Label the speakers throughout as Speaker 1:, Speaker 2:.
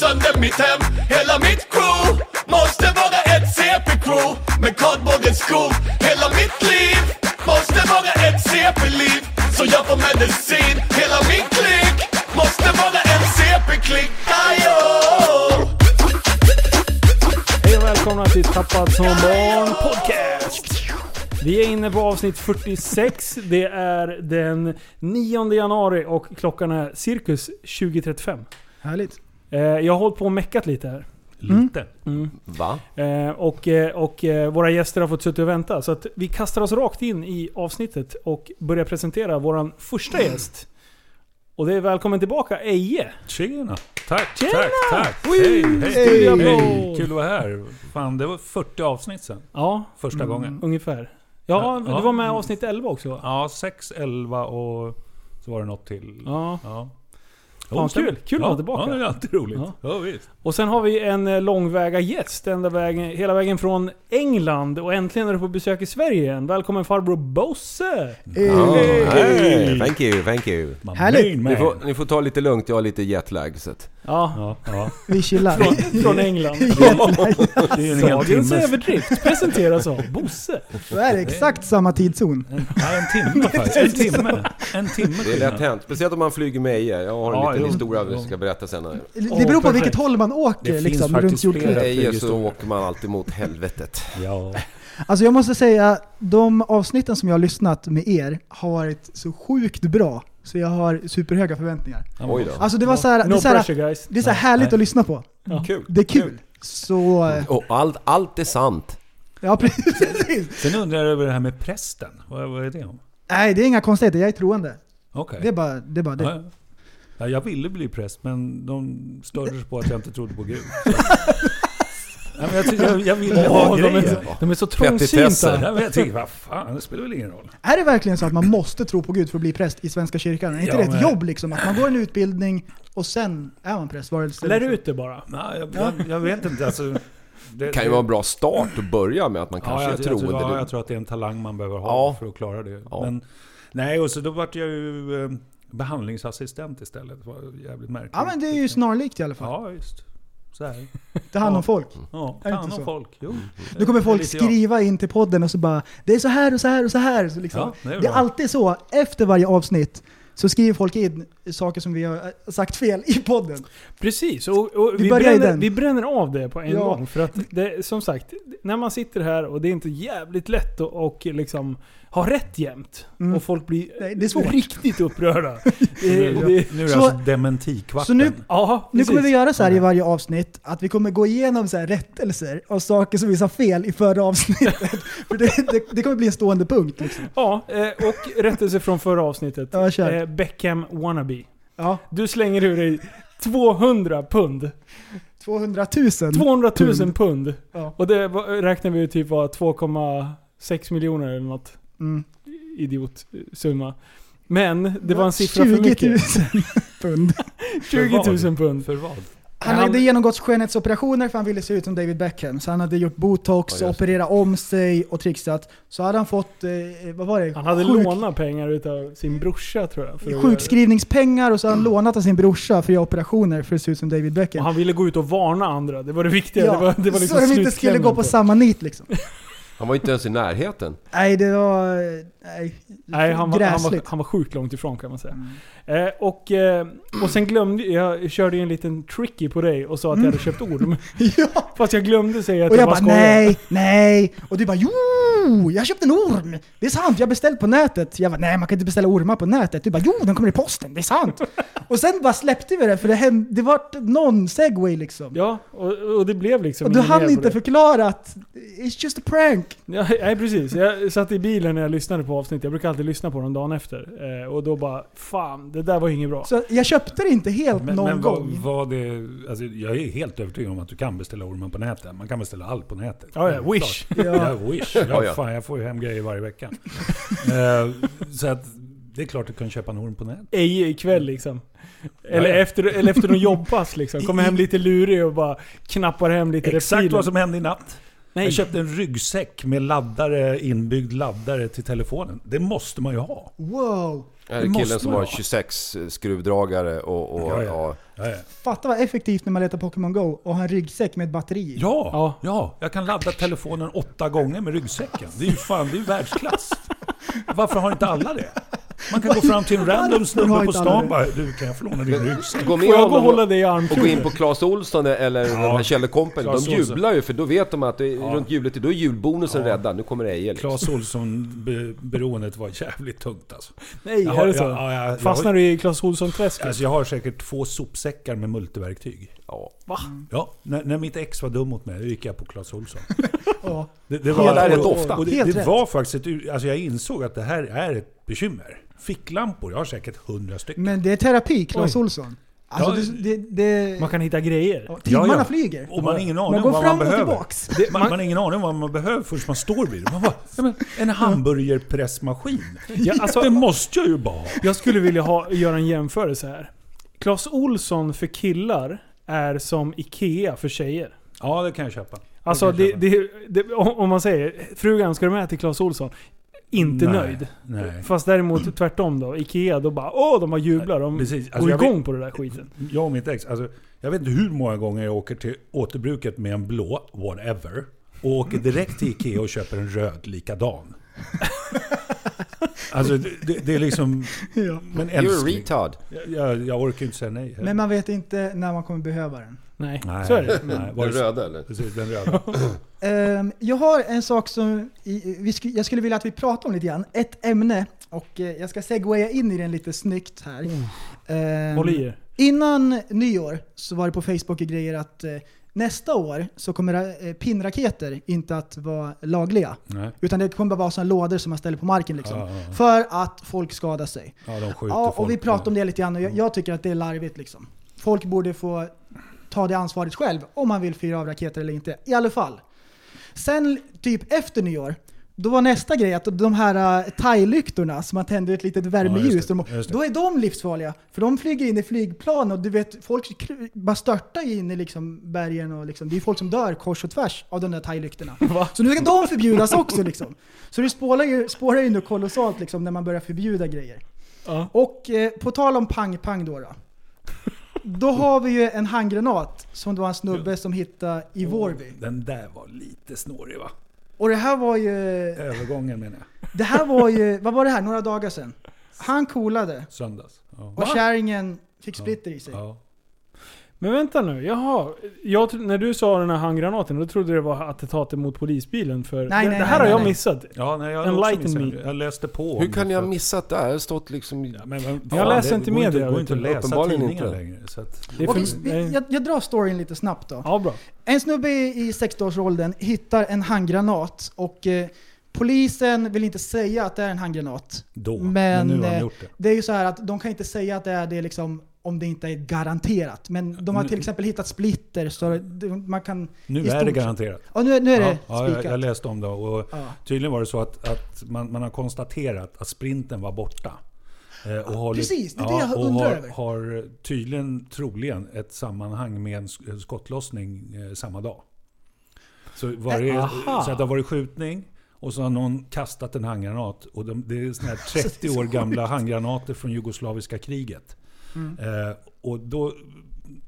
Speaker 1: sönder mitt hem Hela mitt crew måste vara ett CP-crew Med kardborrens skor Hela mitt liv måste vara ett CP-liv Så jag får medicin Hela min klick måste vara en CP-klick Ajo!
Speaker 2: Hej och välkomna till Tappad som barn podcast! Vi är inne på avsnitt 46. Det är den 9 januari och klockan är cirkus 20.35.
Speaker 3: Härligt.
Speaker 2: Eh, Jag har hållit på och meckat lite här. Mm.
Speaker 4: Lite.
Speaker 1: Va?
Speaker 2: Eh, Och, eh, och eh, våra gäster har fått sitta och vänta. Så att vi kastar oss rakt in i avsnittet och börjar presentera vår första gäst. Och det är välkommen tillbaka Eje!
Speaker 4: Tjena! Tack,
Speaker 2: Tjena!
Speaker 4: tack, tack!
Speaker 2: Ui,
Speaker 4: Hej, hej!
Speaker 2: studio
Speaker 4: Hej!
Speaker 2: applåd.
Speaker 4: Kul att vara här. Fan, det var 40 avsnitt sen.
Speaker 2: Ja,
Speaker 4: Första gången.
Speaker 2: ungefär. Ja,
Speaker 4: Ja.
Speaker 2: du var med i avsnitt 11 också va?
Speaker 4: Ja, 6, 11 och så var det något till.
Speaker 2: Ja.
Speaker 4: Ja.
Speaker 2: Fan,
Speaker 4: stämmer.
Speaker 2: kul. Kul att vara tillbaka.
Speaker 4: Ja, det är alltid roligt.
Speaker 2: Ja.
Speaker 4: Ja, visst.
Speaker 2: Och sen har vi en eh, långväga gäst, ända vägen, hela vägen från England. Och äntligen är du på besök i Sverige igen. Välkommen farbror Bosse!
Speaker 5: Oh,
Speaker 3: Eh,
Speaker 5: hey. Thank you, thank you.
Speaker 4: Man
Speaker 3: Härligt.
Speaker 4: nöjd med
Speaker 5: Ni får,
Speaker 4: det.
Speaker 5: ni får ta lite lugnt, jag har lite jetlag. Så att.
Speaker 2: Ja,
Speaker 4: Ja, ja.
Speaker 3: Vi chillar.
Speaker 2: från, från England.
Speaker 4: Det är ju en hel timme.
Speaker 2: Dagens överdrift presenteras av Bosse.
Speaker 3: Då är det exakt samma tidszon.
Speaker 4: Ja, en timme faktiskt. En timme. En timme
Speaker 5: Det är lätt
Speaker 4: skillnad.
Speaker 5: hänt. Speciellt om man flyger med Eje. Jag har en
Speaker 4: Ja,
Speaker 5: liten
Speaker 4: jo.
Speaker 5: historia vi
Speaker 4: Jo.
Speaker 5: ska berätta sen.
Speaker 3: Det
Speaker 2: Åh,
Speaker 3: beror på
Speaker 2: perfekt.
Speaker 3: vilket håll man åker
Speaker 4: Det
Speaker 3: liksom,
Speaker 4: finns
Speaker 3: runt
Speaker 4: faktiskt
Speaker 3: jordklotet.
Speaker 4: flera
Speaker 5: Eje E så
Speaker 4: flyghistorier.
Speaker 5: åker man alltid mot helvetet.
Speaker 4: Ja.
Speaker 3: Alltså jag måste säga, de avsnitten som jag har lyssnat med er har varit så sjukt bra. Så jag har superhöga förväntningar.
Speaker 5: Oj då.
Speaker 3: Alltså det var så här, det är
Speaker 2: No
Speaker 3: så här,
Speaker 2: pressure guys.
Speaker 3: det är så här härligt att lyssna på.
Speaker 5: Kul.
Speaker 3: Det är kul. Så, eh,
Speaker 5: Och allt, allt är sant.
Speaker 3: ja precis.
Speaker 4: Sen undrar jag över det här med prästen. Vad, vad är det om?
Speaker 3: Nej det är inga konstigheter, jag är troende.
Speaker 4: Okej.
Speaker 3: Det är bara det. Är bara det.
Speaker 4: Ja, ja. Ja, jag ville bli präst, men de störde sig på att jag inte trodde på Gud. Så. Nej, men jag, tycker- jag, jag ville ha
Speaker 2: Åh, de, är,
Speaker 4: grejer.
Speaker 2: så- de är så
Speaker 5: Petitesser.
Speaker 2: trångsynta.
Speaker 4: Nej, men jag tycker, vad fan, det spelar väl ingen roll.
Speaker 3: Är det verkligen så att man måste tro på Gud för att bli präst i Svenska kyrkan? Är inte
Speaker 4: Ja,
Speaker 3: det ett
Speaker 4: men-
Speaker 3: jobb liksom? Att man går en utbildning och sen är man präst? Var det-
Speaker 2: Lär ut det bara.
Speaker 4: liksom- Nej, jag, jag, jag vet inte. Alltså,
Speaker 5: Det kan ju vara en bra start att börja med att man kanske
Speaker 4: ja,
Speaker 5: är
Speaker 4: jag, jag,
Speaker 5: troende.
Speaker 4: tror, ja, jag
Speaker 5: Ja,
Speaker 4: tror att det är en talang man behöver ha
Speaker 5: Ja.
Speaker 4: för att klara det.
Speaker 5: Ja.
Speaker 4: Men, nej, och så då vart jag ju eh, behandlingsassistent istället. Det var jävligt märkligt. Liksom.
Speaker 3: Ja men det är ju snarlikt i alla fall.
Speaker 4: Ja, just. Så här.
Speaker 3: Ta hand om
Speaker 4: Ja.
Speaker 3: folk.
Speaker 4: Ja,
Speaker 3: Är det
Speaker 4: ta
Speaker 3: inte
Speaker 4: hand om
Speaker 3: så? Mm.
Speaker 4: folk. Jo,
Speaker 3: Nu kommer
Speaker 4: det är
Speaker 3: folk
Speaker 4: lite jag.
Speaker 3: skriva in till podden och så bara Det är så här och så här och så här. Så liksom.
Speaker 4: Ja, det är
Speaker 3: det,
Speaker 4: bra.
Speaker 3: är alltid så, efter varje avsnitt så skriver folk in saker som vi har äh, sagt fel i podden.
Speaker 2: Precis, och, och vi,
Speaker 3: Vi börjar i
Speaker 2: bränner,
Speaker 3: den.
Speaker 2: vi bränner av det på en
Speaker 3: Ja.
Speaker 2: gång. För att det, som sagt, när man sitter här och det är inte jävligt lätt att och liksom ha rätt jämt.
Speaker 3: Mm.
Speaker 2: Och folk blir
Speaker 3: Nej, det är svårt.
Speaker 2: riktigt upprörda.
Speaker 4: Nu,
Speaker 2: det, det,
Speaker 4: nu är det
Speaker 3: Så-
Speaker 4: alltså dementikvatten.
Speaker 3: så nu-
Speaker 2: ja,
Speaker 3: Nu
Speaker 2: precis.
Speaker 3: kommer vi göra så här i varje avsnitt, att vi kommer gå igenom så här rättelser av saker som vi sa fel i förra avsnittet. För det, det, det kommer bli en stående punkt. Liksom.
Speaker 2: Ja, eh, och rättelse från förra avsnittet.
Speaker 3: Ja, kör.
Speaker 2: Eh, Beckham wannabe.
Speaker 3: Ja,
Speaker 2: Du slänger ur dig 200 pund.
Speaker 3: 200 000.
Speaker 2: 200 000
Speaker 3: Pund.
Speaker 2: pund.
Speaker 3: Ja.
Speaker 2: Och det var- räknar vi ju typ var 2,6 miljoner eller något.
Speaker 3: Mm.
Speaker 2: Idiotsumma. Men det var en siffra för
Speaker 3: 20 000
Speaker 2: mycket.
Speaker 3: pund.
Speaker 2: 20 000 pund.
Speaker 4: För vad?
Speaker 3: Han
Speaker 2: Han-
Speaker 3: hade genomgått skönhetsoperationer för han ville se ut som David Beckham. Så han hade gjort botox,
Speaker 5: Ja, just det.
Speaker 3: opererat om sig och trixat. Så hade han fått, eh, vad var det?
Speaker 2: Han hade
Speaker 3: Sjuk-
Speaker 2: lånat eh, pengar utav sin brorsa tror jag. för att
Speaker 3: Sjukskrivningspengar och så hade han lånat av sin brorsa för att göra operationer för att se ut som David
Speaker 2: göra-
Speaker 3: Beckham.
Speaker 2: Och han ville gå ut och varna andra. Det var det viktiga. det var, det var liksom
Speaker 3: så de inte skulle
Speaker 2: slutklämmen
Speaker 3: gå på samma nit liksom.
Speaker 5: han var ju inte ens i närheten.
Speaker 3: Nej, det var... eh, Nej,
Speaker 2: Nej, han var, han, var,
Speaker 3: gräsligt. Mm.
Speaker 2: han var sjukt långt ifrån kan man säga. Eh, och, eh, och sen glömde jag, körde ju en liten tricky på dig och sa att jag hade köpt orm.
Speaker 3: ja.
Speaker 2: Fast jag glömde säga att
Speaker 3: Mm. Och jag
Speaker 2: bara
Speaker 3: bara
Speaker 2: skojade.
Speaker 3: nej, nej. Och du bara jo, jag köpte en orm. Det är sant, jag beställde på nätet. Jag bara nej, man kan inte beställa ormar på nätet. Du bara jo, den kommer i posten, det är sant. och sen bara släppte vi det för det, hände, det var någon segway liksom.
Speaker 2: Ja, och, och det blev liksom
Speaker 3: och du
Speaker 2: inget mer
Speaker 3: hann
Speaker 2: på
Speaker 3: inte
Speaker 2: det.
Speaker 3: förklara att it's just a prank.
Speaker 2: Ja, nej precis. Jag satt i bilen när jag lyssnade på avsnitt. Jag brukar alltid lyssna på dem dagen efter. Eh, och då bara, fan det där var ju inget bra.
Speaker 3: Så jag köpte det inte helt
Speaker 4: Men,
Speaker 3: någon
Speaker 4: men vad,
Speaker 3: gång.
Speaker 4: vad det, alltså jag är helt övertygad om att du kan beställa ormar på nätet. Man kan beställa allt på nätet.
Speaker 2: Ja, ja,
Speaker 4: Klart.
Speaker 2: wish.
Speaker 4: Ja, wish.
Speaker 5: Ja,
Speaker 4: Ja,
Speaker 5: ja.
Speaker 4: fan, jag får ju hem grejer varje vecka. Eh, så att det är klart du kan köpa en orm på nätet.
Speaker 2: Ej ikväll liksom. Eller,
Speaker 4: Ja, ja.
Speaker 2: Efter, eller efter någon jobbas liksom. Kommer hem lite lurig och bara knappar hem lite
Speaker 4: Exakt
Speaker 2: reptiler.
Speaker 4: vad som hände i natt.
Speaker 2: Nej.
Speaker 4: Jag köpte en ryggsäck med laddare, inbyggd laddare till telefonen. Det måste man ju ha.
Speaker 3: Wow!
Speaker 5: Här
Speaker 4: Det
Speaker 5: är
Speaker 4: måste
Speaker 5: killen som
Speaker 4: man
Speaker 5: har
Speaker 4: ha.
Speaker 5: 26 skruvdragare och... och ja,
Speaker 4: Ja, ja. Ja, ja.
Speaker 3: Fatta vad effektivt när man letar Pokémon Go och har en ryggsäck med ett batteri.
Speaker 4: Ja,
Speaker 2: Ja.
Speaker 4: ja. jag kan ladda telefonen åtta gånger med ryggsäcken. Det är ju fan, det är ju världsklass. Varför har inte alla det? Man kan gå fram till en random
Speaker 3: Varför har
Speaker 4: snubbe på
Speaker 3: inte alla
Speaker 4: stan
Speaker 3: det?
Speaker 4: och bara du kan jag få låna din ryggsäck?
Speaker 5: Gå med
Speaker 2: Får jag gå och
Speaker 5: honom
Speaker 2: hålla dig i
Speaker 5: och gå in
Speaker 2: armkroken?
Speaker 5: på Clas Olsson eller den här källekompen. De
Speaker 4: Clas Ohlson.
Speaker 5: jublar ju för då vet de att det, runt juletid, då är julbonusen räddad. Nu kommer det ej liksom.
Speaker 4: Clas Ohlson-beroendet var jävligt tungt alltså.
Speaker 2: Nej,
Speaker 4: Jag har-
Speaker 2: är det så?
Speaker 4: jag- ja, jag- jag
Speaker 2: Fastnar
Speaker 4: har-
Speaker 2: du i Clas Ohlson-träsket?
Speaker 4: Alltså jag har säkert två sopsäckar med multiverktyg.
Speaker 5: Ja.
Speaker 4: Ja, när, när mitt ex var dum mot mig, då gick jag på Clas Ohlson.
Speaker 3: Ja.
Speaker 4: Det, det
Speaker 5: Ja, där är det
Speaker 4: och-
Speaker 5: ofta.
Speaker 4: Och det,
Speaker 3: Helt
Speaker 4: det
Speaker 3: rätt.
Speaker 4: var faktiskt ett, ur- alltså jag insåg att det här är ett bekymmer. Ficklampor, jag har säkert hundra stycken.
Speaker 3: Men det är terapi, Clas
Speaker 2: Oj.
Speaker 3: Olsson. Alltså
Speaker 4: Ja.
Speaker 3: det... det, det
Speaker 2: Man kan hitta grejer.
Speaker 3: ja, timmarna
Speaker 4: Ja, ja.
Speaker 3: flyger.
Speaker 4: Och man har ingen aning
Speaker 3: Man
Speaker 4: om
Speaker 3: går
Speaker 4: vad man
Speaker 3: fram och
Speaker 4: behöver.
Speaker 3: tillbaks.
Speaker 4: Det- Man, man har ingen aning om vad man behöver förrän man står vid det. Man bara, ja, men, en hamburgerpressmaskin.
Speaker 2: Ja, alltså,
Speaker 4: Det måste jag ju bara ha.
Speaker 2: jag skulle vilja ha, göra en jämförelse här. Clas Olsson för killar är som Ikea för tjejer.
Speaker 4: Ja, det kan jag köpa.
Speaker 2: Alltså
Speaker 4: kan jag
Speaker 2: det,
Speaker 4: köpa.
Speaker 2: det, det, om om man säger frugan ska du med till Clas Olsson? Inte
Speaker 4: Nej,
Speaker 2: nöjd.
Speaker 4: Nej.
Speaker 2: Fast däremot tvärtom då. Ikea då bara åh de bara jublar. De
Speaker 4: Precis. Alltså,
Speaker 2: går
Speaker 4: jag vet-
Speaker 2: igång på det där skiten.
Speaker 4: Jag och mitt ex, alltså, jag vet inte hur många gånger jag åker till återbruket med en blå, whatever, och åker direkt till Ikea och köper en röd likadan. Alltså det, det, det är liksom...
Speaker 3: Ja.
Speaker 4: Men
Speaker 5: You're a
Speaker 4: älskling,
Speaker 5: retard.
Speaker 4: jag- jag, jag orkar ju inte säga nej.
Speaker 3: Men man vet inte när man kommer behöva den.
Speaker 2: Nej,
Speaker 4: nej,
Speaker 2: så är det.
Speaker 4: Nej, var
Speaker 5: Den
Speaker 4: det
Speaker 5: röda eller?
Speaker 4: Precis, den röda.
Speaker 3: Ehm, jag har en sak som i, vi sku, jag skulle vilja att vi pratar om lite grann. Ett ämne. Och eh, jag ska segwaya in i den lite snyggt här. Ehm,
Speaker 2: Oh. Håll i er.
Speaker 3: Innan nyår så var det på Facebook och grejer att eh, nästa år så kommer eh, pinnraketer inte att vara lagliga.
Speaker 4: Nej.
Speaker 3: Utan det kommer bara vara sådana lådor som man ställer på marken liksom.
Speaker 2: Ah,
Speaker 4: Ja, ja, ja.
Speaker 3: För att folk skadar sig.
Speaker 4: Ja, de skjuter
Speaker 3: Ja, och
Speaker 4: folk. Mm.
Speaker 3: vi pratade om det lite grann och jag, jag tycker att det är larvigt liksom. Folk borde få ta det ansvaret själv om man vill fyra av raketer eller inte. I alla fall. Sen typ efter nyår, då var nästa grej att de här uh, thai-lyktorna som man tänder ett litet
Speaker 4: Ja,
Speaker 3: värmeljus,
Speaker 4: just det,
Speaker 3: de-
Speaker 4: just det.
Speaker 3: då är de livsfarliga. För de flyger in i flygplan och du vet, folk kr- bara störtar in i liksom bergen och liksom, det är folk som dör kors och tvärs av de där thai-lyktorna. Så nu ska de förbjudas också liksom. Så det spårar ju, spårar ju nu kolossalt liksom när man börjar förbjuda grejer.
Speaker 2: Ja.
Speaker 3: Och eh, på tal om pang-pang då, då. Då har vi ju en handgranat som det var en snubbe som hittade i Vårby.
Speaker 4: Den där var lite snårig va?
Speaker 3: Och det här var ju...
Speaker 4: Övergången menar jag.
Speaker 3: Det här var ju... Vad var det här? Några dagar sedan. Han coolade
Speaker 4: Söndags. Ja.
Speaker 3: och kärringen fick splitter i sig.
Speaker 4: Ja.
Speaker 2: Men vänta nu, jaha. Jag, tro- när du sa den här handgranaten, då trodde jag det var attentatet mot polisbilen. För
Speaker 3: Nej,
Speaker 2: det,
Speaker 3: nej,
Speaker 2: det här har
Speaker 3: nej,
Speaker 2: jag
Speaker 3: nej.
Speaker 2: missat.
Speaker 4: Ja, nej, jag, hade också
Speaker 2: Enlighten
Speaker 4: missat
Speaker 2: me.
Speaker 4: det. jag läste på. om
Speaker 5: Hur kan
Speaker 4: det
Speaker 5: jag
Speaker 4: för-
Speaker 5: ha missat det här? Det har stått liksom...
Speaker 4: Ja, men, men,
Speaker 2: Jag läser
Speaker 4: det
Speaker 2: inte
Speaker 4: går
Speaker 2: media,
Speaker 4: Det går
Speaker 2: vet
Speaker 4: inte att
Speaker 2: du.
Speaker 4: läsa
Speaker 5: Uppenbarligen
Speaker 4: tidningar
Speaker 5: inte.
Speaker 4: längre. Så att,
Speaker 2: Det är
Speaker 3: Och
Speaker 2: för-
Speaker 3: vi, vi, jag, jag drar storyn lite snabbt då.
Speaker 2: Ja, bra.
Speaker 3: En snubbe i i 60-årsåldern hittar en handgranat och eh, polisen vill inte säga att det är en handgranat.
Speaker 4: då. Men,
Speaker 3: Men,
Speaker 4: nu har de
Speaker 3: eh,
Speaker 4: gjort det.
Speaker 3: Det är ju så här att de kan inte säga att det är det liksom om det inte är garanterat. Men de har till exempel hittat splitter så det- man kan...
Speaker 4: Nu
Speaker 3: i
Speaker 4: är
Speaker 3: stort
Speaker 4: det
Speaker 3: sett-
Speaker 4: garanterat.
Speaker 3: Ja, nu, är- nu är det
Speaker 4: ja, ja, jag, jag
Speaker 3: spikat.
Speaker 4: läste om det och
Speaker 3: Ja.
Speaker 4: tydligen var det så att, att man, man har konstaterat att sprinten var borta. Eh, Och har,
Speaker 3: Ah, precis, det är det jag
Speaker 4: och
Speaker 3: undrar
Speaker 4: har,
Speaker 3: över.
Speaker 4: har tydligen, troligen, ett sammanhang med en sk- skottlossning eh, samma dag. Så, varje,
Speaker 3: Eh,
Speaker 2: Aha.
Speaker 4: så att det har varit skjutning och så har någon kastat en handgranat. Och de, det är såna här 30 år gamla handgranater från jugoslaviska kriget.
Speaker 3: Mm.
Speaker 4: Eh, och då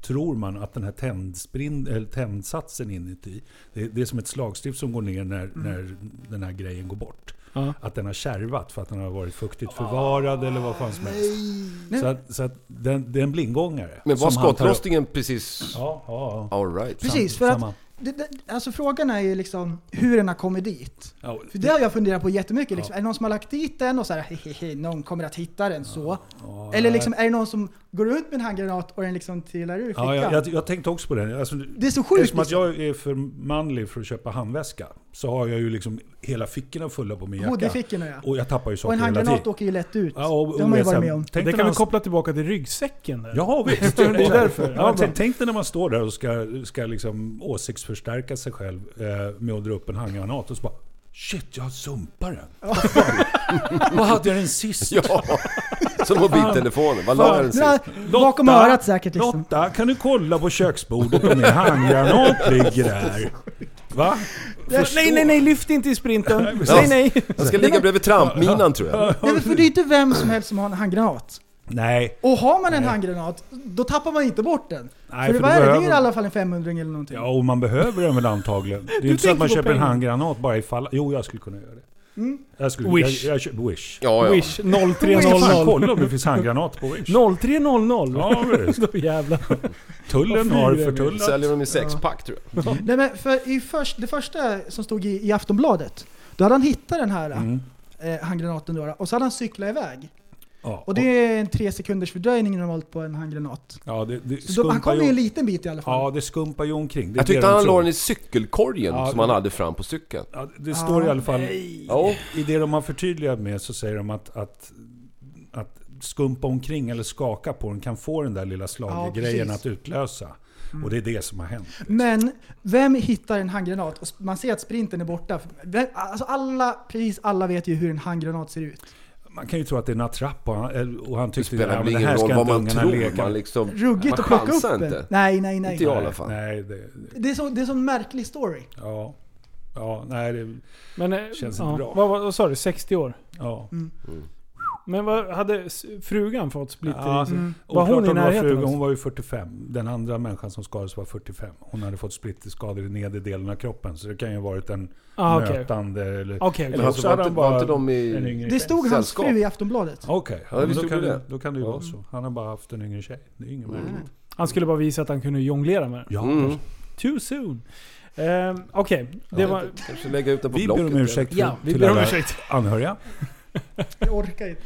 Speaker 4: tror man att den här tändsprin, eller tändsatsen inuti, det, det är som ett slagstift som går ner när,
Speaker 3: Mm.
Speaker 4: när den här grejen går bort.
Speaker 2: Ja.
Speaker 4: Att den har kärvat för att den har varit
Speaker 3: Ah.
Speaker 4: fuktigt förvarad eller vad fan som helst. Så att, så att den, det är en blindgångare.
Speaker 5: Men var
Speaker 4: som han tar upp.
Speaker 5: skottlossningen precis...
Speaker 4: Ja, ja, ja.
Speaker 5: Alright.
Speaker 3: Precis,
Speaker 4: Sam-
Speaker 3: för
Speaker 4: samma.
Speaker 3: att... Det, det, alltså frågan är ju liksom hur den har kommit dit.
Speaker 4: ja.
Speaker 3: För det har jag funderat på jättemycket. Liksom. Är det någon som har lagt dit den och så här hehehe, någon kommer att hitta den så? Eller liksom, är det någon som går runt med en handgranat och den liksom trillar ur fickan?
Speaker 4: Ja, jag, jag, jag tänkte också på den. Alltså,
Speaker 3: Det är så sjukt,
Speaker 4: Eftersom att
Speaker 3: liksom.
Speaker 4: jag är för manlig för att köpa handväska så har jag ju liksom hela fickorna fulla på min
Speaker 3: liksom.
Speaker 4: jacka.
Speaker 3: Hoodiefickorna, ja.
Speaker 4: Och jag tappar ju
Speaker 3: och
Speaker 4: saker
Speaker 3: en
Speaker 4: hela tiden.
Speaker 3: handgranat åker ju lätt ut.
Speaker 4: Ja, och-
Speaker 3: det har man ju
Speaker 4: och
Speaker 3: varit
Speaker 4: sen-
Speaker 3: med om.
Speaker 4: tänk
Speaker 2: det
Speaker 4: när
Speaker 2: kan
Speaker 4: man-
Speaker 2: vi koppla tillbaka till ryggsäcken där.
Speaker 4: Ja visst,
Speaker 2: Det är därför. Ja, bra.
Speaker 4: Ja, t- tänk dig när man står där och ska, ska liksom åsiktsförstärka sig själv eh, med att dra upp en handgranat och så bara Shit, jag sumpar den. Vad fan? Vad hade jag den sist?
Speaker 5: Ja, som mobiltelefonen. Vad la jag den
Speaker 3: Nu har-
Speaker 5: sist?
Speaker 3: Bakom
Speaker 4: Lotta,
Speaker 3: örat säkert liksom.
Speaker 4: Lotta, kan du kolla på köksbordet om min handgranat ligger där? Va? förstår.
Speaker 2: Nej, nej, nej, lyft inte i sprinten. Nej, nej.
Speaker 5: Den ska ligga bredvid trampminan tror jag.
Speaker 3: Nej, men för det är inte vem som helst som har en handgranat.
Speaker 4: Nej,
Speaker 3: Och har man en handgranat, då tappar man inte bort den.
Speaker 4: Nej,
Speaker 3: för det,
Speaker 4: för
Speaker 3: var,
Speaker 4: du
Speaker 3: det är
Speaker 4: behöver-
Speaker 3: i alla fall en 500 eller någonting.
Speaker 4: ja, och man behöver den väl antagligen. Det är inte så att
Speaker 2: tänker
Speaker 4: man
Speaker 2: på
Speaker 4: köper en
Speaker 2: pengar.
Speaker 4: handgranat bara ifall... Jo, jag skulle kunna göra det. Jag skulle,
Speaker 2: Wish.
Speaker 4: Jag, jag köper wish.
Speaker 5: Ja, ja.
Speaker 2: Wish
Speaker 4: Jag ska fan
Speaker 2: 0300.
Speaker 4: kolla om det finns handgranat på Wish.
Speaker 2: 0300.
Speaker 4: Ja, visst.
Speaker 2: Då jävlar.
Speaker 4: Tullen
Speaker 2: Vad
Speaker 4: har
Speaker 2: fyra
Speaker 4: förtullat.
Speaker 5: Säljer dem i sexpack tror jag.
Speaker 3: Nej, men för i först, det första som stod i, i Aftonbladet, då hade han hittat den här
Speaker 4: Mm.
Speaker 3: eh, handgranaten då, och så hade han cyklat iväg.
Speaker 4: Ja,
Speaker 3: Och det är en tre sekunders fördröjning normalt på en handgranat.
Speaker 4: ja, det, det
Speaker 3: Så då, han
Speaker 4: skumpar
Speaker 3: kom ju
Speaker 4: ju-
Speaker 3: en liten bit i alla fall.
Speaker 4: Ja, det skumpar ju omkring. Det är
Speaker 5: Jag tyckte
Speaker 4: det de
Speaker 5: han la
Speaker 4: tror.
Speaker 5: den i cykelkorgen
Speaker 4: Ja,
Speaker 5: som
Speaker 4: det-
Speaker 5: han hade fram på cykeln.
Speaker 4: Ja, det står i alla
Speaker 3: Ah,
Speaker 4: fall...
Speaker 5: Ja.
Speaker 4: I det de har förtydligat med så säger de att, att, att skumpa omkring eller skaka på den kan få den där lilla slaggrejen
Speaker 3: Ja, precis.
Speaker 4: att utlösa. Och det är det som har hänt.
Speaker 3: Men vem hittar en handgranat? Och man ser att sprinten är borta. Vem, alltså alla, precis alla vet ju hur en handgranat ser ut.
Speaker 4: Man kan ju tro att det är en attrapp och han, eller- och han
Speaker 5: Det
Speaker 4: tyckte
Speaker 5: spelar
Speaker 4: "Ja,
Speaker 5: väl
Speaker 4: men det
Speaker 5: ingen
Speaker 4: här
Speaker 5: roll
Speaker 4: ska
Speaker 5: vad
Speaker 4: inte
Speaker 5: man
Speaker 4: ungarna
Speaker 5: tror.
Speaker 4: leka
Speaker 5: Man
Speaker 4: med.
Speaker 5: liksom...
Speaker 3: Ruggigt
Speaker 5: Man
Speaker 3: att plocka upp
Speaker 5: chansar
Speaker 3: en.
Speaker 5: inte.
Speaker 3: Nej, nej, nej.
Speaker 5: Inte jag i alla
Speaker 4: Nej,
Speaker 5: fall.
Speaker 4: Nej, det,
Speaker 3: Det är, så, det är en sån märklig story.
Speaker 4: ja. Ja, nej, det,
Speaker 2: Men, eh,
Speaker 4: Känns
Speaker 2: ja.
Speaker 4: inte bra.
Speaker 2: Vad, vad, vad sa du? 60 år?
Speaker 4: ja.
Speaker 2: Men vad, hade s- frugan fått splitter
Speaker 4: Ja,
Speaker 2: i sig?
Speaker 4: mm.
Speaker 2: Var hon i
Speaker 4: hon, var
Speaker 2: närheten?
Speaker 4: fruga,
Speaker 2: också?
Speaker 4: hon var ju 45. Den andra människan som skadades var 45. Hon hade fått splitterskador i nedre delen av kroppen. Så det kan ju ha varit en
Speaker 2: Ah, okej.
Speaker 4: mötande eller...
Speaker 2: Okej,
Speaker 4: Eller
Speaker 5: Men
Speaker 4: så
Speaker 5: alltså,
Speaker 4: hade
Speaker 5: var, inte,
Speaker 4: han bara
Speaker 5: var inte de
Speaker 4: en
Speaker 5: i...
Speaker 4: yngre
Speaker 3: Det
Speaker 4: tjej.
Speaker 3: stod hans
Speaker 5: Sällskap.
Speaker 3: fru i Aftonbladet.
Speaker 4: Okej, ja, men
Speaker 5: visst
Speaker 4: då, kan
Speaker 5: gjorde
Speaker 4: det.
Speaker 5: det.
Speaker 4: då kan det ju
Speaker 5: Ja.
Speaker 4: vara så. Han har bara haft en yngre tjej. Det är ju inget märkligt.
Speaker 2: han skulle bara visa att han kunde jonglera med det.
Speaker 4: Ja,
Speaker 5: Mm.
Speaker 2: Too soon. Ehm, Okej, det
Speaker 5: Ja,
Speaker 2: var...
Speaker 5: Kanske lägga ut den på
Speaker 4: Vi
Speaker 5: Blocket.
Speaker 4: ber om ursäkt för,
Speaker 2: Ja, vi
Speaker 4: till
Speaker 2: ber om
Speaker 4: alla
Speaker 2: ursäkt.
Speaker 4: anhöriga.
Speaker 3: Jag orkar inte.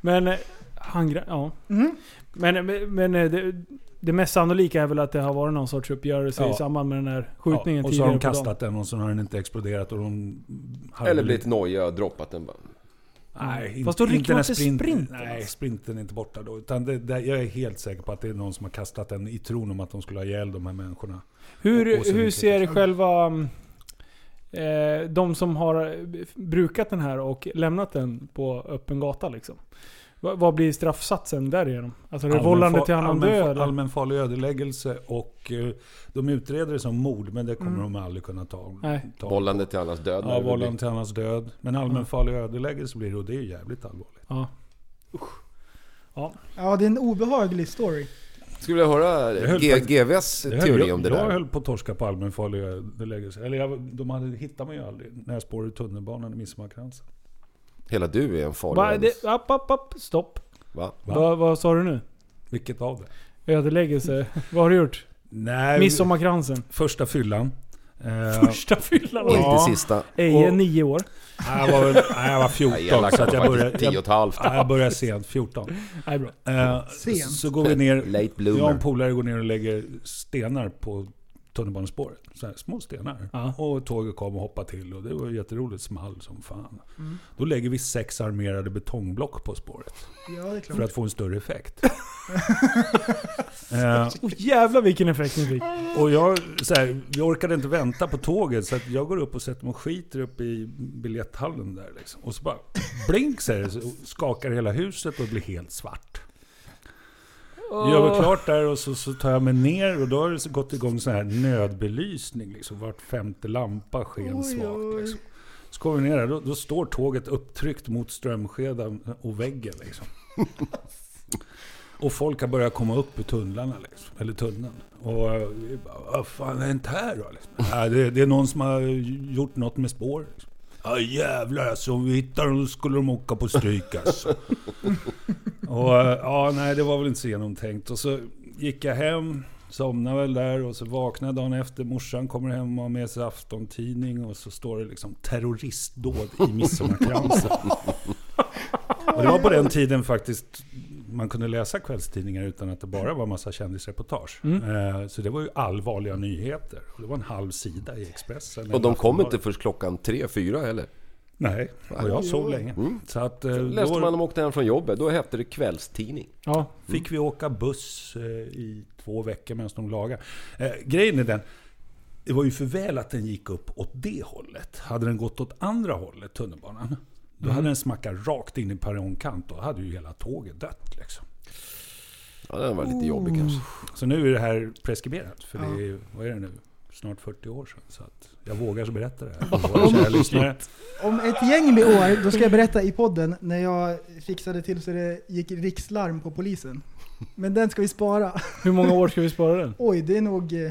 Speaker 2: Men... eh, Han, ja.
Speaker 4: Mm-hmm.
Speaker 3: Mm.
Speaker 2: Men, men, men eh, det, det mest sannolika är väl att det har varit någon sorts uppgörelse
Speaker 4: Ja.
Speaker 2: i samband med den här
Speaker 4: Ja,
Speaker 2: skjutningen
Speaker 4: och så
Speaker 2: tidigare
Speaker 4: har de
Speaker 2: på dagen.
Speaker 4: kastat den och så har den inte exploderat och de... hade
Speaker 5: Eller
Speaker 4: väl-
Speaker 5: blivit nojiga och droppat den bara.
Speaker 4: Nej,
Speaker 2: Fast då
Speaker 4: inte-
Speaker 2: rycker
Speaker 4: inte
Speaker 2: man
Speaker 4: när
Speaker 2: inte sprinten,
Speaker 4: Nej,
Speaker 2: alltså.
Speaker 4: sprinten är inte borta då. Utan det, det, jag är helt säker på att det är någon som har kastat den i tron om att de skulle ha ihjäl de här människorna. Och- och
Speaker 2: Hur,
Speaker 4: så
Speaker 2: hur
Speaker 4: mycket
Speaker 2: ser själva... mm, Eh, de som har eh, brukat den här och lämnat den på öppen gata liksom. Va, vad blir straffsatsen därigenom? Alltså är det
Speaker 4: Allmän
Speaker 2: vållande
Speaker 4: fa-
Speaker 2: till annan
Speaker 4: allmän,
Speaker 2: död?
Speaker 4: fa-
Speaker 2: eller?
Speaker 4: Allmän farlig ödeläggelse och eh, de utreder det som mord men det kommer de aldrig kunna ta.
Speaker 2: Mm. Nej. Mm.
Speaker 4: ta.
Speaker 5: Bollande till allas död. när
Speaker 4: Ja,
Speaker 5: det blir-
Speaker 4: vållande till annans död. Men allmän farlig ödeläggelse blir det och det är ju jävligt allvarligt.
Speaker 2: Ja.
Speaker 3: Ja, det är en obehaglig story.
Speaker 5: Skulle vilja höra
Speaker 4: Jag höll
Speaker 5: G-
Speaker 4: faktiskt-
Speaker 5: GVs
Speaker 4: Det höll
Speaker 5: teori
Speaker 4: jag,
Speaker 5: om det
Speaker 4: jag
Speaker 5: där.
Speaker 4: höll på att torska på allmän farlig ödeläggelse. Eller jag, de hade, hittade mig ju aldrig när jag spårade i tunnelbanan i Midsommarkransen.
Speaker 5: Hela du är en farlig
Speaker 2: Va,
Speaker 5: ödis.
Speaker 2: det, app, app, app, stopp.
Speaker 5: Va?
Speaker 4: Va?
Speaker 2: Va, vad sa du nu?
Speaker 4: Vilket av det?
Speaker 2: Ödeläggelse. vad har du gjort?
Speaker 4: Nej,
Speaker 2: Midsommarkransen.
Speaker 4: första fyllan. Eh,
Speaker 2: Första fyllan.
Speaker 4: Ja.
Speaker 5: Inte sista.
Speaker 2: Eje,
Speaker 4: Och-
Speaker 2: nio år.
Speaker 4: nej, jag, var, väl- nej, jag
Speaker 5: Nej,
Speaker 4: var 14
Speaker 5: elak
Speaker 4: så att jag
Speaker 5: var faktiskt
Speaker 4: började,
Speaker 5: tio och
Speaker 4: jag,
Speaker 5: ett halvt.
Speaker 4: nej, jag började sent, 14.
Speaker 2: Nej, bra.
Speaker 4: Eh,
Speaker 3: Sent.
Speaker 4: Så går vi ner,
Speaker 5: Late
Speaker 4: jag och en
Speaker 5: bloomer.
Speaker 4: polare går ner och lägger stenar på tunnelbanespåret. Så här, små stenar.
Speaker 2: Ja.
Speaker 4: Och tåget kom och hoppade till och det var jätteroligt, small som fan.
Speaker 3: Mm.
Speaker 4: Då lägger vi sex armerade betongblock på spåret
Speaker 3: Ja, det är
Speaker 4: för
Speaker 3: klart.
Speaker 4: att få en större effekt. Eh,
Speaker 2: Oh, jävlar vilken effekt ni fick.
Speaker 4: och jag, så här, jag orkade inte vänta på tåget så att jag går upp och sätter mig och skiter upp i biljetthallen där. Liksom. Och så bara blink säger det, så skakar hela huset och blir helt svart. Jag var klart där och så, så tar jag mig ner och då har det så gått igång sån här nödbelysning. Liksom. Vart femte lampa sken svagt. Liksom. Så kommer vi ner där, då, då står tåget upptryckt mot strömskedan och väggen. Liksom. Och folk har börjat komma upp ur tunnlarna, liksom, eller tunneln. Och eh, vi bara, vad fan har hänt här då? Liksom. "Ja, det, det är någon som har gjort något med spår. Liksom. Ja jävlar alltså, om vi hittar dem så skulle de åka på stryk alltså. och eh, ja, nej det var väl inte så genomtänkt. Och så gick jag hem, somnade väl där och så vaknade jag dagen efter. Morsan kommer hem och har med sig aftontidning och så står det liksom terroristdåd i midsommarkransen. Och det var på den tiden faktiskt man kunde läsa kvällstidningar utan att det bara var massa kändisreportage. Eh, Så det var ju allvarliga nyheter. Och det var en halv sida i Expressen. eller
Speaker 5: Och de kom
Speaker 4: Aftonbladet.
Speaker 5: inte först klockan tre, fyra heller.
Speaker 4: Nej, och jag sov länge. Så att, eh,
Speaker 5: Läste man
Speaker 4: då
Speaker 5: om åkte hem från jobbet, då hette det kvällstidning.
Speaker 2: Ja.
Speaker 4: fick vi åka buss eh, i två veckor medan de lagade. Eh, Grejen är den, det var ju för väl att den gick upp åt det hållet. Hade den gått åt andra hållet, tunnelbanan, då hade den smackat rakt in i perrongkant. Då hade ju hela tåget dött. Liksom. Oh.
Speaker 5: Ja, den var lite jobbig kanske.
Speaker 4: Så nu är det här preskriberat. För det är, vad är det nu? snart 40 år sedan. Så att jag vågar så berätta det här. för våra kära lyssnare.
Speaker 3: Om ett gäng med år, då ska jag berätta i podden när jag fixade till så det gick rikslarm på polisen. Men den ska vi spara.
Speaker 2: Hur många år ska vi spara den?
Speaker 3: Oj, det är nog... eh,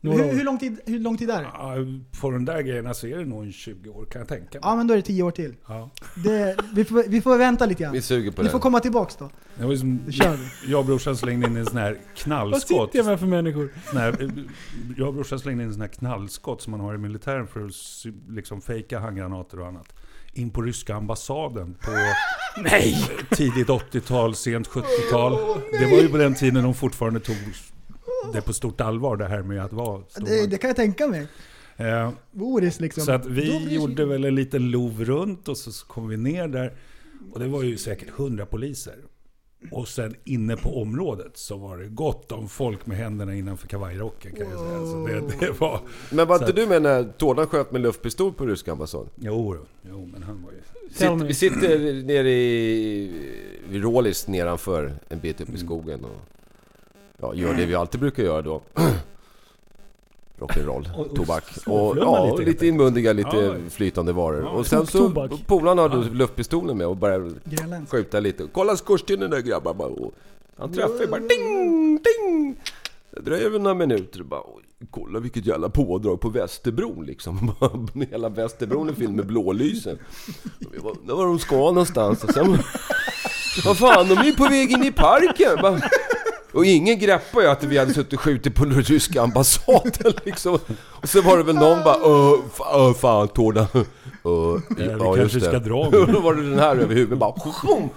Speaker 2: Några
Speaker 3: Hur,
Speaker 2: år.
Speaker 3: hur, lång tid, hur lång tid är det?
Speaker 4: Ja, på de där grejerna så är det nog en 20 år kan jag tänka mig.
Speaker 3: Ja, men då är det tio år till.
Speaker 4: Ja.
Speaker 3: Det, vi, får, vi får vänta lite
Speaker 5: Vi
Speaker 3: grann.
Speaker 5: suger på
Speaker 3: Ni
Speaker 5: det.
Speaker 3: får komma tillbaks då.
Speaker 4: Det var ju som,
Speaker 3: Då kör vi.
Speaker 4: jag och brorsan slängde in en sån här
Speaker 2: Vad
Speaker 4: knallskott.
Speaker 2: sitter jag med för människor?
Speaker 4: Sån här, eh, jag och brorsan slängde in en sån här knallskott som man har i militären för att sy- liksom fejka handgranater och annat. In på ryska ambassaden på tidigt 80-tal, sent 70-tal. det var ju på den tiden de fortfarande tog det på stort allvar det här med att vara stor.
Speaker 3: Det, det kan jag tänka mig.
Speaker 4: Eh,
Speaker 3: Boris liksom.
Speaker 4: Så att
Speaker 3: Då
Speaker 4: vi
Speaker 3: blir-
Speaker 4: gjorde väl en liten lov runt och så så kom vi ner där. Och det var ju säkert hundra poliser. Och sen inne på området så var det gott om folk med händerna innanför kavajrocken kan jag säga. Så det, det var...
Speaker 5: Men var inte du med när Tordan sköt med luftpistol på ryska ambassaden?
Speaker 4: Jo, jo, men han var ju...
Speaker 2: Tell
Speaker 5: Sitt,
Speaker 2: me.
Speaker 5: vi sitter nere i vid Rålis nedanför, en bit upp i
Speaker 4: Mm.
Speaker 5: skogen och ja, gör det vi alltid brukar göra då.
Speaker 4: Och- och
Speaker 5: Rock'n'roll, tobak och
Speaker 4: småflumma
Speaker 5: ja,
Speaker 4: lite, helt
Speaker 5: lite inmundiga, lite
Speaker 4: Ja.
Speaker 5: flytande varor.
Speaker 4: Ja.
Speaker 5: Och sen så,
Speaker 2: Tobak.
Speaker 5: polarna hade luftpistolen med och började
Speaker 3: Grönländsk.
Speaker 5: skjuta lite. Kolla skorstenen där grabbar bara. Och han träffar ju bara ding, ding. Det dröjer väl några minuter och bara oj, kolla vilket jävla pådrag på Västerbron liksom. Hela Västerbron är fylld med blålysen. Jag bara, Där var de ska någonstans och sen... Vad fan, de är ju på väg in i parken! Bara, och ingen greppade ju att vi hade suttit och skjutit på den ryska ambassaden liksom. Och så var det väl någon bara öh, fa, öh fan Torda. Öh,
Speaker 4: vi
Speaker 5: ja, just
Speaker 4: kanske
Speaker 5: det.
Speaker 4: ska dra nu.
Speaker 5: Och då var det den här över huvudet bara boom!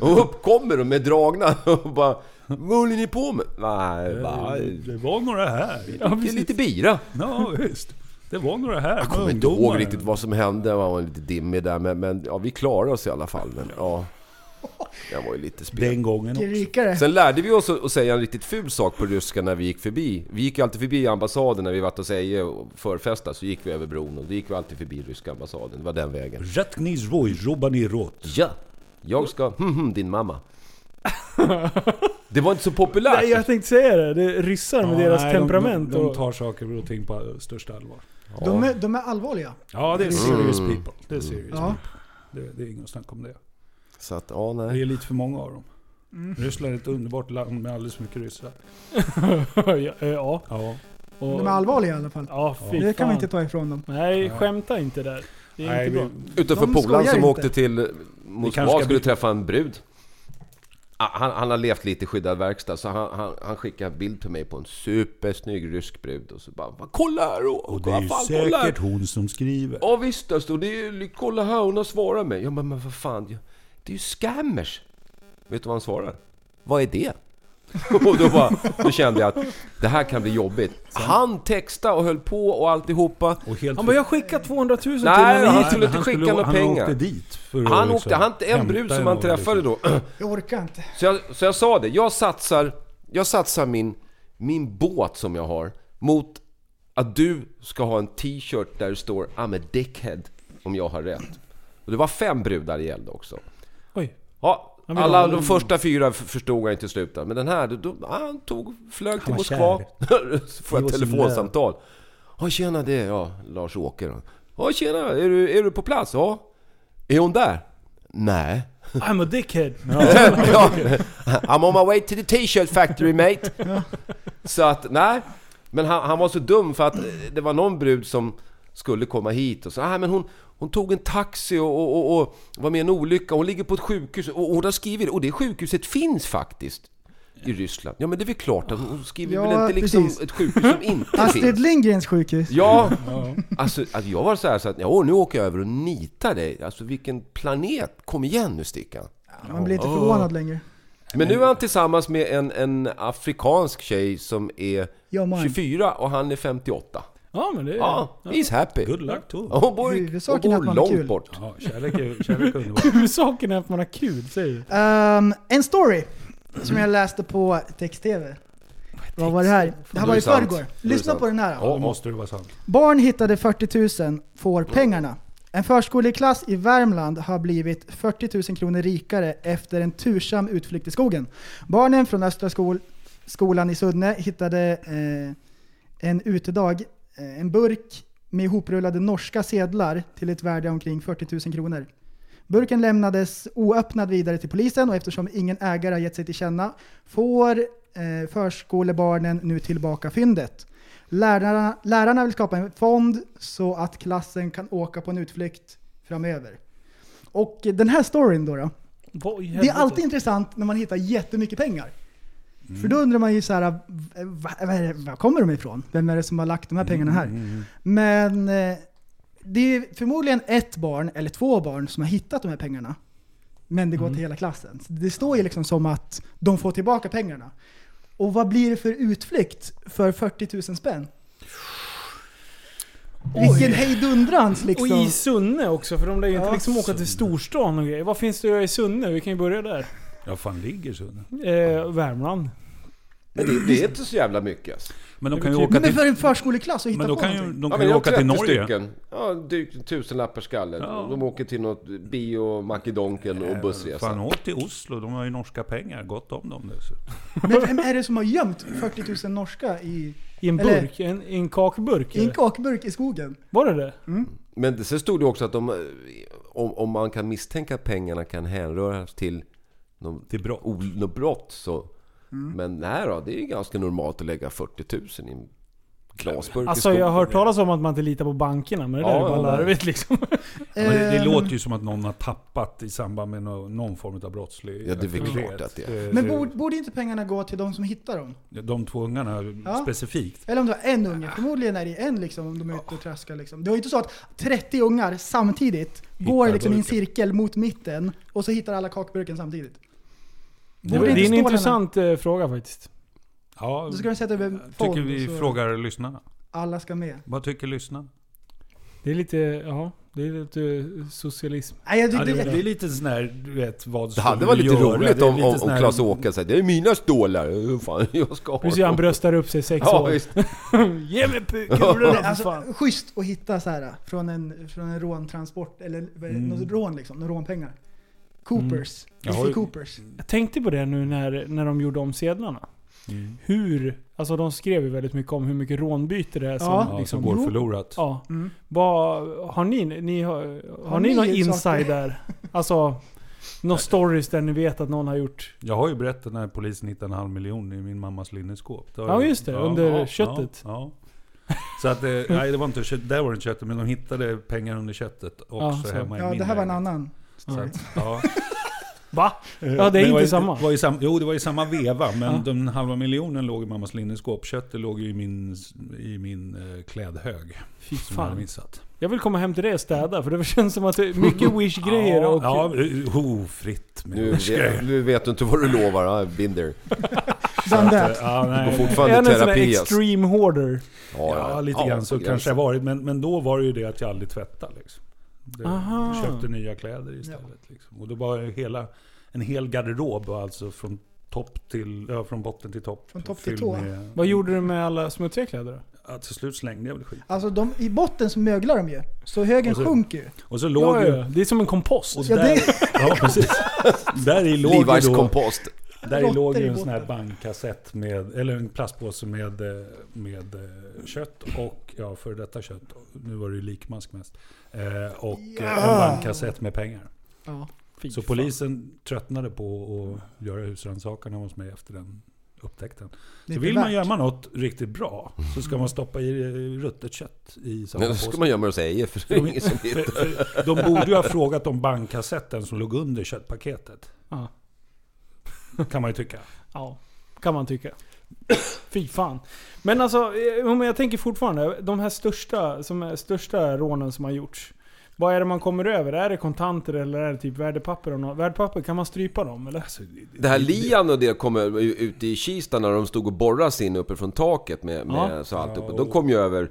Speaker 5: Och upp kommer de med dragna och bara Vad håller ni på med? Nej, bara,
Speaker 4: Det var några här.
Speaker 2: Ja,
Speaker 5: det är
Speaker 2: precis.
Speaker 5: lite bira.
Speaker 4: Ja, visst. Det var några här.
Speaker 5: Jag kommer inte ihåg riktigt vad som hände, man var lite dimmig där men, men ja, vi klarade oss i alla fall. Men, ja. Jag var ju lite spel.
Speaker 4: Den gången
Speaker 3: Vilken
Speaker 4: också.
Speaker 3: rykare.
Speaker 5: Sen lärde vi oss att att säga en riktigt ful sak på ryska när vi gick förbi. Vi gick ju alltid förbi ambassaden när vi var hos Eje och förfestade, så gick vi över bron och då gick vi alltid förbi ryska ambassaden. Det var den vägen.
Speaker 4: Rättnis voj, robani råt.
Speaker 5: Ja, jag ska... Hmm, hmm, din mamma. Det var inte så populärt.
Speaker 2: Nej, jag tänkte säga det. det är ryssar med deras
Speaker 4: Nej, de-
Speaker 2: temperament.
Speaker 4: De, de
Speaker 2: och,
Speaker 4: tar saker och ting på största allvar.
Speaker 3: De är, de är allvarliga.
Speaker 4: Ja, det är serious people. Det är serious
Speaker 3: Ja.
Speaker 4: people. Det, det är inget snack om det.
Speaker 5: Så att, ja,
Speaker 4: Det
Speaker 5: nej.
Speaker 4: är lite för många av dem. Ryssland är ett underbart land med alldeles för mycket ryssar.
Speaker 2: ja, eh, ja,
Speaker 4: Ja.
Speaker 2: och,
Speaker 3: De är allvarliga i alla fall.
Speaker 2: ja, fy
Speaker 3: Det kan vi
Speaker 2: fan.
Speaker 3: inte ta ifrån dem.
Speaker 2: Nej, skämta inte där. Det är
Speaker 4: Nej,
Speaker 2: inte bra.
Speaker 4: vi-
Speaker 5: Utanför
Speaker 3: de
Speaker 5: polaren
Speaker 3: skojar
Speaker 5: som
Speaker 3: inte.
Speaker 5: åkte till
Speaker 4: kanske ska
Speaker 5: Moskva skulle
Speaker 4: bli-
Speaker 5: träffa en brud. Ah, Han, han har levt lite i skyddad verkstad, så han, han, han skickade en bild till mig på en supersnygg rysk brud. Och så bara, "Va, kolla här! Och,
Speaker 4: Och det är ju säkert hon som skriver.
Speaker 5: Ja visst alltså, det är, ju- kolla här hon har svarat mig. Ja men, men vad fan, jag- det är ju scammers. Vet du vad han svarar? Vad är det? och då, bara, då kände jag att det här kan bli jobbigt. Han textade och höll på och alltihopa.
Speaker 4: Och helt
Speaker 2: Han bara, jag skickar 200 000 till
Speaker 5: Nej,
Speaker 2: henne.
Speaker 5: han
Speaker 2: hit."
Speaker 5: skulle inte skicka några pengar.
Speaker 4: Han åkte dit för att
Speaker 5: Han
Speaker 4: liksom
Speaker 5: åkte, han, en
Speaker 4: hämta
Speaker 5: brud som han
Speaker 4: och
Speaker 5: träffade
Speaker 4: liksom-
Speaker 5: då.
Speaker 3: Jag orkar inte.
Speaker 5: Så jag, så jag sa det, jag satsar, jag satsar min, min båt som jag har mot att du ska ha en t-shirt där det står I'm a dickhead om jag har rätt. Och det var fem brudar i eld också.
Speaker 2: Oj.
Speaker 5: Ja,
Speaker 2: vill
Speaker 5: alla
Speaker 2: ha-
Speaker 5: de första fyra f- förstod jag inte slutet. Men den här, då, då, ah, han tog, flög till
Speaker 4: var
Speaker 5: Moskva. Så får jag
Speaker 4: He was in
Speaker 5: ett telefonsamtal. Ja tjena, det är jag, Lars-Åke då. Ja tjena, är du, är du på plats? Ja. Är hon där? Nej.
Speaker 2: I'm a dickhead.
Speaker 5: ja. I'm on my way to the t-shirt factory mate. Så att, nej. Men han, han var så dum för att eh, det var någon brud som skulle komma hit och så, ah, men hon, hon tog en taxi och, och, och, och var med i en olycka. Hon ligger på ett sjukhus och, och hon har skrivit det. Och det sjukhuset finns faktiskt. I Ryssland. Ja men det är väl klart att hon skriver
Speaker 3: Ja,
Speaker 5: väl inte liksom
Speaker 3: precis.
Speaker 5: ett sjukhus som inte
Speaker 3: Astrid
Speaker 5: finns.
Speaker 3: Lindgrens sjukhus.
Speaker 5: Ja, alltså att jag var så här så att, ja nu åker jag över och nitar dig. Alltså vilken planet, kom igen nu Stickan.
Speaker 3: Man blir inte förvånad längre.
Speaker 5: Men nu är han tillsammans med en, en afrikansk tjej som är
Speaker 3: Ja, man.
Speaker 5: 24 och han är 58.
Speaker 2: Ja, men det...
Speaker 5: Ja, he's happy.
Speaker 4: Good luck to
Speaker 5: Och
Speaker 4: him.
Speaker 5: hon bor, hon
Speaker 3: Huvudsaken är att
Speaker 5: bor
Speaker 3: man har kul.
Speaker 5: långt bort.
Speaker 4: Ja, kärlek är kärlek är underbart.
Speaker 2: Huvudsaken är att man har kul, säger du.
Speaker 3: Ehm, en story som jag läste på text-tv. Vad var det här? Det
Speaker 5: Då
Speaker 3: här var
Speaker 5: är
Speaker 3: i
Speaker 5: det sant. Då
Speaker 3: förrgår.
Speaker 5: är det
Speaker 3: Lyssna
Speaker 5: sant.
Speaker 3: på den här.
Speaker 4: Ja, då måste det vara sant.
Speaker 3: Barn hittade 40 000, får pengarna. En förskoleklass i Värmland har blivit 40 000 kronor rikare efter en tursam utflykt i skogen. Barnen från Östra skol skolan i Sudne hittade eh, en utedag eh, en burk med ihoprullade norska sedlar till ett värde omkring 40 000 kronor. Burken lämnades oöppnad vidare till polisen och eftersom ingen ägare har gett sig till känna får eh, förskolebarnen nu tillbaka fyndet. Lärarna, lärarna vill skapa en fond så att klassen kan åka på en utflykt framöver. Och den här storyn då, då
Speaker 2: Vad i
Speaker 3: det är
Speaker 2: helvete?
Speaker 3: alltid intressant när man hittar jättemycket pengar. För då undrar man ju så här, v- va- vad är det- var kommer de ifrån? Vem är det som har lagt de här pengarna här?
Speaker 4: Mm,
Speaker 3: Men eh, det är förmodligen ett barn, eller två barn, som har hittat de här pengarna. Men det går
Speaker 4: Mm.
Speaker 3: till hela klassen. Så det står ju liksom som att de får tillbaka pengarna. Och vad blir det för utflykt för 40 000 spänn? Vilken hejdundrans liksom.
Speaker 2: Och i Sunne också, för de lär ju inte
Speaker 3: Ja.
Speaker 2: liksom åka till storstan och grejer. Vad finns det att göra i Sunne? Vi kan ju börja där.
Speaker 4: Ja, fan ligger så.
Speaker 2: Eh, Värmland.
Speaker 5: Men det, det är inte så jävla mycket alltså.
Speaker 4: Men de kan ju
Speaker 2: betyder-
Speaker 4: åka
Speaker 3: Men
Speaker 4: till,
Speaker 3: för en förskoleklass att hitta
Speaker 4: men de
Speaker 3: på
Speaker 4: kan ju,
Speaker 3: någonting.
Speaker 4: de
Speaker 5: Ja,
Speaker 4: kan
Speaker 5: men
Speaker 4: ju
Speaker 5: jag
Speaker 4: åka till
Speaker 5: 30
Speaker 4: Norge.
Speaker 5: Stycken. Ja, drygt tusenlappar skalle.
Speaker 4: Ja.
Speaker 5: De åker till något bio, makedonken och
Speaker 4: Fan,
Speaker 5: bussresa.
Speaker 4: åk till Oslo. De har ju norska pengar. Gott om dem dessutom.
Speaker 3: Men vem är det som har gömt 40 000 norska i
Speaker 2: I en
Speaker 3: Eller-
Speaker 2: burk? En, I en kakburk?
Speaker 3: I en Mm.
Speaker 2: eller?
Speaker 3: kakburk i skogen.
Speaker 2: Var det det?
Speaker 5: Men det- sen stod det också att de, eh, om, om man kan misstänka att pengarna kan hänröras till någon,
Speaker 4: Till brott.
Speaker 5: o- något brott så... Men nej då, det är ju ganska normalt att lägga 40 000 i en glasburk i
Speaker 2: Alltså
Speaker 5: skogen.
Speaker 2: jag har hört talas om att man inte litar på bankerna, men det där
Speaker 5: Ja,
Speaker 2: är bara
Speaker 5: ja, ja.
Speaker 2: larvigt liksom.
Speaker 4: Men det, det
Speaker 3: Ehm,
Speaker 4: låter ju som att någon har tappat i samband med någon, någon form av brottslig
Speaker 5: Ja, det är väl
Speaker 4: aktivitet.
Speaker 5: klart att det är.
Speaker 4: Eh,
Speaker 3: Men
Speaker 4: det-
Speaker 3: borde, borde inte pengarna gå till de som hittar dem?
Speaker 4: Eh, De två ungarna
Speaker 3: Ja.
Speaker 4: specifikt.
Speaker 3: Eller om det var en unge. Förmodligen är det en liksom, om de är ute och traskar. Liksom. Det var ju inte så att 30 ungar samtidigt går liksom i en
Speaker 4: burken.
Speaker 3: cirkel mot mitten och så hittar alla kakburken samtidigt.
Speaker 2: Det,
Speaker 3: Borde
Speaker 2: är
Speaker 3: inte
Speaker 2: en
Speaker 3: stålarna-
Speaker 2: intressant eh, fråga faktiskt.
Speaker 4: Ja,
Speaker 3: Då ska de sätta upp en
Speaker 4: jag
Speaker 3: fond
Speaker 4: tycker vi
Speaker 3: och så
Speaker 4: frågar lyssnarna.
Speaker 3: alla ska med.
Speaker 4: Vad tycker lyssnarna?
Speaker 2: Det är lite, ja, det är lite socialism.
Speaker 3: Nej, jag
Speaker 4: Ja,
Speaker 3: tyckte,
Speaker 4: det, det är lite sån här, du vet, vad
Speaker 5: Det
Speaker 4: skulle
Speaker 5: hade varit
Speaker 4: du
Speaker 5: lite
Speaker 4: göra?
Speaker 5: roligt
Speaker 4: Det är
Speaker 5: om,
Speaker 4: lite
Speaker 5: om,
Speaker 4: sån
Speaker 5: om
Speaker 4: här-
Speaker 5: Klas Åke säger det är mina stålar. Hur fan, jag ska ha
Speaker 2: Precis, han
Speaker 5: dem."
Speaker 2: bröstar upp sig i sex
Speaker 5: Ja,
Speaker 2: år.
Speaker 5: visst.
Speaker 2: Ge mig pu- kulorna för fan.
Speaker 3: alltså, schysst att hitta så här från en, från en råntransport, eller vad är det,
Speaker 4: Mm.
Speaker 3: något rån liksom, några rånpengar. Coopers.
Speaker 4: Jag
Speaker 3: Mm.
Speaker 4: har ju-
Speaker 3: Coopers.
Speaker 2: Jag tänkte på det nu när, när de gjorde om sedlarna.
Speaker 4: Mm.
Speaker 2: Hur, alltså de skrev ju väldigt mycket om hur mycket rånbyte det är som
Speaker 3: Ja.
Speaker 4: Ja,
Speaker 2: liksom...
Speaker 4: som går förlorat.
Speaker 2: Ja.
Speaker 3: Mm.
Speaker 2: Vad, har ni, ni, har, har
Speaker 3: Har
Speaker 2: ni
Speaker 3: ni
Speaker 2: någon
Speaker 3: saker?
Speaker 2: inside där? Alltså, några stories där ni vet att någon har gjort...
Speaker 4: Jag har ju berättat när polisen hittade en halv miljon i min mammas linneskåp. Det har
Speaker 2: Ja,
Speaker 4: jag-
Speaker 2: just det. Under köttet.
Speaker 4: Ja, ja. Så att, eh, nej det var inte kött, där var det inte köttet, men de hittade pengar under köttet också
Speaker 2: Ja, så.
Speaker 4: hemma i
Speaker 3: Ja,
Speaker 4: min
Speaker 3: det här var en
Speaker 4: lägenhet.
Speaker 3: annan.
Speaker 4: Så
Speaker 3: story.
Speaker 4: att, ja. Eh,
Speaker 2: Va? Ja, det
Speaker 4: Men
Speaker 2: är
Speaker 4: var
Speaker 2: inte
Speaker 4: i-
Speaker 2: samma.
Speaker 4: Var i sam, jo, det var i samma veva, men
Speaker 2: Ja.
Speaker 4: den halva miljonen låg i mammas linneskåp. Köttet låg ju i min, i min eh, klädhög.
Speaker 2: Fy
Speaker 4: Som jag hade
Speaker 2: fan.
Speaker 4: missat.
Speaker 2: Jag vill komma hem till dig och städa, för det känns som att det är mycket wish-grejer
Speaker 4: ja,
Speaker 2: och...
Speaker 4: Ja, eh, ofritt med
Speaker 5: Nu
Speaker 4: underskrev.
Speaker 5: vet, nu vet du inte vad du lovar. I've been there.
Speaker 3: Den där.
Speaker 4: Ja,
Speaker 5: Du går
Speaker 4: nej.
Speaker 2: Är
Speaker 5: fortfarande
Speaker 2: han
Speaker 5: i
Speaker 2: en sån där
Speaker 5: terapi alltså.
Speaker 2: extreme hoarder?
Speaker 4: Ja, lite grann så
Speaker 5: på
Speaker 4: kanske
Speaker 5: gränsen.
Speaker 4: jag varit. Men, men då var det ju det att jag aldrig tvättade. Liksom. Det-
Speaker 2: Aha.
Speaker 4: Köpte nya kläder istället. Liksom. Och då var ju hela, en hel garderob var alltså från topp till, ja, från botten till topp.
Speaker 3: Från topp till
Speaker 4: fylld
Speaker 3: tå.
Speaker 4: med-
Speaker 2: Vad gjorde du med alla smutsiga kläder då?
Speaker 4: Ja, till slut slängde jag väl skit.
Speaker 3: Alltså de, i botten så möglar de ju. Så högen
Speaker 4: Och så-
Speaker 3: sjunker ju.
Speaker 4: Och så låg
Speaker 2: Ja,
Speaker 4: ju...
Speaker 2: ja, det är som en kompost.
Speaker 4: Och
Speaker 3: Ja,
Speaker 4: där,
Speaker 3: det-
Speaker 4: ja, precis. Där i låg ju
Speaker 5: Levi's
Speaker 4: då...
Speaker 5: kompost.
Speaker 4: Där i
Speaker 3: Råttor
Speaker 4: låg
Speaker 3: i
Speaker 4: ju en
Speaker 3: båten.
Speaker 4: sån här bankkassett med, eller en plastpåse med, eh, med eh, kött och, ja för detta kött, nu var det ju likmask mest, Eh, och eh, en bankkassett med pengar.
Speaker 3: Ja.
Speaker 2: Fy
Speaker 4: Så
Speaker 2: fan.
Speaker 4: polisen tröttnade på att göra husrannsakan hemma hos mig efter den upptäckten.
Speaker 3: Det är
Speaker 4: Så
Speaker 3: inte
Speaker 4: vill man
Speaker 3: värt.
Speaker 4: göra något riktigt bra så ska man stoppa i eh, ruttet kött i samma
Speaker 5: Men då ska
Speaker 4: påse.
Speaker 5: man gömma och säga för det är ingen som hittar.
Speaker 4: De borde ju ha frågat om bankkassetten som låg under köttpaketet.
Speaker 2: Ja.
Speaker 4: Kan man ju tycka.
Speaker 2: Ja, kan man tycka. Fy fan. Men alltså, eh, men jag tänker fortfarande, de här största, som är, största rånen som har gjorts. Vad är det man kommer över? Är det kontanter eller är det typ värdepapper? Och något? Värdepapper, kan man strypa dem eller?
Speaker 5: Alltså, Det här lian och det kom ju ute i Kista när de stod och borrade sig in uppifrån taket med, med
Speaker 2: Ja.
Speaker 5: så alltihop.
Speaker 4: Ja,
Speaker 5: De kom ju över...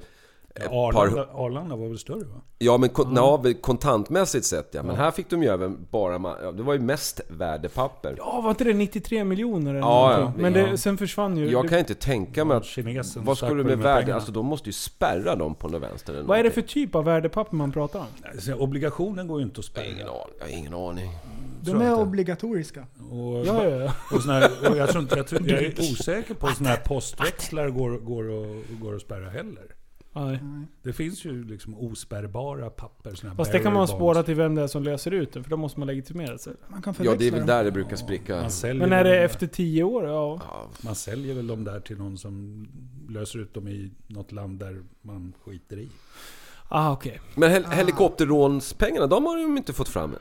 Speaker 5: Ett par,
Speaker 4: Arlanda, Arlanda var väl större va?
Speaker 5: ja men kon, ja, väl kontantmässigt sett ja. Men här fick de ju över bara... ma- Ja, det var ju mest värdepapper.
Speaker 2: Ja, var inte det 93 miljoner eller
Speaker 5: Ja, ja.
Speaker 2: någonting? Men det, sen försvann ju.
Speaker 5: Jag
Speaker 2: det,
Speaker 5: kan ju inte tänka mig att...
Speaker 4: Kinesen
Speaker 5: Vad
Speaker 4: stack
Speaker 5: skulle du
Speaker 4: väl
Speaker 5: med värde?
Speaker 4: pengarna.
Speaker 5: Alltså de måste ju spärra dem på något vänster eller
Speaker 2: vad är det för
Speaker 5: någonting.
Speaker 2: typ av värdepapper man pratar om?
Speaker 4: Alltså, Obligationen går ju inte att spärra.
Speaker 5: Ingen aning. Jag har ingen aning.
Speaker 3: De
Speaker 4: jag
Speaker 3: är
Speaker 4: inte.
Speaker 3: obligatoriska.
Speaker 4: Och,
Speaker 2: Ja, ja, ja.
Speaker 4: och, såna här, och jag, tror inte, jag, tror, jag är osäker på om såna här postväxlar går, går, och, går att spärra heller.
Speaker 2: Nej.
Speaker 4: Det finns ju liksom ospärrbara papper. Såna här
Speaker 2: Fast det kan man
Speaker 4: bearer bonds.
Speaker 2: spåra till vem det är som löser ut det, för då måste man legitimera sig.
Speaker 3: Man kan
Speaker 5: Ja, det är
Speaker 3: förväxla
Speaker 5: väl
Speaker 3: dem.
Speaker 5: där det brukar spricka.
Speaker 4: Man säljer,
Speaker 2: Men är
Speaker 4: dem
Speaker 2: det
Speaker 4: där.
Speaker 2: efter 10 år? Ja.
Speaker 4: man säljer väl de där till någon som löser ut dem i något land där man skiter i.
Speaker 2: Ah, okej.
Speaker 5: Men hel- helikopterrånspengarna, de har de inte fått fram än.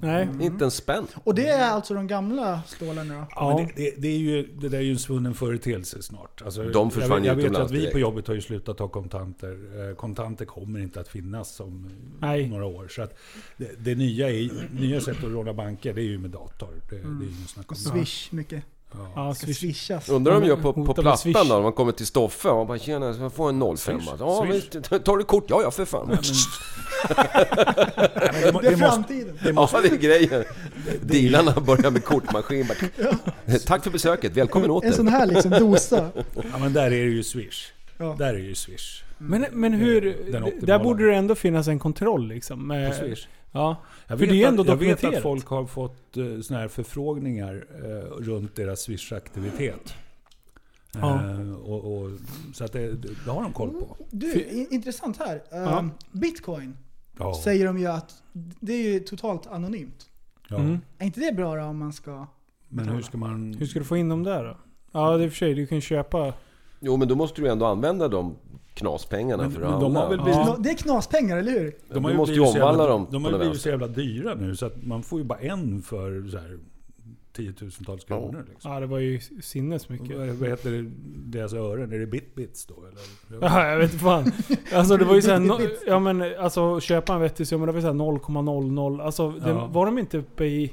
Speaker 2: Nej.
Speaker 4: Mm.
Speaker 5: Inte en spänn.
Speaker 3: Och det är alltså de gamla stålarna då?
Speaker 4: Ja. Men
Speaker 2: Ja.
Speaker 4: det, det, det, är ju, det där är ju en svunnen företeelse snart. Alltså,
Speaker 5: De försvann
Speaker 4: jag, vet- Jag
Speaker 5: ju
Speaker 4: vet ju
Speaker 5: utomlands
Speaker 4: att vi
Speaker 5: direkt.
Speaker 4: på jobbet har ju slutat ha kontanter. Eh, Kontanter kommer inte att finnas om eh,
Speaker 2: Nej.
Speaker 4: några år. Så att det, det nya, i, nya sättet att råna banker, det är ju med dator. Det, det är ju ingen snack om
Speaker 3: Och
Speaker 4: det.
Speaker 3: swish mycket.
Speaker 4: Ja.
Speaker 2: Mm. Ja,
Speaker 3: Ska
Speaker 2: swish.
Speaker 3: swishas.
Speaker 5: Undrar om de gör på,
Speaker 2: Hota
Speaker 5: på
Speaker 2: med swish.
Speaker 5: plattan då, när man kommer till Stoffe och man bara “Tjena, ska jag få en 05
Speaker 4: Swish.
Speaker 5: Ja,
Speaker 4: Swish.
Speaker 5: visst. Tar du kort? Ja, ja för fan.
Speaker 4: Men det, må-
Speaker 3: Det är
Speaker 4: det måste,
Speaker 3: framtiden.
Speaker 5: Ja, det är grejen. Dealarna börjar med kortmaskin. Bara, Tack för besöket, välkommen
Speaker 3: En sån
Speaker 5: åter.
Speaker 3: här liksom dosa.
Speaker 4: ja, men där är det ju Swish.
Speaker 3: Ja.
Speaker 4: Där är ju Swish.
Speaker 2: Men, men hur...
Speaker 4: Mm. Den optimala.
Speaker 2: Där borde det ändå finnas en kontroll liksom. Med,
Speaker 4: På Swish.
Speaker 2: Ja.
Speaker 4: Jag
Speaker 2: För
Speaker 4: vet,
Speaker 2: det är ju
Speaker 4: att,
Speaker 2: ändå
Speaker 4: jag vet
Speaker 2: dokumenterat.
Speaker 4: att folk har fått eh, såna här förfrågningar eh, runt deras Swish-aktivitet.
Speaker 2: Ja.
Speaker 4: Eh, och, och, så att det, det har de koll på.
Speaker 3: Du, i- intressant här. Ehm,
Speaker 2: Ja.
Speaker 3: Bitcoin
Speaker 4: Ja.
Speaker 3: säger de ju att det är ju totalt anonymt.
Speaker 4: Ja.
Speaker 2: Mm.
Speaker 3: Är inte det bra då om man ska...
Speaker 4: Men hur ska man...
Speaker 2: Hur ska du få in dem där då? Ja, det är i och för sig. Du kan ju köpa...
Speaker 5: Jo, men då måste du ändå använda de knaspengarna
Speaker 4: Men-
Speaker 5: för
Speaker 4: men
Speaker 5: att
Speaker 4: de har väl
Speaker 5: handla.
Speaker 4: blivit-
Speaker 2: Ja.
Speaker 3: Det är knaspengar, eller hur?
Speaker 5: Du
Speaker 4: ju
Speaker 5: måste ju
Speaker 4: blivit så
Speaker 5: omvandla
Speaker 4: jävla-
Speaker 5: dem
Speaker 4: De
Speaker 5: på
Speaker 4: har ju
Speaker 5: den
Speaker 4: blivit så jävla dyra nu så att man får ju bara en för så här, tiotusentals kronor. Liksom.
Speaker 2: Ja, det var ju
Speaker 4: Och
Speaker 2: sinnesmycket.
Speaker 4: Vad vad heter det, deras ören? Är det bitbits då? Eller?
Speaker 2: Ja, jag vet inte fan. Alltså det var ju såhär, no, ja men alltså köpa en vettig summa, det var ju såhär 0,00. Alltså det,
Speaker 4: Ja.
Speaker 2: var de inte uppe i...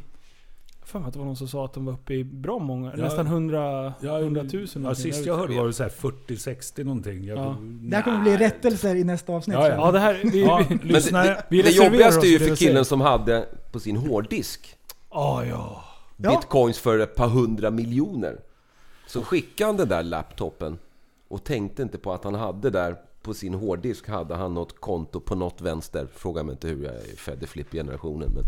Speaker 2: Fan att det var någon som sa att de var uppe i bra många.
Speaker 4: Ja.
Speaker 2: Nästan 100,
Speaker 4: Ja,
Speaker 2: 100 000
Speaker 4: Ja,
Speaker 2: någonting.
Speaker 4: sist
Speaker 2: Jag
Speaker 4: jag
Speaker 2: vet
Speaker 4: hörde var det så här 40-60 någonting. Jag,
Speaker 2: Ja.
Speaker 3: Det här kommer bli rättelser i nästa avsnitt.
Speaker 4: Ja, ja.
Speaker 3: sen.
Speaker 2: Ja det här... Vi,
Speaker 4: Ja,
Speaker 2: vi,
Speaker 5: Men det,
Speaker 4: lyssnare,
Speaker 5: det,
Speaker 2: vi
Speaker 5: det
Speaker 2: reserverar oss
Speaker 5: jobbigaste är
Speaker 2: för
Speaker 5: ju
Speaker 2: det
Speaker 5: för
Speaker 2: vi säger.
Speaker 5: killen som hade på sin hårddisk
Speaker 2: Ah, ja.
Speaker 3: Ja.
Speaker 5: bitcoins för ett par hundra miljoner. Så skickade han den där laptopen och tänkte inte på att han hade där på sin hårddisk hade han något konto på något vänster. Fråga mig inte hur jag är född i flippgenerationen. Men...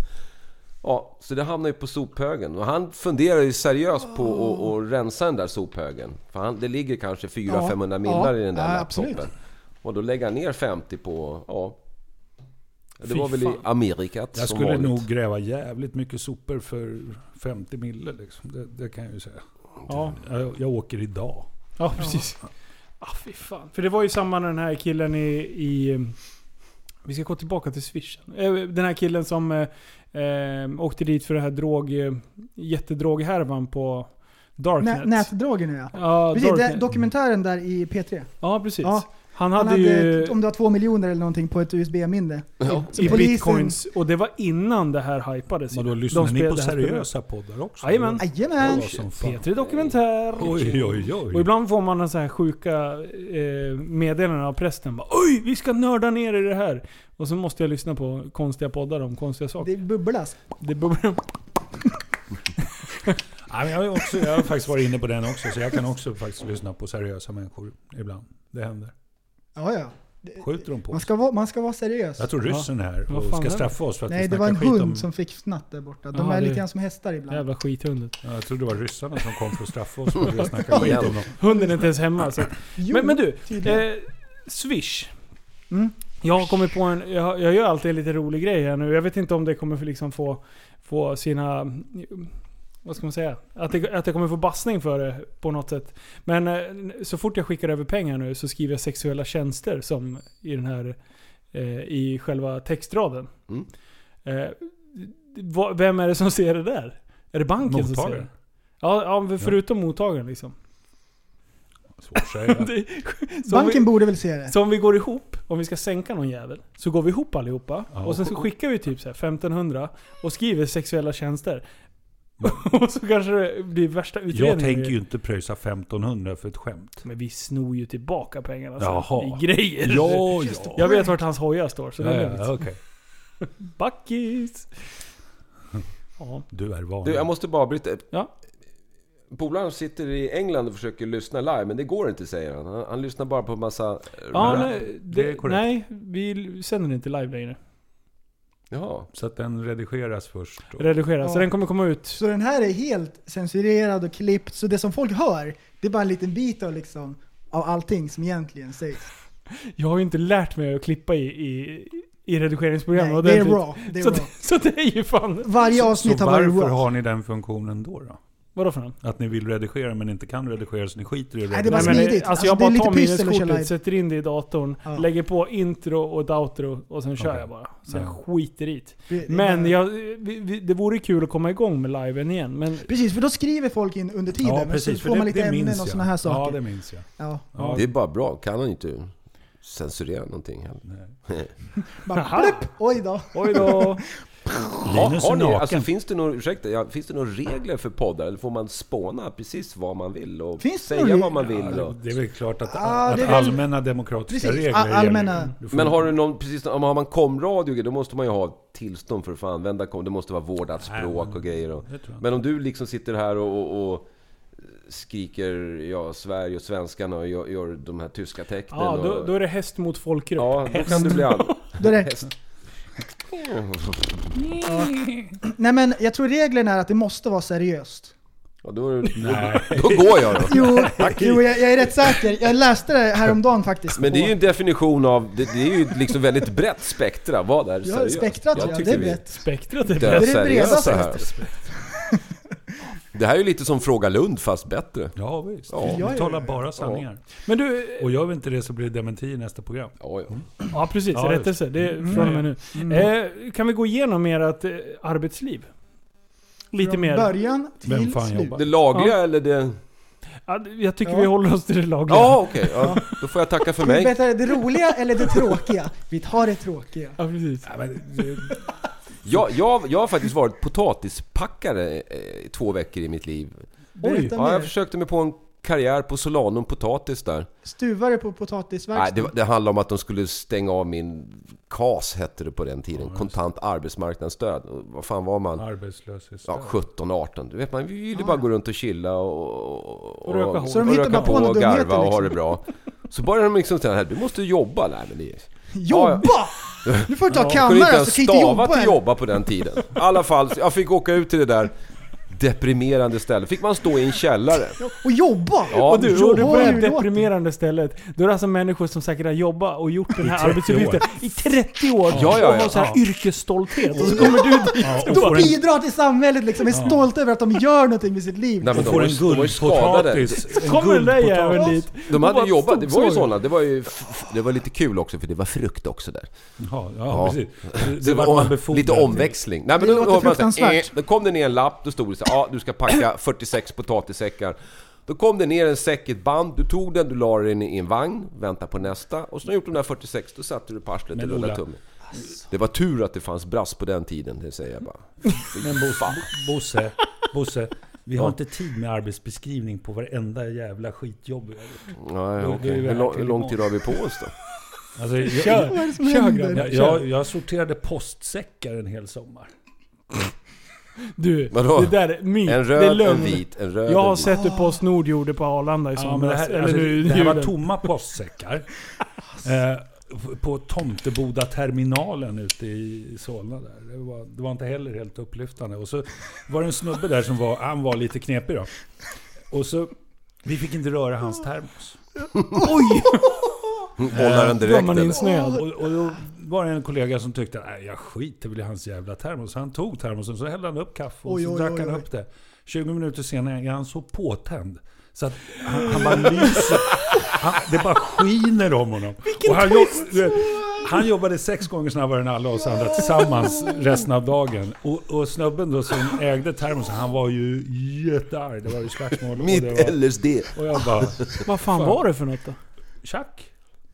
Speaker 5: Ja, så det hamnade ju på sophögen. Och han funderar ju seriöst på att att rensa den där sophögen. För han, det ligger kanske
Speaker 3: Ja,
Speaker 5: 400-500 millar
Speaker 3: ja,
Speaker 5: i den där
Speaker 3: ja,
Speaker 5: laptopen.
Speaker 3: absolut.
Speaker 5: Och då lägger han ner 50 på... Ja. Det
Speaker 2: Fy
Speaker 5: var väl i
Speaker 2: fan.
Speaker 5: Amerika
Speaker 4: jag
Speaker 5: som
Speaker 4: skulle
Speaker 5: vanligt.
Speaker 4: nog gräva jävligt mycket sopor för 50 mille. Liksom. Det, det kan jag ju säga.
Speaker 2: Ja,
Speaker 4: Jag, jag åker idag.
Speaker 2: ja precis. Ah fy fan. För det var ju samma när den här killen i... i eh, vi ska gå tillbaka till swishen. Eh, Den här killen som eh, eh, åkte dit för det här drog... eh, Jättedroghärvan på Darknet.
Speaker 3: Nä, nätdrogerna ja.
Speaker 2: Ja,
Speaker 3: Precis, det,
Speaker 2: Darknet.
Speaker 3: dokumentären där i P3.
Speaker 2: Ja, precis.
Speaker 3: Ja,
Speaker 2: Han
Speaker 3: Han
Speaker 2: hade,
Speaker 3: hade,
Speaker 2: ju
Speaker 3: om det var två miljoner eller någonting på ett USB-minne.
Speaker 5: Ja.
Speaker 3: Så
Speaker 2: i
Speaker 3: polisen-
Speaker 2: bitcoins, och det var innan det här hypades.
Speaker 4: Men då
Speaker 2: ju.
Speaker 4: lyssnar ni
Speaker 2: spel-
Speaker 4: på
Speaker 2: Alltså, det här
Speaker 4: seriösa poddar också?
Speaker 2: Jajamän.
Speaker 4: Det
Speaker 3: Jajamän!
Speaker 4: var som fan.
Speaker 2: spelet. P3 Dokumentär.
Speaker 4: Oj, oj, oj.
Speaker 2: Och ibland får man en så här sjuka eh, meddelanden av prästen. Bara, Oj, vi ska nörda ner i det här. Och så måste jag lyssna på konstiga poddar om konstiga saker.
Speaker 3: Det bubblas.
Speaker 2: Det, bubblar.
Speaker 4: Ja, men jag, har ju också, jag har faktiskt varit inne på den också, så jag kan också faktiskt lyssna på seriösa människor ibland. Det händer.
Speaker 3: Ja, ja. Det-
Speaker 4: Skjuter de på
Speaker 3: Man
Speaker 4: oss?
Speaker 3: ska vara, man ska vara seriös.
Speaker 4: Jag tror ryssen är här
Speaker 2: Vad fan
Speaker 4: och ska
Speaker 2: händer?
Speaker 4: straffa oss för att vi
Speaker 3: Nej, det var
Speaker 4: snackar
Speaker 3: en
Speaker 4: skit
Speaker 3: hund
Speaker 4: om...
Speaker 3: som fick fnatt där borta. De
Speaker 2: Jaha,
Speaker 3: är
Speaker 2: det-
Speaker 3: lite grann som hästar ibland.
Speaker 2: Jävla skithundet.
Speaker 4: Ja, Jag trodde det var ryssarna som kom för att straffa oss för att vi snackar skit om dem.
Speaker 2: Hunden är inte ens hemma. Så.
Speaker 3: Jo,
Speaker 2: Men, men du,
Speaker 3: tydligen.
Speaker 2: eh, Swish.
Speaker 3: Mm.
Speaker 2: Jag har kommit på en, jag, jag gör alltid en lite rolig grej här nu. Jag vet inte om det kommer för liksom få, få sina... Vad ska man säga? Att, det, att jag kommer få bassning för det på något sätt. Men eh, så fort jag skickar över pengar nu så skriver jag sexuella tjänster som i den här... Eh, I själva textraden.
Speaker 5: Mm.
Speaker 2: Eh, vad- vem är det som ser det där? Är det banken som ser
Speaker 4: Mottagaren.
Speaker 2: det? Ja, ja, men förutom mottagaren liksom.
Speaker 4: Svårt att säga.
Speaker 2: Det- så vi-
Speaker 3: Banken borde väl se det.
Speaker 2: så om vi går ihop, om vi ska sänka någon jävel, så går vi ihop allihopa.
Speaker 4: Ja.
Speaker 2: Och sen så skickar vi typ så här 1500 och skriver sexuella tjänster. och så kanske det blir värsta utredningen.
Speaker 4: Jag tänker ju inte pröjsa 1500 för ett skämt.
Speaker 2: Men vi snor ju tillbaka pengarna sen.
Speaker 4: Jaha.
Speaker 2: I grejer.
Speaker 4: Ja,
Speaker 2: Jag
Speaker 4: ja.
Speaker 2: vet vart hans hojar står, så det är lugnt.
Speaker 4: ja okej.
Speaker 2: Backis! Ja.
Speaker 4: Du är van.
Speaker 5: Du, jag måste bara bryta.
Speaker 2: Ja.
Speaker 5: Polaren sitter i England och försöker lyssna live, men det går inte säger han. Han, han lyssnar bara på massa...
Speaker 2: Ja,
Speaker 5: rap.
Speaker 2: nej,
Speaker 4: det är
Speaker 2: det,
Speaker 4: korrekt.
Speaker 2: nej, vi sänder inte live längre.
Speaker 5: Jaha.
Speaker 4: Så att den redigeras först. Och,
Speaker 2: Redigera, så
Speaker 3: Ja.
Speaker 2: den kommer komma ut.
Speaker 3: Så den här är helt censurerad och klippt, så det som folk hör, det är bara en liten bit av liksom av allting som egentligen sägs.
Speaker 2: Jag har ju inte lärt mig att klippa i, i, i redigeringsprogram
Speaker 3: Nej, det är
Speaker 2: ordentligt.
Speaker 3: raw. Det är
Speaker 2: så,
Speaker 3: raw.
Speaker 2: det, så det är ju fan...
Speaker 3: Varje
Speaker 4: så
Speaker 3: avsnitt har varit
Speaker 4: varför
Speaker 3: raw.
Speaker 4: har ni den funktionen då? då?
Speaker 2: Vadå för något?
Speaker 4: Att ni vill redigera men inte kan redigera så ni skiter i att
Speaker 3: Nej, det var
Speaker 4: redigera.
Speaker 2: men
Speaker 3: smidigt.
Speaker 2: Alltså,
Speaker 3: Alltså,
Speaker 2: jag
Speaker 3: det är
Speaker 2: bara
Speaker 3: lite
Speaker 2: tar
Speaker 3: pyssel att köra live.
Speaker 2: minneskortet, sätter in det i datorn,
Speaker 3: Ja.
Speaker 2: lägger på intro och outro och sen kör jag bara. Sen
Speaker 4: Ja.
Speaker 2: skiter i det.
Speaker 3: Det- det är
Speaker 2: Men
Speaker 3: bara-
Speaker 2: jag, vi, vi, det vore kul att komma igång med liven igen. Men
Speaker 3: Precis, för då skriver folk in under tiden.
Speaker 4: Ja,
Speaker 3: och
Speaker 4: precis.
Speaker 3: så
Speaker 4: För
Speaker 3: får
Speaker 4: det,
Speaker 3: man lite
Speaker 4: det
Speaker 3: ämnen
Speaker 4: minns
Speaker 3: och
Speaker 4: jag.
Speaker 3: sådana här saker.
Speaker 4: Ja, det minns jag.
Speaker 3: Ja.
Speaker 4: Ja.
Speaker 5: Det är bara bra. Kan han inte censurera någonting heller.
Speaker 3: Bara,
Speaker 2: Aha.
Speaker 3: plupp, oj då.
Speaker 2: oj då.
Speaker 5: Har,
Speaker 4: Linus
Speaker 5: har
Speaker 4: är
Speaker 5: ni,
Speaker 4: naken.
Speaker 5: alltså, finns, det några, ursäkta, ja, finns det några regler för poddar? Eller får man spåna precis vad man vill och
Speaker 3: Finns det
Speaker 5: säga
Speaker 3: några
Speaker 5: vad man vill?
Speaker 4: Ja,
Speaker 5: Och,
Speaker 4: det är väl klart att,
Speaker 3: Ah,
Speaker 4: att
Speaker 3: det är väl-
Speaker 4: allmänna demokratiska
Speaker 3: Precis,
Speaker 4: regler
Speaker 3: all-
Speaker 4: gäller.
Speaker 3: allmänna-
Speaker 4: Du får-
Speaker 5: men har du någon, precis, om har man komradio då måste man ju ha tillstånd för att få använda kom, Det måste vara vårdat
Speaker 4: Nej,
Speaker 5: språk
Speaker 4: men-
Speaker 5: och grejer. Och,
Speaker 4: det tror jag inte.
Speaker 5: men om du liksom sitter här och, och, och skriker ja, Sverige och svenskarna och gör, gör de här tyska tecknen.
Speaker 2: Ja, då,
Speaker 5: och,
Speaker 2: då är det häst mot folkgrupp.
Speaker 5: ja, då kan du bli an...
Speaker 3: Då är det. Nej men jag tror reglerna är att det måste vara seriöst.
Speaker 5: Ja, då, är det-
Speaker 4: Nej.
Speaker 5: då går jag då.
Speaker 3: Jo, jo jag, jag är rätt säker. Jag läste det häromdagen faktiskt.
Speaker 5: Men det är
Speaker 3: på-
Speaker 5: ju en definition av, det, det är ju liksom väldigt brett spektra. Vad är
Speaker 3: Ja,
Speaker 5: seriöst?
Speaker 3: spektrat ja, det
Speaker 5: tycker
Speaker 3: är
Speaker 5: vi-
Speaker 3: brett.
Speaker 2: Spektrat är
Speaker 5: Det,
Speaker 2: bäst.
Speaker 3: Det är det
Speaker 5: seriösa
Speaker 3: bredaste.
Speaker 5: här. Det här är ju lite som Fråga Lund fast bättre.
Speaker 4: Ja, visst.
Speaker 5: Ja.
Speaker 4: Vi
Speaker 3: Ja, ja,
Speaker 4: talar
Speaker 3: ja.
Speaker 4: bara sanningar.
Speaker 2: Men du,
Speaker 4: Och gör vi inte det så blir det dementi i nästa program.
Speaker 5: Ja, ja.
Speaker 2: ja Mm. precis,
Speaker 4: Ja,
Speaker 2: rättelse. Det är från och med nu.
Speaker 4: Mm.
Speaker 2: Eh, kan vi gå igenom ert eh, arbetsliv? Lite
Speaker 3: Från
Speaker 2: mer.
Speaker 3: början till
Speaker 4: Vem fan
Speaker 3: slut.
Speaker 4: jobbar?
Speaker 5: Det lagliga eller det...
Speaker 2: Ja, det- Jag tycker
Speaker 3: Ja.
Speaker 2: vi håller oss till det lagliga.
Speaker 5: Ja, okej. ja. Då får jag tacka för
Speaker 3: Det är
Speaker 5: mig.
Speaker 3: bättre det roliga eller det tråkiga? Vi tar det tråkiga.
Speaker 2: Ja, precis.
Speaker 4: Nej, men, det-
Speaker 5: Jag, jag, jag har faktiskt varit potatispackare eh, i två veckor i mitt liv.
Speaker 3: Berätta
Speaker 5: Ja, jag
Speaker 3: mer.
Speaker 5: försökte mig på en karriär på Solanum Potatis där.
Speaker 3: Stuvare på
Speaker 5: Nej, det,
Speaker 3: potatisverkstad.
Speaker 5: var- det handlade om att de skulle stänga av min KAS hette det på den tiden. Kontant arbetsmarknadsstöd. Och Vad fan var man?
Speaker 4: Arbetslöshetsstöd.
Speaker 5: Ja, 17, 18. Du vet, man vill ju bara gå runt och chilla och,
Speaker 2: Och röka hål.
Speaker 3: Så de hittar bara på några
Speaker 5: och garva
Speaker 3: dumheter,
Speaker 5: och ha
Speaker 3: liksom.
Speaker 5: det bra. Så började de liksom säga här, du måste jobba. Nej, men det,
Speaker 3: Jobba! Nu får du ta alltså,
Speaker 5: jag kunde inte
Speaker 3: kammare
Speaker 5: ens
Speaker 3: så kan jag inte
Speaker 5: stava
Speaker 3: jobba
Speaker 5: till
Speaker 3: än.
Speaker 5: jobba på den tiden. I alla fall, så jag fick åka ut till det där deprimerande stället. Fick man stå i en källare.
Speaker 3: Och jobba!
Speaker 5: Ja,
Speaker 2: Och du, och du på
Speaker 3: Oj,
Speaker 2: det här
Speaker 3: låter.
Speaker 2: deprimerande stället. Då är det alltså människor som säkert har jobbat och gjort den här
Speaker 4: 30
Speaker 2: arbetsuppgiften i 30 år.
Speaker 5: Ja, ja,
Speaker 2: Och har
Speaker 5: ja.
Speaker 2: så här yrkesstolthet. Och så kommer du dit.
Speaker 4: Ja, och
Speaker 3: De
Speaker 4: får en,
Speaker 3: bidrar till samhälet liksom, är stolta över att de gör någonting med sitt liv.
Speaker 5: Nej, men de
Speaker 4: och får
Speaker 5: var
Speaker 4: en
Speaker 5: ju- de var ju skadade.
Speaker 4: guldpotatis. En
Speaker 2: Kommer den där
Speaker 4: guldpotatis.
Speaker 2: jäveln dit.
Speaker 5: De hade
Speaker 2: bara
Speaker 5: ju jobbat, det var ju
Speaker 2: stormsågar.
Speaker 5: sådana. Det var ju f- f- det var lite kul också för det var frukt också där.
Speaker 4: Ja, ja,
Speaker 5: Ja.
Speaker 4: precis. Det,
Speaker 5: Så
Speaker 4: det var man befordrad
Speaker 5: lite
Speaker 4: till.
Speaker 5: omväxling. Nej, men
Speaker 3: Det
Speaker 5: då,
Speaker 3: låter
Speaker 5: då, var det så här,
Speaker 3: fruktansvärt.
Speaker 5: eh, då kom det ner en lapp, då stod det så här, ja du ska packa 46 potatissäckar. Då kom det ner en säck i ett band, du tog den, du la den i en vagn, väntade på nästa. Och så när du gjort de där 46, då satte du på arslet och
Speaker 4: Men
Speaker 5: rullade
Speaker 4: Ola-
Speaker 5: tummen.
Speaker 3: alltså.
Speaker 5: Det var tur att det fanns brass på den tiden, det säger jag bara.
Speaker 4: Men Bosse, Bosse, Bosse. Vi har inte tid med arbetsbeskrivning på varenda jävla skitjobb vi har gjort.
Speaker 5: Nej,
Speaker 4: Det- det är
Speaker 5: okej.
Speaker 4: ju
Speaker 5: Hur, lång,
Speaker 4: verkligen
Speaker 5: hur lång tid har vi på oss då?
Speaker 4: Alltså, jag,
Speaker 2: Kör,
Speaker 4: jag,
Speaker 3: Vad är det som
Speaker 2: kör
Speaker 3: händer?
Speaker 2: grabbar.
Speaker 4: jag, jag, jag sorterade postsäckar en hel sommar.
Speaker 2: Du,
Speaker 5: Vadå?
Speaker 2: det där är myt.
Speaker 5: En
Speaker 2: det är
Speaker 5: röd,
Speaker 2: lögn.
Speaker 5: en vit, en röd,
Speaker 2: Jag har
Speaker 5: en vit.
Speaker 2: sett hur Postnord gjorde på Arlanda i
Speaker 4: Ja,
Speaker 2: somras.
Speaker 4: men det, här,
Speaker 2: eller
Speaker 4: alltså,
Speaker 2: nu,
Speaker 4: det här var
Speaker 2: julen.
Speaker 4: tomma postsäckar. eh, på Tomteboda terminalen ute i Solna. Där. Det, var, det var inte heller helt upplyftande. Och så var det en snubbe där som var, han var lite knepig då. Och så, vi fick inte röra hans termos. eh,
Speaker 5: Bollar den
Speaker 2: Drar
Speaker 5: direkt
Speaker 2: man in
Speaker 5: eller?
Speaker 2: snö.
Speaker 4: Och, och då var det en kollega som tyckte att jag skiter väl i hans jävla termos. Så Han tog termosen, så hällde han upp kaffe och
Speaker 3: Oj,
Speaker 4: så
Speaker 3: oj,
Speaker 4: drack
Speaker 3: oj,
Speaker 4: han
Speaker 3: oj.
Speaker 4: upp det. 20 minuter senare är han så påtänd. Så att han, han bara lyser. Han, det bara skiner om honom. och han, jobb, du vet, han jobbade sex gånger snabbare än alla oss andra tillsammans resten av dagen. Och, och snubben då som ägde termosen, han var ju jättearg. Det var ju slagsmål. Och,
Speaker 5: Mitt
Speaker 4: det var,
Speaker 5: LSD.
Speaker 4: och jag bara,
Speaker 2: Vad fan var det för något då?
Speaker 4: tjack.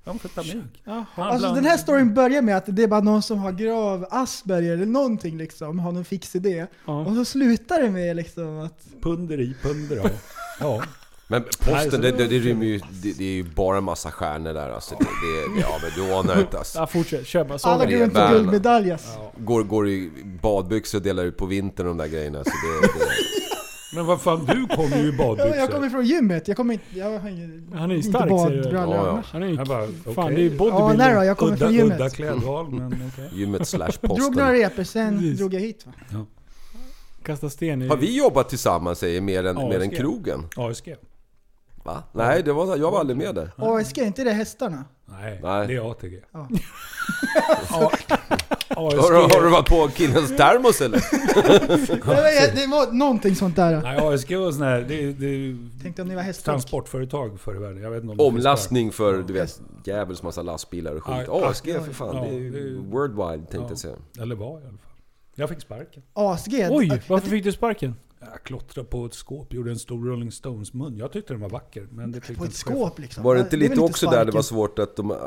Speaker 4: Amfetamin.
Speaker 3: Alltså den här storyn börjar med att det är bara någon som har grav Asperger eller någonting liksom, har någon fix idé.
Speaker 2: Ja.
Speaker 3: Och så slutar det med liksom att...
Speaker 4: Punder i, punder av. Ja.
Speaker 5: Men
Speaker 4: Nej, så-
Speaker 5: posten, det, det, det rymmer ju... Det, det är ju bara massa stjärnor där alltså. Det, det, ja men du anar inte alltså.
Speaker 2: Ja, fortsätt, kör bara.
Speaker 3: Alla
Speaker 2: Såga.
Speaker 5: det
Speaker 3: går
Speaker 5: är
Speaker 3: runt med
Speaker 5: världen.
Speaker 3: guldmedalj alltså.
Speaker 5: Går, går i badbyxor och delar ut på vintern de där grejerna. Så det, det,
Speaker 4: Men vad fan, du kommer ju i badbyxor.
Speaker 3: Ja, jag kommer från gymmet. Jag kommer inte... Jag har ingen,
Speaker 2: Han är ju
Speaker 3: inte
Speaker 2: stark ser du.
Speaker 5: bra.
Speaker 3: badbrallor
Speaker 5: Ja, ja.
Speaker 3: annars.
Speaker 2: Han är ju...
Speaker 4: Jag bara,
Speaker 2: Fan
Speaker 4: okej.
Speaker 2: det är ju
Speaker 3: Ja,
Speaker 2: bodybuilding.
Speaker 3: nej då, jag kommer
Speaker 4: udda,
Speaker 3: från gymmet.
Speaker 4: udda klädval, men okej.
Speaker 5: Gymmet slash
Speaker 3: Drog några
Speaker 5: posten.
Speaker 3: repor, sen
Speaker 2: Precis.
Speaker 3: drog jag hit va.
Speaker 2: Kasta sten i...
Speaker 5: Har vi jobbat tillsammans säger mer än,
Speaker 4: Ja,
Speaker 5: mer än
Speaker 4: ska.
Speaker 5: krogen?
Speaker 4: ASG?
Speaker 5: Va? Nej, det var, jag var aldrig med där.
Speaker 3: ASG, är inte det hästarna?
Speaker 4: Nej,
Speaker 5: Nej.
Speaker 4: det är ATG.
Speaker 3: Ja.
Speaker 4: A-
Speaker 5: Har, du- har du
Speaker 4: ASG,
Speaker 5: varit på killens termos eller?
Speaker 3: Nej, men jag- det var någonting sånt där.
Speaker 4: nej, ASG var sån här, det, det är ju
Speaker 3: Tänkte om ni var hästfolk.
Speaker 4: transportföretag förr i världen. Jag vet inte om det finns
Speaker 5: Omlastning för du vet, jävels massa lastbilar och skit.
Speaker 4: Ja,
Speaker 5: ASG för fan,
Speaker 4: ja,
Speaker 5: det är
Speaker 4: det är
Speaker 5: ju
Speaker 4: ju-
Speaker 5: worldwide tänkte
Speaker 4: Ja.
Speaker 5: jag säga.
Speaker 4: kvar. Eller var i alla fall. Jag fick sparken.
Speaker 3: ASG?
Speaker 2: Oj, varför fick du sparken?
Speaker 4: Jag klottrade på ett skåp, gjorde en stor Rolling Stones-mun. Jag tyckte den var vacker, men det tyckte
Speaker 3: På ett
Speaker 4: inte chefen.
Speaker 3: skåp liksom.
Speaker 5: Var det inte
Speaker 3: är
Speaker 5: lite
Speaker 3: väl
Speaker 5: också där det var
Speaker 3: sparken.
Speaker 5: svårt att de, äh,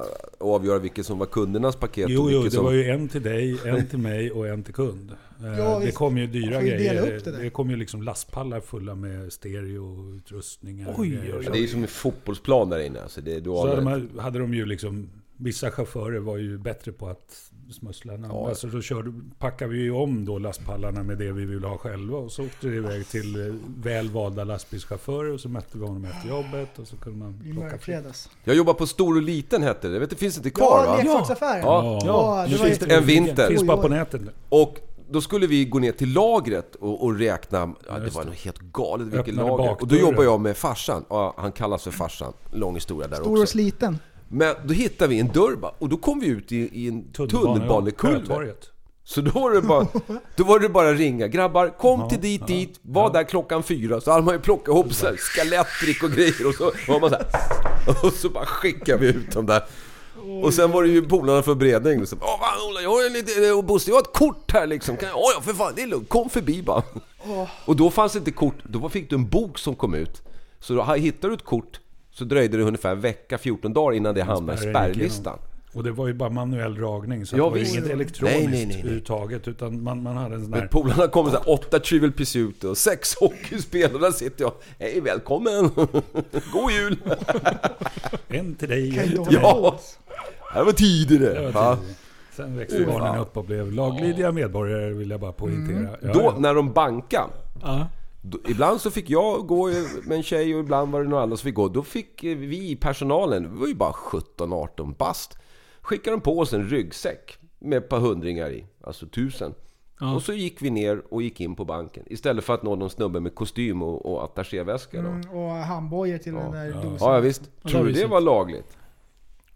Speaker 5: avgöra vilket som var kundernas paket
Speaker 4: Jo,
Speaker 5: och
Speaker 4: jo,
Speaker 5: vilket
Speaker 4: det
Speaker 5: som...
Speaker 4: var ju en till dig, en till mig och en till kund. Eh,
Speaker 3: Ja,
Speaker 4: det
Speaker 3: visst.
Speaker 4: kom ju dyra
Speaker 3: Man får ju dela
Speaker 4: grejer.
Speaker 3: upp det där.
Speaker 4: Det, kom ju liksom lastpallar fulla med stereoutrustningar. och
Speaker 2: Oj,
Speaker 4: grejer.
Speaker 2: oj,
Speaker 5: Ja, det är ju som en fotbollsplan där inne alltså. Det, du
Speaker 4: Så hade,
Speaker 5: anar inte.
Speaker 4: man, hade de ju liksom... Vissa chaufförer var ju bättre på att smussla.
Speaker 5: Ja.
Speaker 4: Ja. Alltså då körde, packade vi ju om då lastpallarna med det vi ville ha själva. Och så åkte det iväg till eh, välvalda lastbilschaufförer. Och så mötte vi honom efter jobbet. Och så kunde
Speaker 3: I
Speaker 4: man plocka fritt.
Speaker 3: mörkfredags.
Speaker 5: Jag jobbar på Stor och Liten hette det. Jag vet, det finns inte kvar
Speaker 3: Ja,
Speaker 5: va?
Speaker 3: leksaksaffären.
Speaker 5: Ja.
Speaker 3: Ja, det
Speaker 4: Nu
Speaker 3: var ju...
Speaker 4: finns det-
Speaker 5: En vinter.
Speaker 4: Finns bara
Speaker 3: Oj,
Speaker 4: på
Speaker 3: oj.
Speaker 4: nätet nu.
Speaker 5: Och då skulle vi gå ner till lagret och, och räkna. Ja, det
Speaker 4: just
Speaker 5: var
Speaker 4: det.
Speaker 5: nog helt galet vilket
Speaker 4: Öppnade
Speaker 5: lager. Och då
Speaker 4: bakdörren.
Speaker 5: jobbar jag med farsan. Ja, han kallas för farsan. Lång historia där
Speaker 3: Stor och
Speaker 5: också.
Speaker 3: sliten.
Speaker 5: Men då hittade vi en dörr bara. Och då kom vi ut i, i en tunnelbanekulver.
Speaker 4: Sjötorget.
Speaker 5: Så då var det bara, då var det bara ringa. Grabbar, kom till dit, dit. Var där klockan fyra. Så hade man ju plockat ihop så här, skelettdrick och grejer. Och så var man så här, Och så bara skickade vi ut dem där. Och sen var det ju polarna för Bredäng. Liksom. Åh, fan, Ola, jag har en lite, och Bosse, jag har ett kort här liksom. Kan jag, "Ja, ja, för fan, det är lugnt. Kom förbi bara. Och då fanns inte kort. Då fick du en bok som kom ut. Så då hittade du ett kort så dröjde det ungefär en vecka, 14 dagar innan det hamnade i
Speaker 4: spärren gick igenom.
Speaker 5: spärrlistan.
Speaker 4: Och det var ju bara manuell dragning, så
Speaker 5: Ja,
Speaker 4: det var ju
Speaker 5: visst.
Speaker 4: inget
Speaker 5: Nej,
Speaker 4: elektroniskt
Speaker 5: nej, nej, nej.
Speaker 4: överhuvudtaget. Utan man, man hade en sån
Speaker 5: Men
Speaker 4: här...
Speaker 5: polarna kommer såhär, åtta Trivial Pursuit och sex hockeyspel och där sitter jag. Hej, välkommen! God jul!
Speaker 4: En till dig,
Speaker 3: Kan
Speaker 4: en
Speaker 3: inte
Speaker 4: till mig.
Speaker 3: hålla
Speaker 5: Ja.
Speaker 3: på.
Speaker 5: Det var
Speaker 4: Det
Speaker 5: tidigare!
Speaker 4: var
Speaker 5: Va?
Speaker 4: tidigt. Sen växte barnen upp och blev laglydiga medborgare, vill jag bara
Speaker 3: Mm.
Speaker 4: poängtera. Ja,
Speaker 5: Då,
Speaker 4: ja.
Speaker 5: när de bankade,
Speaker 2: Ja.
Speaker 5: då, ibland så fick jag gå med en tjej och ibland var det några andra som fick gå. Då fick eh, vi i personalen, vi var ju bara 17-18 bast, skickade de på oss en ryggsäck med ett par hundringar i, alltså tusen.
Speaker 2: Ja.
Speaker 5: Och så gick vi ner och gick in på banken. Istället för att nå någon snubbe med kostym och, och attachéväska. då.
Speaker 3: Mm, och handbojor till den där dosan.
Speaker 5: Ja, ja, visst. Tror
Speaker 2: var
Speaker 5: du
Speaker 2: ju
Speaker 5: det
Speaker 2: synd.
Speaker 5: var lagligt?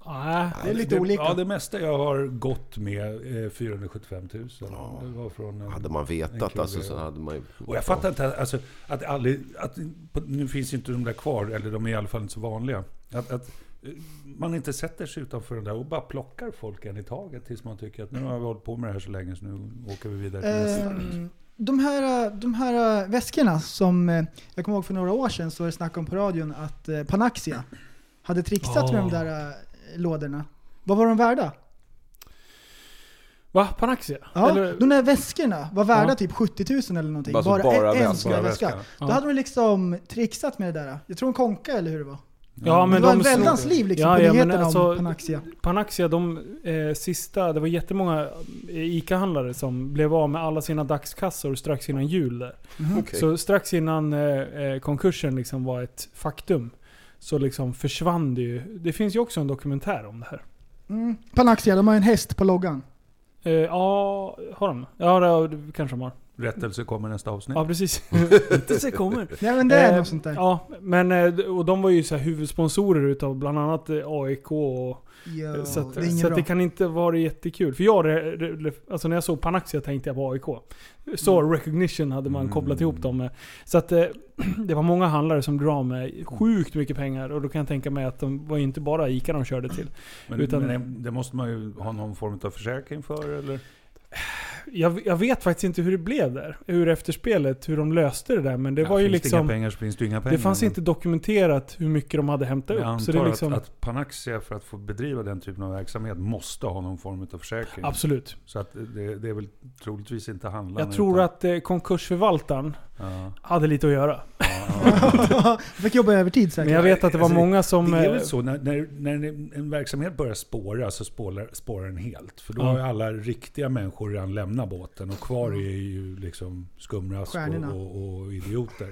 Speaker 2: Nej.
Speaker 3: Det är lite olika.
Speaker 4: Ja, det mesta jag har gått med eh, 475 000. Det var från en,
Speaker 5: Hade man
Speaker 4: en
Speaker 5: vetat
Speaker 4: krog,
Speaker 5: alltså
Speaker 4: ja.
Speaker 5: så hade man ju...
Speaker 4: Och jag fattar inte alltså, att det aldrig, att, på- nu finns ju inte de där kvar, eller de är i alla fall inte så vanliga. Att, att eh, man inte sätter sig utanför den där och bara plockar folk en i taget tills man tycker att nu har vi hållit på med det här så länge så nu åker vi vidare till nästa.
Speaker 3: Ehm, de, här, de här väskorna som... eh, Jag kommer ihåg för några år sedan så var det snack om på radion att eh, Panaxia hade trixat med de
Speaker 2: Ja.
Speaker 3: där eh, lådorna. Vad var de värda?
Speaker 2: Va? Panaxia?
Speaker 3: Ja,
Speaker 2: Eller-
Speaker 3: de där väskorna var värda
Speaker 2: Ja.
Speaker 3: typ 70 000 eller någonting.
Speaker 5: Alltså
Speaker 3: bara,
Speaker 5: bara
Speaker 3: en, en
Speaker 5: väska.
Speaker 3: skulle
Speaker 4: Bara
Speaker 3: väska.
Speaker 4: väska.
Speaker 3: Då
Speaker 2: Ja.
Speaker 3: hade de liksom trixat med det där. Jag tror en konka eller hur det var.
Speaker 4: Mm.
Speaker 2: Ja, men
Speaker 3: det var
Speaker 2: de
Speaker 3: en väldans
Speaker 2: såg-
Speaker 3: liv liksom
Speaker 2: Ja,
Speaker 3: på
Speaker 2: ja, men
Speaker 3: nyheterna
Speaker 2: alltså-
Speaker 3: om Panaxia.
Speaker 2: Panaxia, de eh, sista, det var jättemånga eh, ICA-handlare som blev av med alla sina dagskassor strax innan jul där.
Speaker 3: Mhm.
Speaker 5: Okej.
Speaker 2: Så strax innan eh, eh, konkursen liksom var ett faktum så liksom försvann det ju. Det finns ju också en dokumentär om det här.
Speaker 3: Mm. Panaxia, de har ju en häst på loggan.
Speaker 2: Eh, Ja, har de? Ja, det har- det kanske de har.
Speaker 4: Rättelse kommer nästa avsnitt.
Speaker 2: Ja, precis. Det så kommer.
Speaker 3: Nej men det är
Speaker 2: Eh,
Speaker 3: något sånt där.
Speaker 2: Ja, men eh, d- och de var ju så här huvudsponsorer utav bland annat eh, AIK och
Speaker 3: Jo,
Speaker 2: Så, att,
Speaker 3: det är inget
Speaker 2: så att
Speaker 3: bra.
Speaker 2: det kan inte vara jättekul. För jag, re- re- alltså när jag såg Panaxia tänkte jag på AIK. Så
Speaker 4: Mm.
Speaker 2: recognition hade man kopplat ihop dem med. Så att eh, det var många handlare som drar med sjukt mycket pengar. Och då kan jag tänka mig att de var ju inte bara ICA de körde till.
Speaker 4: Men,
Speaker 2: Utan-
Speaker 4: men det måste man ju ha någon form av försäkring för eller?
Speaker 2: Jag, jag vet faktiskt inte hur det blev där. Hur efterspelet, hur de löste det där. Men det var ju
Speaker 4: finns det inga
Speaker 2: liksom...
Speaker 4: pengar så finns det ju inga pengar.
Speaker 2: Det fanns
Speaker 4: men
Speaker 2: inte dokumenterat hur mycket de hade hämtat
Speaker 4: jag
Speaker 2: upp.
Speaker 4: antar
Speaker 2: Så det är liksom,
Speaker 4: att, att Panaxia för att få bedriva den typen av verksamhet måste ha någon form av försäkring.
Speaker 2: absolut.
Speaker 4: Så att det, det är väl troligtvis inte handlarna.
Speaker 2: Jag tror
Speaker 4: utan-
Speaker 2: att eh, konkursförvaltaren
Speaker 4: Ja.
Speaker 2: Hade lite att göra.
Speaker 3: Fick jobba övertid säkert.
Speaker 2: Men jag vet att det var
Speaker 4: Alltså,
Speaker 2: många som...
Speaker 4: Det är
Speaker 2: eh,
Speaker 4: väl så, när, när, när en- en verksamhet börjar spåra så spårar, spårar den helt. För då
Speaker 2: Ja.
Speaker 4: har ju alla riktiga människor redan lämnat båten och kvar är ju liksom skumrask
Speaker 3: Stjärnorna.
Speaker 4: och, och, och idioter.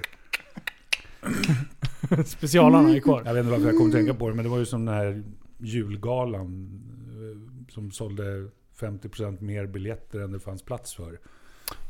Speaker 2: Specialarna är kvar.
Speaker 4: Jag vet inte varför jag kom att tänka på det, men det var ju som den här julgalan eh, som sålde 50% mer biljetter än det fanns plats för.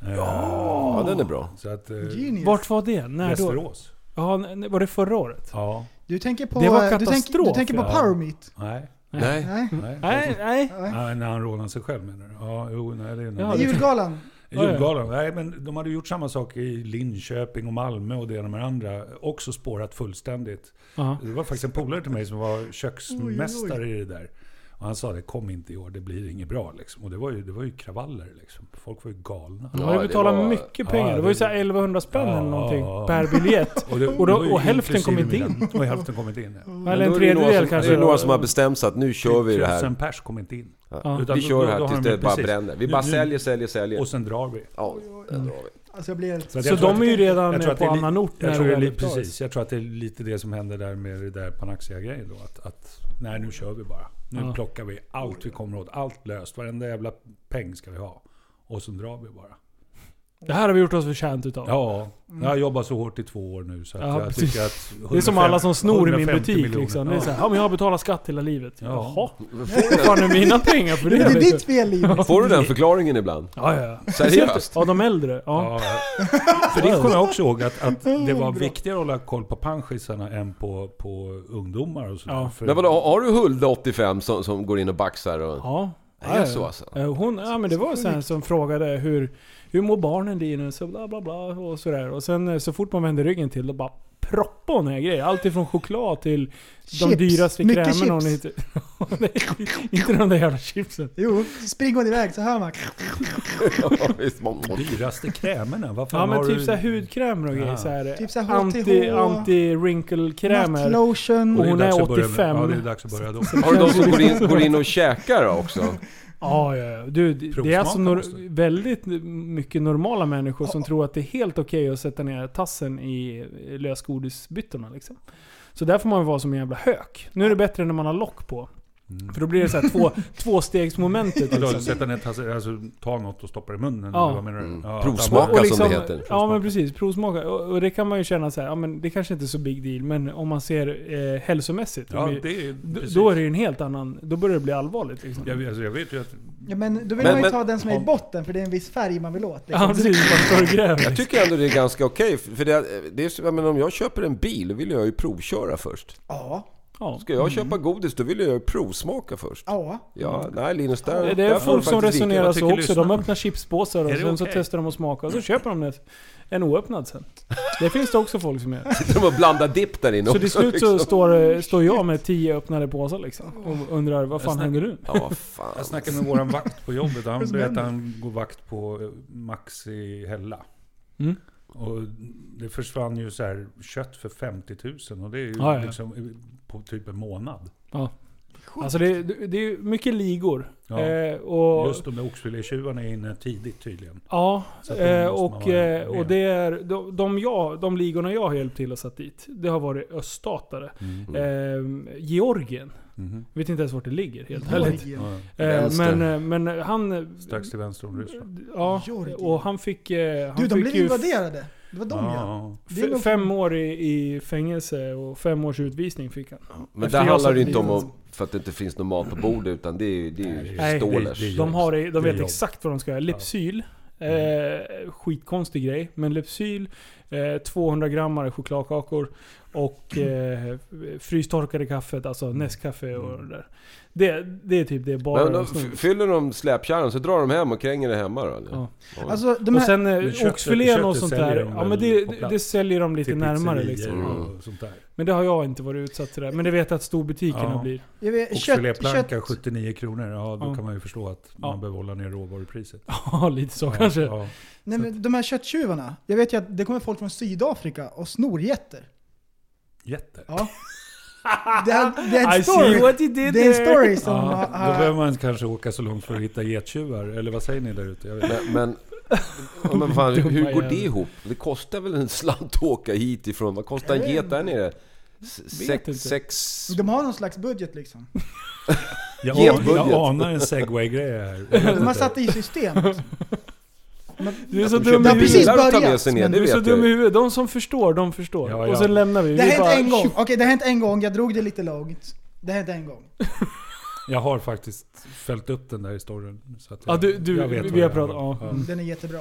Speaker 4: Ja.
Speaker 5: Ja, den är bra.
Speaker 4: Så att... eh,
Speaker 3: Genius.
Speaker 2: Vart var det? När då?
Speaker 4: Västerås.
Speaker 2: Ja, n- n- var det förra året?
Speaker 4: Ja.
Speaker 3: Du tänker på...
Speaker 2: Det var
Speaker 3: du, tänker, du
Speaker 2: katastrof,
Speaker 3: tänker på
Speaker 4: ja.
Speaker 3: Power Meet?
Speaker 4: Nej.
Speaker 5: Nej.
Speaker 3: Nej.
Speaker 4: Nej.
Speaker 2: Nej, nej.
Speaker 4: Nej, när han rånade sig själv menar du? Ja, jo, nej det är en
Speaker 2: Ja,
Speaker 4: annan-
Speaker 3: Julgalan.
Speaker 4: Julgalan. Nej, men de hade gjort samma sak i Linköping och Malmö och det ena med det andra. Också spårat fullständigt.
Speaker 2: Aha.
Speaker 4: Det var faktiskt en polare till mig som var köksmästare i det där. Och han sa det, kom inte i år, det blir inget bra. Liksom. Och det var ju, det var ju kravaller. Liksom. Folk var ju galna.
Speaker 2: De
Speaker 5: Ja,
Speaker 2: har ju
Speaker 5: det
Speaker 2: betalat
Speaker 5: var-
Speaker 2: mycket pengar.
Speaker 4: ja,
Speaker 2: det var ju
Speaker 4: det-
Speaker 2: såhär 1100 spänn
Speaker 4: Ja,
Speaker 2: eller någonting
Speaker 4: ja, ja.
Speaker 2: per biljett.
Speaker 4: det-
Speaker 2: Och då-
Speaker 4: det var ju
Speaker 2: och hälften
Speaker 4: inklusive
Speaker 2: kom inte in.
Speaker 4: mina- Och hälften kom inte in. Ja.
Speaker 2: Eller en
Speaker 5: Då är det några
Speaker 2: tredjedel
Speaker 5: som-
Speaker 2: kanske.
Speaker 5: Det är några som har bestämt sig att nu kör vi det här.
Speaker 4: Tusen pers kom inte in.
Speaker 5: Ja.
Speaker 4: Utan
Speaker 5: Vi
Speaker 4: då-
Speaker 5: kör
Speaker 4: då-
Speaker 5: det
Speaker 4: då
Speaker 5: här
Speaker 4: har
Speaker 5: tills
Speaker 4: de-
Speaker 5: det bara
Speaker 4: precis.
Speaker 5: bränner. Vi
Speaker 4: Nu-
Speaker 5: bara
Speaker 4: nu-
Speaker 5: säljer, säljer, säljer.
Speaker 4: Och sen drar vi.
Speaker 5: Ja, där drar vi.
Speaker 3: Alltså jag blir helt...
Speaker 4: att
Speaker 2: Så
Speaker 4: jag tror
Speaker 2: de
Speaker 4: att
Speaker 2: är ju
Speaker 4: det-
Speaker 2: redan
Speaker 4: jag tror att
Speaker 2: på
Speaker 4: det är li-
Speaker 2: annan ort
Speaker 4: Jag
Speaker 2: när
Speaker 4: tror det
Speaker 2: det
Speaker 4: är
Speaker 2: väl
Speaker 4: li-
Speaker 2: upptas.
Speaker 4: precis, jag tror att det är lite det som hände där med det där Panaxia-grejen då. Att, att nej nu kör vi bara. Nu
Speaker 2: Ja.
Speaker 4: plockar vi allt vi kommer åt, allt löst, varenda jävla peng ska vi ha. Och så drar vi bara.
Speaker 2: Det här har vi gjort oss förtjänt utav.
Speaker 4: Ja, jag har jobbat så hårt i två år nu så att
Speaker 2: Ja,
Speaker 4: jag
Speaker 2: precis.
Speaker 4: tycker att...
Speaker 2: Det är som alla
Speaker 4: 150
Speaker 2: som snor i min
Speaker 4: 150
Speaker 2: butik
Speaker 4: miljoner.
Speaker 2: liksom. Det är
Speaker 4: Ja.
Speaker 2: såhär, ja men jag har betalat skatt hela livet.
Speaker 4: Ja.
Speaker 2: Jaha. Vad fan är mina pengar för det?
Speaker 3: Det är
Speaker 2: liksom?
Speaker 3: ditt fel liv.
Speaker 5: Får du den förklaringen ibland?
Speaker 2: Ja, ja. ja.
Speaker 5: Seriöst?
Speaker 2: Ja, de äldre. Ja.
Speaker 4: Ja. För det kommer jag också ihåg att, att det var viktigare att hålla koll på panschisarna än på, på ungdomar och sådär.
Speaker 2: Ja.
Speaker 4: För-
Speaker 5: Men vadå, har du Hulda 85 som, som går in och baxar? Och...
Speaker 2: Ja.
Speaker 5: Det är så alltså?
Speaker 2: Eh, Hon, ja men det var sen som frågade hur, hur mår barnen Linus och bla bla bla och sådär. Och sen eh, så fort man vände ryggen till då bara proppade hon i grejer. Allt ifrån choklad till de
Speaker 3: Chips.
Speaker 2: dyraste
Speaker 3: Mycket
Speaker 2: krämerna hon
Speaker 3: chips.
Speaker 2: hittade. Nej, inte de där jävla chipsen.
Speaker 3: Jo, springer hon iväg så hör man.
Speaker 5: Ja, visst.
Speaker 4: Dyraste krämerna? Vad fan
Speaker 2: Ja
Speaker 4: har
Speaker 2: men typ
Speaker 4: du...
Speaker 2: såhär hudkrämer och grejer.
Speaker 4: Ja.
Speaker 2: Såhär,
Speaker 3: Typ såhär
Speaker 2: anti,
Speaker 3: HTH.
Speaker 2: anti wrinkle krämer.
Speaker 4: Och
Speaker 3: Nattlotion.
Speaker 4: det
Speaker 2: Hon
Speaker 4: dags
Speaker 2: är
Speaker 4: att börja med-
Speaker 2: 85.
Speaker 4: Ja, det är dags att börja då.
Speaker 5: Har du de som går in, går in och käkar då också?
Speaker 2: Ja, ja, ja. Du, det- det är
Speaker 4: Provsmaka
Speaker 2: alltså nor-
Speaker 4: måste.
Speaker 2: väldigt mycket normala människor som tror att det är helt okej att sätta ner tassen i lösgodisbyttorna. Liksom. Så där får man ju vara som en jävla hök. Nu är det bättre när man har lock på.
Speaker 4: Mm.
Speaker 2: För då blir det så här två, tvåstegsmomentet.
Speaker 4: Vadå,
Speaker 2: Liksom.
Speaker 4: sätta ner tassen, alltså ta något och stoppa det i munnen?
Speaker 2: Ja.
Speaker 4: eller Vad menar du?
Speaker 5: Mm.
Speaker 4: Ja,
Speaker 5: Provsmaka.
Speaker 4: att man-
Speaker 5: som det heter.
Speaker 2: Liksom- Ja men precis, provsmaka. Och, och det kan man ju känna så här, ja men det kanske inte är så big deal, men om man ser eh, hälsomässigt. om
Speaker 4: Ja,
Speaker 2: vi,
Speaker 4: det är,
Speaker 2: d-
Speaker 4: precis.
Speaker 2: då är det ju en helt annan, då börjar det bli allvarligt liksom.
Speaker 4: jag, vet- alltså, jag vet ju att...
Speaker 3: Ja, men då
Speaker 5: Men-
Speaker 3: vill man ju
Speaker 5: men-
Speaker 3: ta den som är i botten för det är en viss färg man vill åt.
Speaker 2: Ja
Speaker 3: Liksom.
Speaker 2: precis, man står och gräver.
Speaker 5: Jag tycker ändå det är ganska okej. För det, det är, så- jag menar, om jag köper en bil, då vill jag ju provköra först.
Speaker 3: Ja.
Speaker 2: ja.
Speaker 5: Ska jag köpa godis, då vill jag ju provsmaka först.
Speaker 3: Ja.
Speaker 5: Ja, nej Linus, där...
Speaker 2: Det- Det
Speaker 5: där
Speaker 2: är
Speaker 5: får du
Speaker 2: folk som
Speaker 5: faktiskt vika.
Speaker 2: resonerar
Speaker 4: Jag
Speaker 2: så
Speaker 4: tycker
Speaker 2: också. De
Speaker 4: lyssnarna-
Speaker 2: öppnar chipspåsar och
Speaker 4: Är det
Speaker 2: sen så
Speaker 4: okej?
Speaker 2: testar de att smaka och så köper de det- en oöppnad sen. Det finns det också folk som gör.
Speaker 5: De har blandat dipp där inne
Speaker 2: Så till
Speaker 5: också,
Speaker 2: slut så
Speaker 5: liksom.
Speaker 2: står, står jag med tio öppnade påsar liksom. Och undrar vad fan
Speaker 4: snack-
Speaker 2: händer nu?
Speaker 5: Ja, vad fan.
Speaker 4: Jag snackade med våran vakt på jobbet och han
Speaker 3: Vad som
Speaker 4: berättade att
Speaker 3: händer?
Speaker 4: han går vakt på eh, Maxi Hella.
Speaker 2: Mm.
Speaker 4: Och det försvann ju så här kött för 50 000 och det är ju
Speaker 2: Ja, ja.
Speaker 4: liksom eh, på typ en månad.
Speaker 2: Alltså det, det det är ju mycket ligor.
Speaker 4: Ja.
Speaker 2: Eh, och,
Speaker 4: Just de där oxfilétjuvarna är inne tidigt tydligen.
Speaker 2: ja,
Speaker 4: Så att då
Speaker 2: eh,
Speaker 4: måste man
Speaker 2: och,
Speaker 4: vara
Speaker 2: eh, och
Speaker 4: med.
Speaker 2: det är, de, de, jag, de ligorna jag har hjälpt till att satt dit, det har varit öststatare. Eh, Georgien.
Speaker 4: Mhm.
Speaker 2: Vet inte ens vart det ligger helt ärligt.
Speaker 3: Georgien.
Speaker 4: Ja.
Speaker 2: Eh,
Speaker 5: Vänster.
Speaker 2: men, eh, men han...
Speaker 4: Strax till vänster om Ryssland.
Speaker 2: Ja,
Speaker 3: Georgien.
Speaker 2: och han fick, eh, han
Speaker 3: Du, de
Speaker 2: fick
Speaker 3: blev
Speaker 2: ju
Speaker 3: invaderade. Det var de ja.
Speaker 4: Ja.
Speaker 3: det är
Speaker 2: f-
Speaker 3: nog-
Speaker 2: fem år i, i fängelse och fem års utvisning fick han.
Speaker 5: Men
Speaker 2: Efter
Speaker 5: där
Speaker 2: jag
Speaker 5: handlar det
Speaker 2: satt
Speaker 5: ju inte
Speaker 2: i-
Speaker 5: om att, för att det inte finns någon mat på bordet, utan det är ju, det är ju
Speaker 4: Nej,
Speaker 5: stålers.
Speaker 4: det- det-
Speaker 2: De, har, det- de
Speaker 4: Det är Mm.
Speaker 2: vet
Speaker 4: jobb.
Speaker 2: exakt vad de ska göra. Lypsyl. Eh, skitkonstig grej, men Lypsyl, eh, 200 grammar chokladkakor och eh, frystorkade kaffet, alltså
Speaker 4: Mm.
Speaker 2: Nescafé och det där. Det, det är typ det bara
Speaker 5: Men då
Speaker 2: de
Speaker 5: f-
Speaker 2: snor.
Speaker 5: fyller de släpkärran så drar de hem och kränger det hemma då? eller?
Speaker 2: Ja.
Speaker 5: Ja.
Speaker 3: Alltså, de
Speaker 2: Och
Speaker 3: här,
Speaker 2: sen eh,
Speaker 4: köttet-
Speaker 2: oxfilén och
Speaker 4: köttet
Speaker 2: sånt där,
Speaker 4: säljer de
Speaker 2: ja
Speaker 4: väl
Speaker 2: men det,
Speaker 4: på plats?
Speaker 2: det säljer de lite
Speaker 4: Till
Speaker 2: närmare
Speaker 4: pizzerior
Speaker 2: liksom.
Speaker 5: Mm.
Speaker 4: och sånt där.
Speaker 2: Men det har jag inte varit utsatt till det. Men det vet jag att storbutikerna
Speaker 4: Ja.
Speaker 2: blir.
Speaker 3: jag vet, kött,
Speaker 4: Oxfiléplanka
Speaker 3: kött,
Speaker 4: 79 kronor, ja då
Speaker 2: Ja.
Speaker 4: kan man ju förstå att
Speaker 2: Ja.
Speaker 4: man behöver hålla ner råvarupriset.
Speaker 2: Ja, lite så
Speaker 4: Ja,
Speaker 2: kanske.
Speaker 4: ja.
Speaker 3: nej, men de här kötttjuvarna. Jag vet ju att det kommer folk från Sydafrika och snor getter.
Speaker 4: Jätte.
Speaker 3: Ja. Det, här, det är en
Speaker 2: I
Speaker 3: story.
Speaker 2: see what you did
Speaker 3: Det är en
Speaker 2: there.
Speaker 3: story som...
Speaker 4: Ja,
Speaker 3: har-
Speaker 4: då behöver man kanske åka så långt för att hitta gettjuvar, eller vad säger ni där ute? Jag vet.
Speaker 5: Men, men Ja, Men fan,
Speaker 2: Dumma
Speaker 5: hur går
Speaker 2: jävel.
Speaker 5: det ihop? Det kostar väl en slant att åka hit ifrån? Vad kostar en get där nere? S-
Speaker 2: Vet
Speaker 5: Sex...
Speaker 2: inte.
Speaker 5: sex...
Speaker 3: De har någon slags budget liksom.
Speaker 4: Jag,
Speaker 5: Ge
Speaker 4: an, jag
Speaker 5: budget.
Speaker 4: anar en segway-grej här. Jag vet
Speaker 3: De har
Speaker 4: inte.
Speaker 3: satt det i system. liksom.
Speaker 2: Du är så
Speaker 5: De
Speaker 2: dum i
Speaker 5: köper
Speaker 3: Ja, precis
Speaker 2: huvudet.
Speaker 5: bilar att ta med
Speaker 3: börjat,
Speaker 5: sig ner,
Speaker 3: men
Speaker 5: det
Speaker 2: Du är så
Speaker 5: vet
Speaker 2: dum i
Speaker 5: jag ju.
Speaker 2: huvudet. De som förstår, de förstår.
Speaker 4: Ja, ja.
Speaker 2: Och sen lämnar vi.
Speaker 3: Det har
Speaker 2: vi
Speaker 3: hänt
Speaker 2: bara-
Speaker 3: en gång. Okej, det har hänt en gång. Jag drog det lite långt. Det har hänt en gång.
Speaker 4: Jag har faktiskt följt upp den där historien. Så att
Speaker 2: Ja, du- du- vi-
Speaker 4: vad
Speaker 2: vi har
Speaker 4: det
Speaker 2: pratat-
Speaker 4: handlar om.
Speaker 2: ja. Mm.
Speaker 3: Den är jättebra.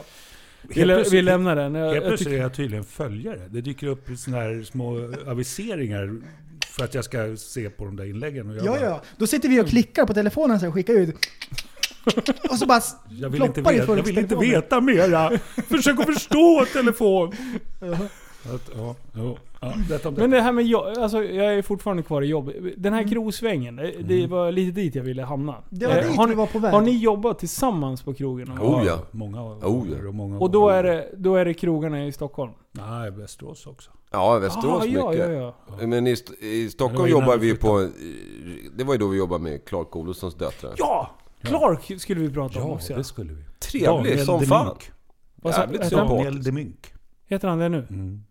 Speaker 2: Vi, lä- vi
Speaker 4: plötsligt-
Speaker 2: lämnar den. Jag,
Speaker 4: Helt
Speaker 2: jag
Speaker 4: plötsligt är
Speaker 2: tycker,
Speaker 4: jag tydligen följare. Det dyker upp såna här små aviseringar för att jag ska se på de där inläggen. Och jag,
Speaker 3: Ja,
Speaker 4: bara,
Speaker 3: ja. Då sitter vi och klickar på telefonen så här och skickar ut. Och så bara s-
Speaker 4: jag vill, inte
Speaker 3: ploppar i
Speaker 4: veta, jag vill inte
Speaker 3: fullständigt.
Speaker 4: veta mera. Försök att förstå telefon. Att, ja, jo, ja,
Speaker 5: Oh,
Speaker 4: detta om det.
Speaker 2: men det här med jobb, alltså jag är fortfarande kvar i jobb. Den här krosvängen, det- det var lite dit jag ville hamna.
Speaker 3: Mm. Det var
Speaker 2: Eh,
Speaker 3: dit
Speaker 2: har,
Speaker 3: vi
Speaker 2: ni,
Speaker 3: var på väg.
Speaker 2: har ni jobbat tillsammans på krogen? någon gång?
Speaker 5: Oh, ja.
Speaker 4: Många
Speaker 5: Oh, ja.
Speaker 4: gånger och många
Speaker 2: Och då
Speaker 4: gånger.
Speaker 2: är, det, då är det krogarna i Stockholm?
Speaker 4: Nej, Västerås också.
Speaker 5: Ja, Västerås
Speaker 2: Aha,
Speaker 5: mycket.
Speaker 2: Ah, ja, ja, ja.
Speaker 5: Men i, St- i
Speaker 4: Det var
Speaker 5: Stockholm
Speaker 4: innan
Speaker 5: jobbar
Speaker 4: vi
Speaker 5: vi ju på... eh, Det var ju då vi jobbade med Clark Olofssons döttrar.
Speaker 2: Ja! Clark skulle vi prata om
Speaker 4: Ja,
Speaker 2: också.
Speaker 4: det skulle vi.
Speaker 5: Trevlig som fan.
Speaker 2: Vad sa-
Speaker 5: Jävligt
Speaker 2: hette han?
Speaker 5: sympatisk.
Speaker 4: Daniel Demynk.
Speaker 2: Heter han det nu?
Speaker 4: Mm.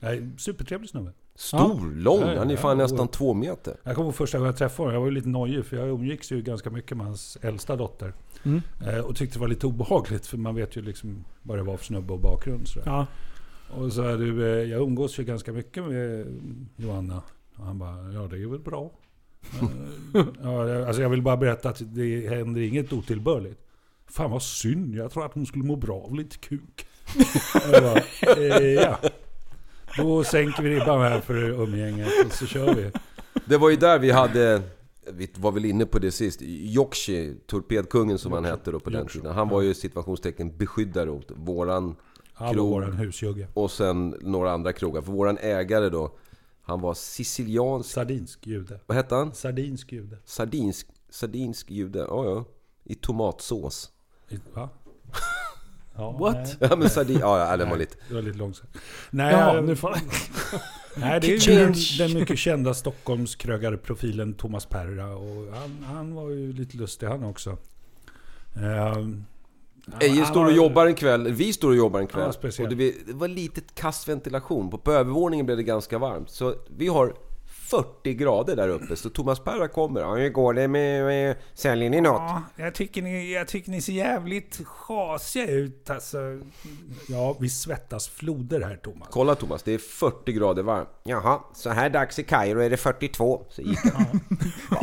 Speaker 4: Nej, supertrevlig snubbe.
Speaker 5: Stor, lång.
Speaker 4: Ja,
Speaker 5: Han är
Speaker 4: ja,
Speaker 5: fan
Speaker 4: ja.
Speaker 5: nästan två meter.
Speaker 4: Jag kommer ihåg första gången jag träffade honom. Jag var ju lite nojig för jag umgicks ju ganska mycket med hans äldsta dotter.
Speaker 2: Mm.
Speaker 4: Eh, och tyckte det var lite obehagligt för man vet ju liksom vad det var för snubbe och bakgrund. Sådär.
Speaker 2: Ja.
Speaker 4: Och så är du, eh, jag umgås ju ganska mycket med eh, Johanna. Och han bara, ja det är väl bra. Eh, ja, jag- alltså jag vill bara berätta att det händer inget otillbörligt. Fan vad synd, jag tror att hon skulle må bra av lite kuk. jag bara, eh, ja. Då sänker vi ribban här för umgänget och så kör vi.
Speaker 5: Det var ju där vi hade... Vi var väl inne på det sist. Jokshi, torpedkungen som han hette då på den
Speaker 4: Yorkshire.
Speaker 5: tiden. Han var ju situationstecken beskyddare åt våran
Speaker 4: Alla
Speaker 5: Krog.
Speaker 4: våran husjugge.
Speaker 5: och sen några andra krogar. För våran ägare då, han var siciliansk...
Speaker 4: Sardinsk jude.
Speaker 5: Vad hette han?
Speaker 4: Sardinsk jude.
Speaker 5: Sardinsk, sardinsk jude. Ja, ja. I tomatsås.
Speaker 4: Va? Ja,
Speaker 2: What?
Speaker 4: nej.
Speaker 5: Ja, men sardin... Ja, ja, den var lite...
Speaker 4: Det var lite långsamt. Nej, eh,
Speaker 2: Jaha,
Speaker 4: jag-
Speaker 2: nu får
Speaker 4: Nej, det är ju den, den mycket kända Stockholmskrögarprofilen Thomas Perra. Och han, han var ju lite lustig han också. Ehm,
Speaker 5: Eje
Speaker 4: han
Speaker 5: står
Speaker 4: var-
Speaker 5: och jobbar en kväll, vi står och jobbar en kväll.
Speaker 4: Ja, speciellt.
Speaker 5: och det, det var lite kastventilation. På, på övervåningen blev det ganska varmt. Så vi har 40 grader där uppe. Så Thomas Perra kommer. Ja, hur går det med, med säljer ni något?
Speaker 4: Ja, jag tycker, ni, jag tycker ni ser jävligt schasiga ut alltså. Ja, vi svettas floder här Thomas.
Speaker 5: Kolla Thomas, det är 40 grader varmt. Jaha, så här dags i Kairo är det 42. Så gick han.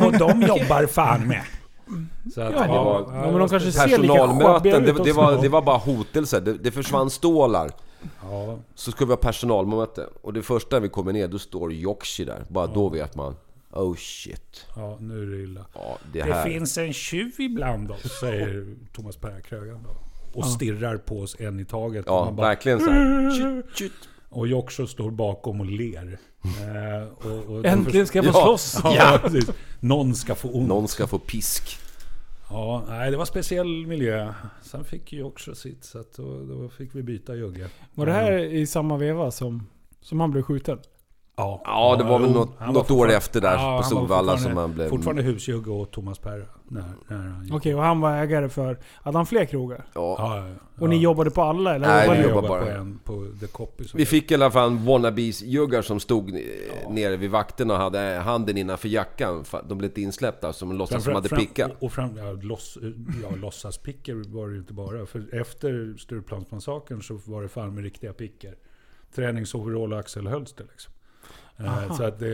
Speaker 4: Och de jobbar fan med. Så att,
Speaker 2: Ja, det var-
Speaker 4: ja,
Speaker 2: ja, men de kanske ser lika sjabbiga
Speaker 5: Personalmöten,
Speaker 2: ut
Speaker 5: det, det,
Speaker 2: också.
Speaker 5: var, det var bara hotelser. Det, det försvann stålar.
Speaker 4: ja,
Speaker 5: Så ska vi ha personalmöte. Och det första vi kommer ner, då står Jokshi där. Bara då vet man. Oh shit.
Speaker 4: ja, nu är det illa.
Speaker 5: Ja, det
Speaker 4: Det
Speaker 5: här.
Speaker 4: finns en tjuv ibland oss, säger Thomas Perra-krögaren då. Och stirrar på oss en i taget. Och
Speaker 5: Ja,
Speaker 4: man bara,
Speaker 5: verkligen så här. Tjut, tjut.
Speaker 4: Och Joksho står bakom och ler. Eh, och, och
Speaker 2: Äntligen ska jag få
Speaker 5: Ja.
Speaker 2: slåss!
Speaker 4: Ja, precis. Någon ska få ont.
Speaker 5: Någon ska få pisk.
Speaker 4: Ja, nej, det var speciell miljö. Sen fick ju också sitt, så att då, då fick vi byta jugge.
Speaker 2: Var det här i samma veva som, som han blev skjuten?
Speaker 4: Ja,
Speaker 5: Ja, det var väl
Speaker 4: jo,
Speaker 5: något-
Speaker 4: han
Speaker 5: något år
Speaker 4: fortfarande-
Speaker 5: efter där på
Speaker 4: han var
Speaker 5: Solvalla som
Speaker 4: fortfarande-
Speaker 5: han blev-
Speaker 4: Fortfarande husjugge och Thomas Perra. När, när han gick.
Speaker 2: Okej, och han var ägare för... Hade han fler krogar?
Speaker 5: Ja.
Speaker 4: Ja, ja, ja.
Speaker 2: Och ni jobbade på alla eller?
Speaker 5: Nej,
Speaker 4: Jag
Speaker 2: Jobbade
Speaker 5: vi
Speaker 2: ni-
Speaker 5: jobbade
Speaker 4: jobbade
Speaker 5: bara.
Speaker 4: på en, på The Copy. som
Speaker 5: Vi
Speaker 4: jag-
Speaker 5: fick i alla fall wannabes-juggar som stod eh, nere vid vakterna och hade handen innanför jackan. Fa- De blev inte insläppta, som de låtsades som hade pickat.
Speaker 4: och, och fram, ja, loss, ja, låtsaspickor var det ju inte bara. För efter Stureplansmassakern så var det fan med riktiga pickor. Träningsoverall och axelhölster liksom. Eh, Så att eh,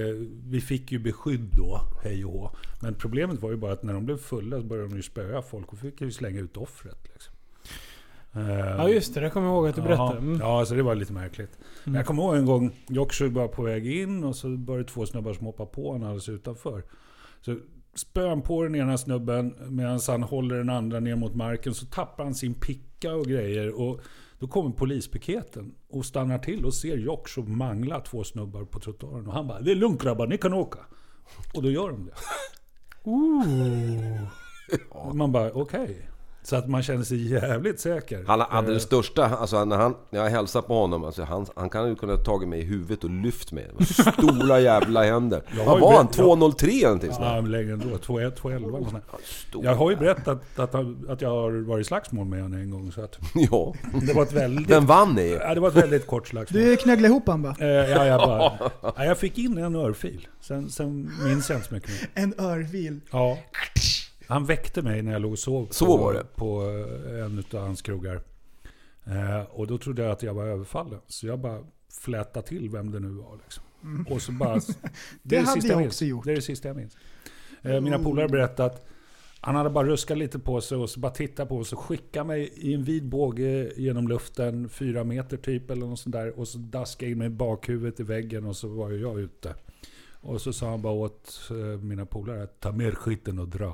Speaker 4: vi fick ju beskydd då, hej och hå. Men problemet var ju bara att när de blev fulla så började de ju spöa folk och fick ju slänga ut offret. Liksom.
Speaker 2: Ja just det, det kommer jag ihåg att du berättade. Mm.
Speaker 4: Ja, alltså det var lite märkligt. Men Jag kommer ihåg en gång, jag också var på väg in och så var det två snubbar som hoppade på honom alldeles utanför. Så spöade han på den ena snubben medan han håller den andra ner mot marken. Så tappar han sin picka och grejer. Och då kommer polispiketen och stannar till och ser Jock mangla två snubbar på trottoaren. Och han bara “Det är lugnt grabbar, ni kan åka”. Och då gör de det. Man bara okej. Så att man känner sig jävligt säker.
Speaker 5: Han hade
Speaker 4: Eh,
Speaker 5: det största, alltså när, han, när jag hälsade på honom, alltså han, han kan ju kunna ha tagit mig i huvudet och lyft mig. Det var Stora jävla händer.
Speaker 4: Jag har
Speaker 5: Vad
Speaker 4: ju
Speaker 5: var han?
Speaker 4: be- jag-
Speaker 5: 2,03 eller någonting sånt
Speaker 4: Ja,
Speaker 5: där?
Speaker 4: men längre än då. 2-1, 2-11 eller sånt där.
Speaker 5: Stor-
Speaker 4: Jag har ju berättat att, han- att jag har varit i slagsmål med honom en gång. Så att
Speaker 5: Ja.
Speaker 4: det var ett väldigt,
Speaker 5: Den vann ni ju.
Speaker 4: ja, det var ett väldigt kort slagsmål.
Speaker 3: Du knögglade ihop han bara.
Speaker 4: Eh, ja, jag, bara, ja, jag fick in en örfil. Sen, sen minns jag inte så mycket mer.
Speaker 3: En örfil.
Speaker 4: Ja. Han väckte mig när jag låg och sov på,
Speaker 5: Så var det.
Speaker 4: på eh, en av hans krogar. Eh, och då trodde jag att jag var överfallen. Så jag bara flätade till vem det nu var. Liksom. Och så bara, det, är
Speaker 3: hade
Speaker 4: sista
Speaker 3: jag
Speaker 4: minns.
Speaker 3: också gjort.
Speaker 4: Det är det sista jag minns. Eh, mina polare berättade att han hade bara ruskat lite på sig och så bara tittat på oss och skickat mig i en vid båge genom luften, fyra meter typ eller något sånt där. Och så daskade jag in mig i bakhuvudet i väggen och så var ju jag ute. Och så sa han bara åt eh, mina polare att ta med er skiten och dra.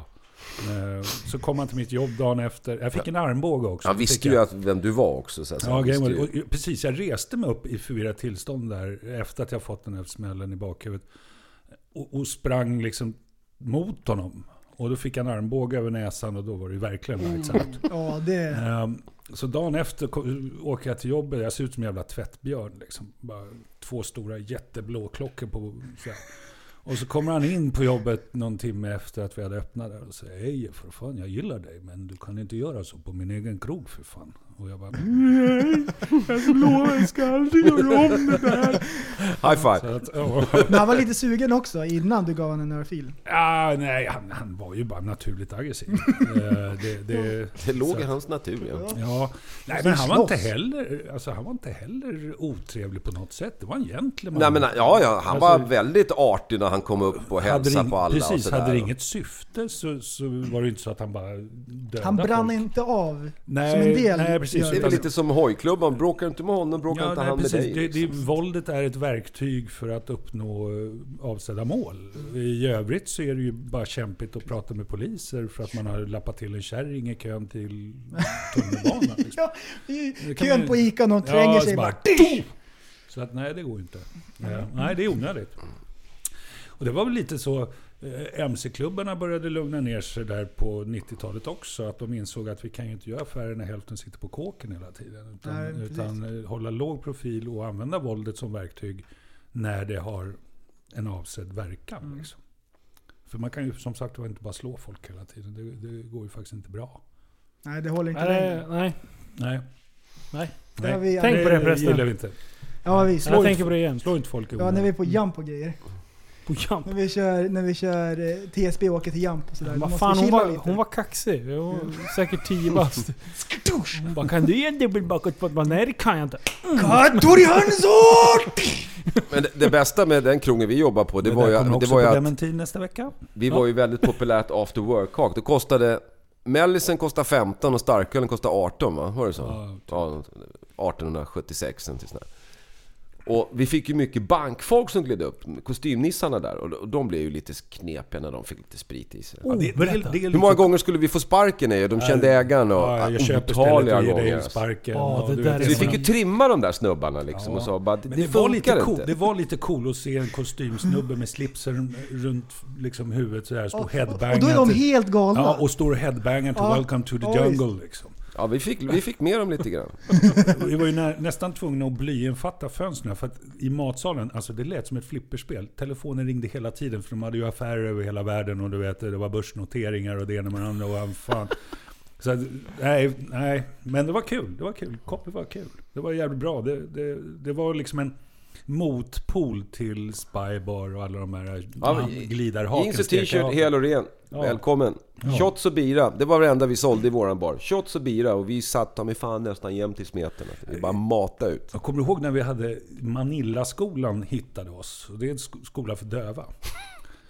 Speaker 4: Eh, Så kom han till mitt jobb dagen efter. Jag fick en armbåge också.
Speaker 5: Han visste
Speaker 4: Fick
Speaker 5: ju
Speaker 4: jag.
Speaker 5: att vem du var också. Så att
Speaker 4: Ja,
Speaker 5: han visste
Speaker 4: grejen var,
Speaker 5: ju.
Speaker 4: och, precis. Jag reste mig upp i förvirrat tillstånd där efter att jag fått den här smällen i bakhuvudet. Och, och sprang liksom mot honom. Och då fick han armbåge över näsan och då var det ju verkligen liksom- verksamt.
Speaker 3: Ja, det...
Speaker 4: Ehm, Så dagen efter ko- åker jag till jobbet, jag ser ut som en jävla tvättbjörn. Liksom. Bara två stora jätteblå klockor på... Så här. Och så kommer han in på jobbet någon timme efter att vi hade öppnat där och säger Hej för fan, jag gillar dig men du kan inte göra så på min egen krog för fan. Och jag bara... "Mm." Nej, jag lovar jag ska aldrig göra om det där.
Speaker 5: High
Speaker 4: Så
Speaker 5: five!
Speaker 4: att, ja.
Speaker 3: Men han var lite sugen också innan du gav honom en örfil.
Speaker 4: ah, nej, han, han var ju bara naturligt aggressiv. Eh, det, det,
Speaker 5: Det låg
Speaker 4: så-
Speaker 5: i hans natur ja.
Speaker 4: Ja, nej men han var, inte heller, alltså, han var inte heller otrevlig på något sätt. Det var en gentleman.
Speaker 5: Nej men ja, ja han
Speaker 4: Alltså,
Speaker 5: var väldigt artig när han kom upp och
Speaker 4: hade det
Speaker 5: hälsade
Speaker 4: ing-
Speaker 5: på alla och
Speaker 4: Precis,
Speaker 5: sådär.
Speaker 4: hade det inget syfte så, så var det inte så att han bara dödade
Speaker 3: Han brann
Speaker 4: folk.
Speaker 3: inte av
Speaker 4: Nej,
Speaker 3: som en del.
Speaker 4: nej, precis.
Speaker 3: gör.
Speaker 5: Det är väl lite som hojklubban, bråkar du inte med honom bråkar
Speaker 4: Ja,
Speaker 5: inte
Speaker 4: nej,
Speaker 5: han
Speaker 4: precis.
Speaker 5: med dig.
Speaker 4: det, det,
Speaker 5: liksom.
Speaker 4: våldet är ett verktyg för att uppnå eh, avsedda mål. I övrigt så är det ju bara kämpigt att prata med poliser för att man har lappat till en kärring i kön till tunnelbanan. Liksom.
Speaker 3: Ja, i
Speaker 4: Det kan
Speaker 3: kön
Speaker 4: man-
Speaker 3: på Ica, någon tränger sig
Speaker 4: så
Speaker 3: bara.
Speaker 4: "Ding!" Så att nej, det går ju inte. Eh, Nej, det är onödigt. Och det var väl lite så eh, MC-klubbarna började lugna ner sig där på 90-talet också. Att de insåg att vi kan ju inte göra affärer när hälften sitter på kåken hela tiden. Utan,
Speaker 3: Nej, precis.
Speaker 4: utan eh, hålla låg profil och använda våldet som verktyg när det har en avsedd verkan.
Speaker 3: Mm.
Speaker 4: Liksom. För man kan ju som sagt var inte bara slå folk hela tiden. Det, det går ju faktiskt inte bra.
Speaker 3: Nej, det håller inte
Speaker 2: Nej,
Speaker 3: längre.
Speaker 2: nej.
Speaker 4: Nej.
Speaker 2: Nej.
Speaker 3: Det har vi-
Speaker 2: Tänk på det
Speaker 4: Det gillar
Speaker 2: förresten.
Speaker 4: vi inte.
Speaker 3: Ja, vi
Speaker 2: Jag
Speaker 3: slår.
Speaker 2: tänker på det igen.
Speaker 4: Slå inte folk i
Speaker 3: Ja, när vi är på jump och grejer.
Speaker 2: På jump.
Speaker 3: När vi kör, när vi kör eh, TSB och åker till jump och sådär. då
Speaker 2: Vad
Speaker 3: måste
Speaker 2: fan,
Speaker 3: vi
Speaker 2: hon
Speaker 3: chilla
Speaker 2: var,
Speaker 3: lite.
Speaker 2: hon var kaxig. Jag var säkert 10 bast. Hon bara, kan du ge en dubbel bakåt? Jag bara, Nej det kan jag inte.
Speaker 3: Kattori Hansson!
Speaker 5: Men det, det bästa med den krogen vi jobbar på, det var ju, det var ju att
Speaker 4: Dementin nästa vecka.
Speaker 5: Vi var ju väldigt populärt after work-hak. Det kostade... Mellisen kostade 15 och starkölen kostade 18 va? Var det så?
Speaker 4: Ja, typ.
Speaker 5: Ja, 1876 eller sånt där. Och vi fick ju mycket bankfolk som gled upp. Kostymnissarna där. Och de- och de blev ju lite knepiga när de fick lite sprit i sig.
Speaker 4: Oh, det, det, det, det
Speaker 5: Hur många gånger skulle vi få sparken är de kände ägaren och
Speaker 4: Ja, jag köper stället
Speaker 5: otaliga
Speaker 4: och ger dig
Speaker 5: gånger.
Speaker 4: en
Speaker 5: alltså.
Speaker 4: sparken.
Speaker 2: Ja,
Speaker 4: och
Speaker 2: det
Speaker 4: du
Speaker 2: där
Speaker 4: vet,
Speaker 2: är
Speaker 5: Så vi
Speaker 2: så
Speaker 4: man-
Speaker 5: fick ju trimma de där snubbarna liksom och sa bara det,
Speaker 4: Men
Speaker 5: det
Speaker 4: det, var lite
Speaker 5: funkar
Speaker 4: cool,
Speaker 5: inte.
Speaker 4: det var lite cool att se en kostymsnubbe med slipsen runt liksom, huvudet sådär. Stå
Speaker 3: Och, och,
Speaker 4: headbangar
Speaker 3: och då är de
Speaker 4: till-
Speaker 3: helt galna.
Speaker 4: Ja, och står och headbangar till
Speaker 3: Ja.
Speaker 4: Welcome to the
Speaker 3: Ja, visst.
Speaker 4: Jungle liksom.
Speaker 5: Ja, vi fick, vi fick med dem lite grann.
Speaker 4: Vi var ju nä, nästan tvungna att blyinfatta fönstren för att i matsalen, alltså det lät som ett flipperspel. Telefonen ringde hela tiden för de hade ju affärer över hela världen och du vet det var börsnoteringar och det ena med det andra och vad fan. Så att, nej, nej, men det var kul. Det var kul. Copy var kul. Det var jävligt bra. Det, det, det var liksom en motpol till Spybar och alla de här
Speaker 5: Ja,
Speaker 4: ja,
Speaker 5: men-
Speaker 4: glidarhaken.
Speaker 5: Jeans och t-shirt,
Speaker 4: stekarhaken.
Speaker 5: hel och ren.
Speaker 4: Ja.
Speaker 5: Välkommen.
Speaker 4: Ja.
Speaker 5: Shots och bira, det var det enda vi sålde i våran bar. Shots och bira och vi satt ta mig fan nästan jämt i smeten. alltså. Vi bara
Speaker 4: Eh,
Speaker 5: mata ut.
Speaker 4: Jag kommer ihåg när vi hade Manillaskolan hittade oss. Och det är en sk- skola för döva.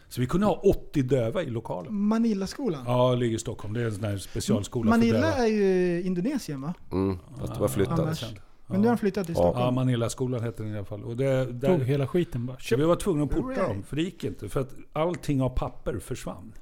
Speaker 4: Så vi kunde ha 80 döva i lokalen.
Speaker 3: Manila-skolan.
Speaker 4: Ja, det ligger i Stockholm. Det är en sån här specialskola för
Speaker 3: Manila
Speaker 4: döva.
Speaker 3: är ju Indonesien va?
Speaker 5: Mm, fast det var flyttat.
Speaker 3: Annars. Men nu har de flyttat till
Speaker 5: Ja.
Speaker 4: Ja,
Speaker 3: Stockholm.
Speaker 4: Manillaskolan hette den i alla fall. Och det,
Speaker 2: Tog
Speaker 4: där,
Speaker 2: hela skiten bara.
Speaker 4: så
Speaker 2: Köp.
Speaker 4: vi var tvungna att porta dem, för det gick inte. För att allting av papper försvann.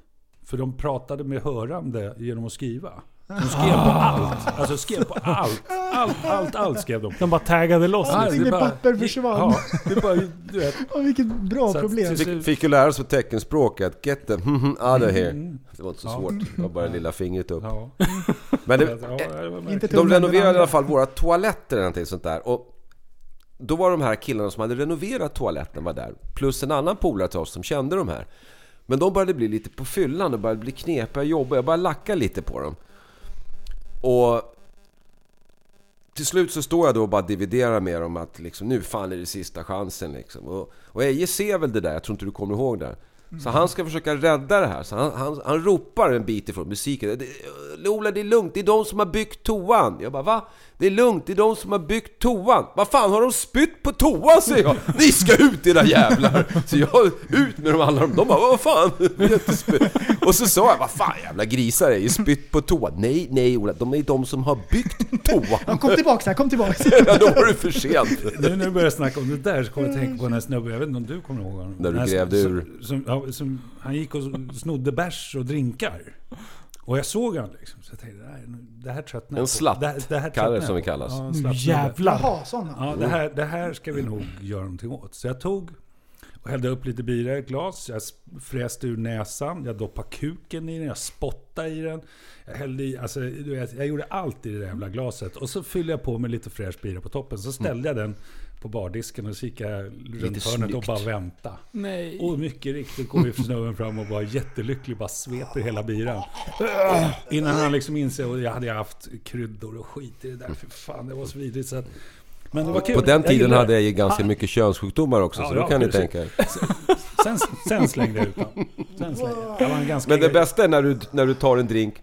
Speaker 4: För de pratade med hörande genom att skriva. De skrev på
Speaker 3: Ah.
Speaker 4: allt. Alltså skrev på allt. Allt, allt, allt skrev de.
Speaker 2: De bara taggade loss.
Speaker 4: Ja,
Speaker 3: Allting
Speaker 4: det
Speaker 3: med
Speaker 4: bara-
Speaker 3: papper försvann.
Speaker 4: Ja, det är bara, du vet.
Speaker 3: Åh, vilket bra
Speaker 4: Så att-
Speaker 3: problem.
Speaker 4: så-
Speaker 5: Fick, fick ju lära oss på teckenspråket, get the hmm out of here. Det var inte så
Speaker 3: Mm.
Speaker 4: Ja.
Speaker 5: svårt, det var bara lilla fingret upp.
Speaker 4: Ja.
Speaker 5: Men
Speaker 4: Alltså, Ja,
Speaker 5: det,
Speaker 4: det var märkligt.
Speaker 3: Inte
Speaker 5: De
Speaker 3: tummen, den
Speaker 5: renoverade i
Speaker 3: andra.
Speaker 5: alla fall våra toaletter eller någonting sånt där. Och då var de här killarna som hade renoverat toaletten var där. Plus en annan polare till oss som kände de här. Men de började bli lite på fyllan och började bli knepiga och jobbiga. Jag började lacka lite på dem. Och till slut så står jag då och bara dividerar med dem att liksom, nu fan är det sista chansen liksom. Och, och Eje ser väl det där, jag tror inte du kommer ihåg det. Så han ska försöka rädda det här. Så han, han, han ropar en bit ifrån musiken. "Det- Ola, det är lugnt, det är de som har byggt toan. Jag bara va? Det är lugnt, det är de som har byggt toan. Vad fan har de spytt på toan säger jag. Ni ska ut era jävlar! Så jag, ut med dem alla. De bara vad fan? Vi har inte spytt." Och så sa jag, vad fan jävla grisar är ju spytt på toan. Nej, nej Ola, de är de som har byggt toan.
Speaker 3: Han kom tillbaks här, kom tillbaks.
Speaker 5: Ja, då var det för sent.
Speaker 4: Nu när du börjar snacka om det där så kommer jag att tänka på den här snubben, jag vet inte om du kommer ihåg honom?
Speaker 5: När du
Speaker 4: Den här
Speaker 5: grävde
Speaker 4: som-
Speaker 5: ur.
Speaker 4: Som, ja, som, han gick och snodde bärs och drinkar. Och jag såg han liksom, så jag tänkte nej, nu- det här tröttnar jag
Speaker 5: En
Speaker 4: på.
Speaker 5: slatt,
Speaker 4: Det, här- det här
Speaker 5: kallar det
Speaker 4: tröttnar
Speaker 5: som
Speaker 4: jag
Speaker 5: det
Speaker 4: på.
Speaker 5: kallas.
Speaker 4: Ja, en
Speaker 2: Nu
Speaker 4: slatt snubbe.
Speaker 2: jävlar.
Speaker 3: Jaha, sådana.
Speaker 4: Ja, det här, det här ska vi nog göra någonting åt. Så jag tog och hällde upp lite bira i ett glas. Jag sp- fräste ur näsan, jag doppade kuken i den, jag spottade i den. Jag hällde i, alltså, du vet, jag gjorde allt i det där jävla glaset. Och så fyllde jag på med lite fräsch bira på toppen. Så ställde jag den på bardisken och så gick jag runt hörnet och
Speaker 5: snyggt.
Speaker 4: bara väntade.
Speaker 2: Nej.
Speaker 4: Och mycket riktigt kom ju snubben fram och var jättelycklig bara sveper hela biran. Innan han liksom inser, och jag hade ju haft kryddor och skit i det där. För fan, det var så vidrigt. Så att, men det var kul.
Speaker 5: På den
Speaker 4: Jag
Speaker 5: tiden
Speaker 4: gillar
Speaker 5: hade
Speaker 4: det.
Speaker 5: jag ju ganska mycket könssjukdomar också,
Speaker 4: Ja,
Speaker 5: så då
Speaker 4: ja,
Speaker 5: kan ni
Speaker 4: precis.
Speaker 5: tänka er.
Speaker 4: Sen, sen slängde jag ut honom. Sen slängde jag. Jag var en ganska...
Speaker 5: Men det bästa är när du, när du tar en drink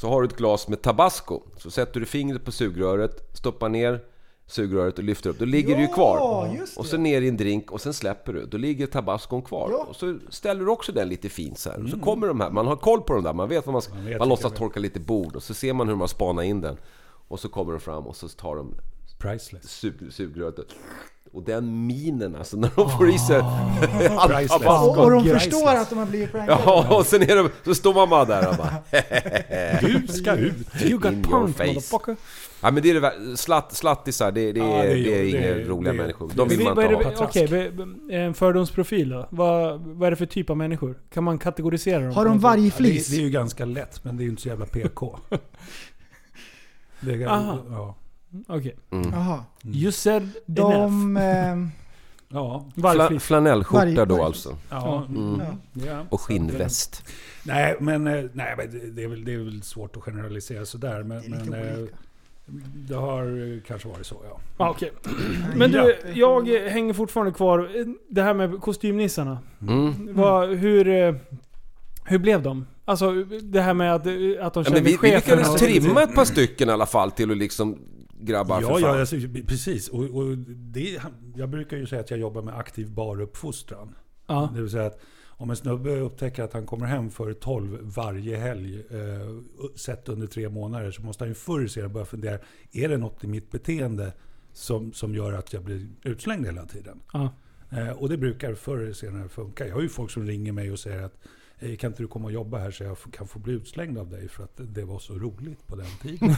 Speaker 5: så har du ett glas med tabasco. Så sätter du fingret på sugröret, stoppar ner sugröret och lyfter upp. Då ligger det ju
Speaker 3: Ja,
Speaker 5: kvar.
Speaker 3: just
Speaker 5: Och så ner i en drink och sen släpper du. Då ligger tabascon kvar.
Speaker 3: Ja.
Speaker 5: Och så ställer du också den lite fint så här. Och så kommer de här. Man har koll på de där. Man vet vad man ska...
Speaker 4: Mm. Man
Speaker 5: Man,
Speaker 4: vet
Speaker 5: man
Speaker 4: vilka
Speaker 5: låtsas
Speaker 4: det är.
Speaker 5: torka lite bord och så ser man hur man spanar in den. Och så kommer de fram och så tar de
Speaker 4: Priceless.
Speaker 5: sug, sugröret och- och den minen alltså när de får i sig
Speaker 4: Ah.
Speaker 5: allt
Speaker 4: Priceless.
Speaker 5: tabasco.
Speaker 3: Och, och de
Speaker 4: Priceless.
Speaker 3: förstår att de har blivit prankade.
Speaker 5: Ja, och sen är de, så står man bara där och bara...
Speaker 4: Du ska ut!
Speaker 2: You got
Speaker 5: In your
Speaker 2: punked
Speaker 5: face.
Speaker 2: motherfucker.
Speaker 5: Ja men det är det vär- slatt, Slattisar, det, det,
Speaker 4: Ja,
Speaker 5: är,
Speaker 4: det är-
Speaker 5: det är
Speaker 4: det
Speaker 5: inga
Speaker 4: är-
Speaker 5: roliga
Speaker 4: det är-
Speaker 5: människor.
Speaker 4: det
Speaker 5: De
Speaker 4: är-
Speaker 5: vill
Speaker 2: Vi-
Speaker 5: man
Speaker 2: vad
Speaker 5: inte
Speaker 2: är
Speaker 5: ha.
Speaker 4: ha.
Speaker 2: det- Okej, vi- vi- en fördomsprofil då? Vad, vad är det för typ av människor? Kan man kategorisera dem?
Speaker 3: Har de varje
Speaker 4: Ja, det,
Speaker 3: flis?
Speaker 4: det är ju ganska lätt, men det är ju inte så jävla PK. Det är,
Speaker 2: Aha.
Speaker 4: ja.
Speaker 2: Okej.
Speaker 5: Mm.
Speaker 3: Jaha.
Speaker 2: You said enough.
Speaker 3: De... Eh,
Speaker 4: Ja.
Speaker 5: Fla,
Speaker 2: Vargflis.
Speaker 5: flanellskjorta
Speaker 3: Varje-
Speaker 5: då alltså.
Speaker 4: ja. Mm.
Speaker 3: ja.
Speaker 4: ja.
Speaker 5: Och skinnväst.
Speaker 4: Nej, men, eh, nej, men det- det, är väl, det är väl svårt att generalisera sådär. Men,
Speaker 3: det är lite
Speaker 4: men eh,
Speaker 3: olika.
Speaker 4: det har eh, kanske varit så, ja.
Speaker 2: Ah, okej. Men du, jag eh, hänger fortfarande kvar. eh, Det här med kostymnissarna.
Speaker 5: Mm.
Speaker 2: Vad, hur, eh, hur blev de? Alltså det här med att, eh, att de
Speaker 5: Ja,
Speaker 2: kände
Speaker 5: men vi, vi
Speaker 2: chefen
Speaker 5: lyckades
Speaker 2: och-
Speaker 5: trimma ett par stycken i alla fall till att liksom... Grabbar
Speaker 4: ja,
Speaker 5: för fan.
Speaker 4: ja alltså, precis. Och, och det, jag brukar ju säga att jag jobbar med aktiv baruppfostran.
Speaker 2: Ja.
Speaker 4: Det vill säga att om en snubbe upptäcker att han kommer hem före 12 varje helg, eh, sett under tre månader, så måste han ju förr eller senare börja fundera, är det något i mitt beteende som, som gör att jag blir utslängd hela tiden?
Speaker 2: Ja.
Speaker 4: Eh, och det brukar förr eller senare funka. Jag har ju folk som ringer mig och säger att "Eh, kan inte du komma och jobba här så jag f- kan få bli utslängd av dig för att det var så roligt på den tiden.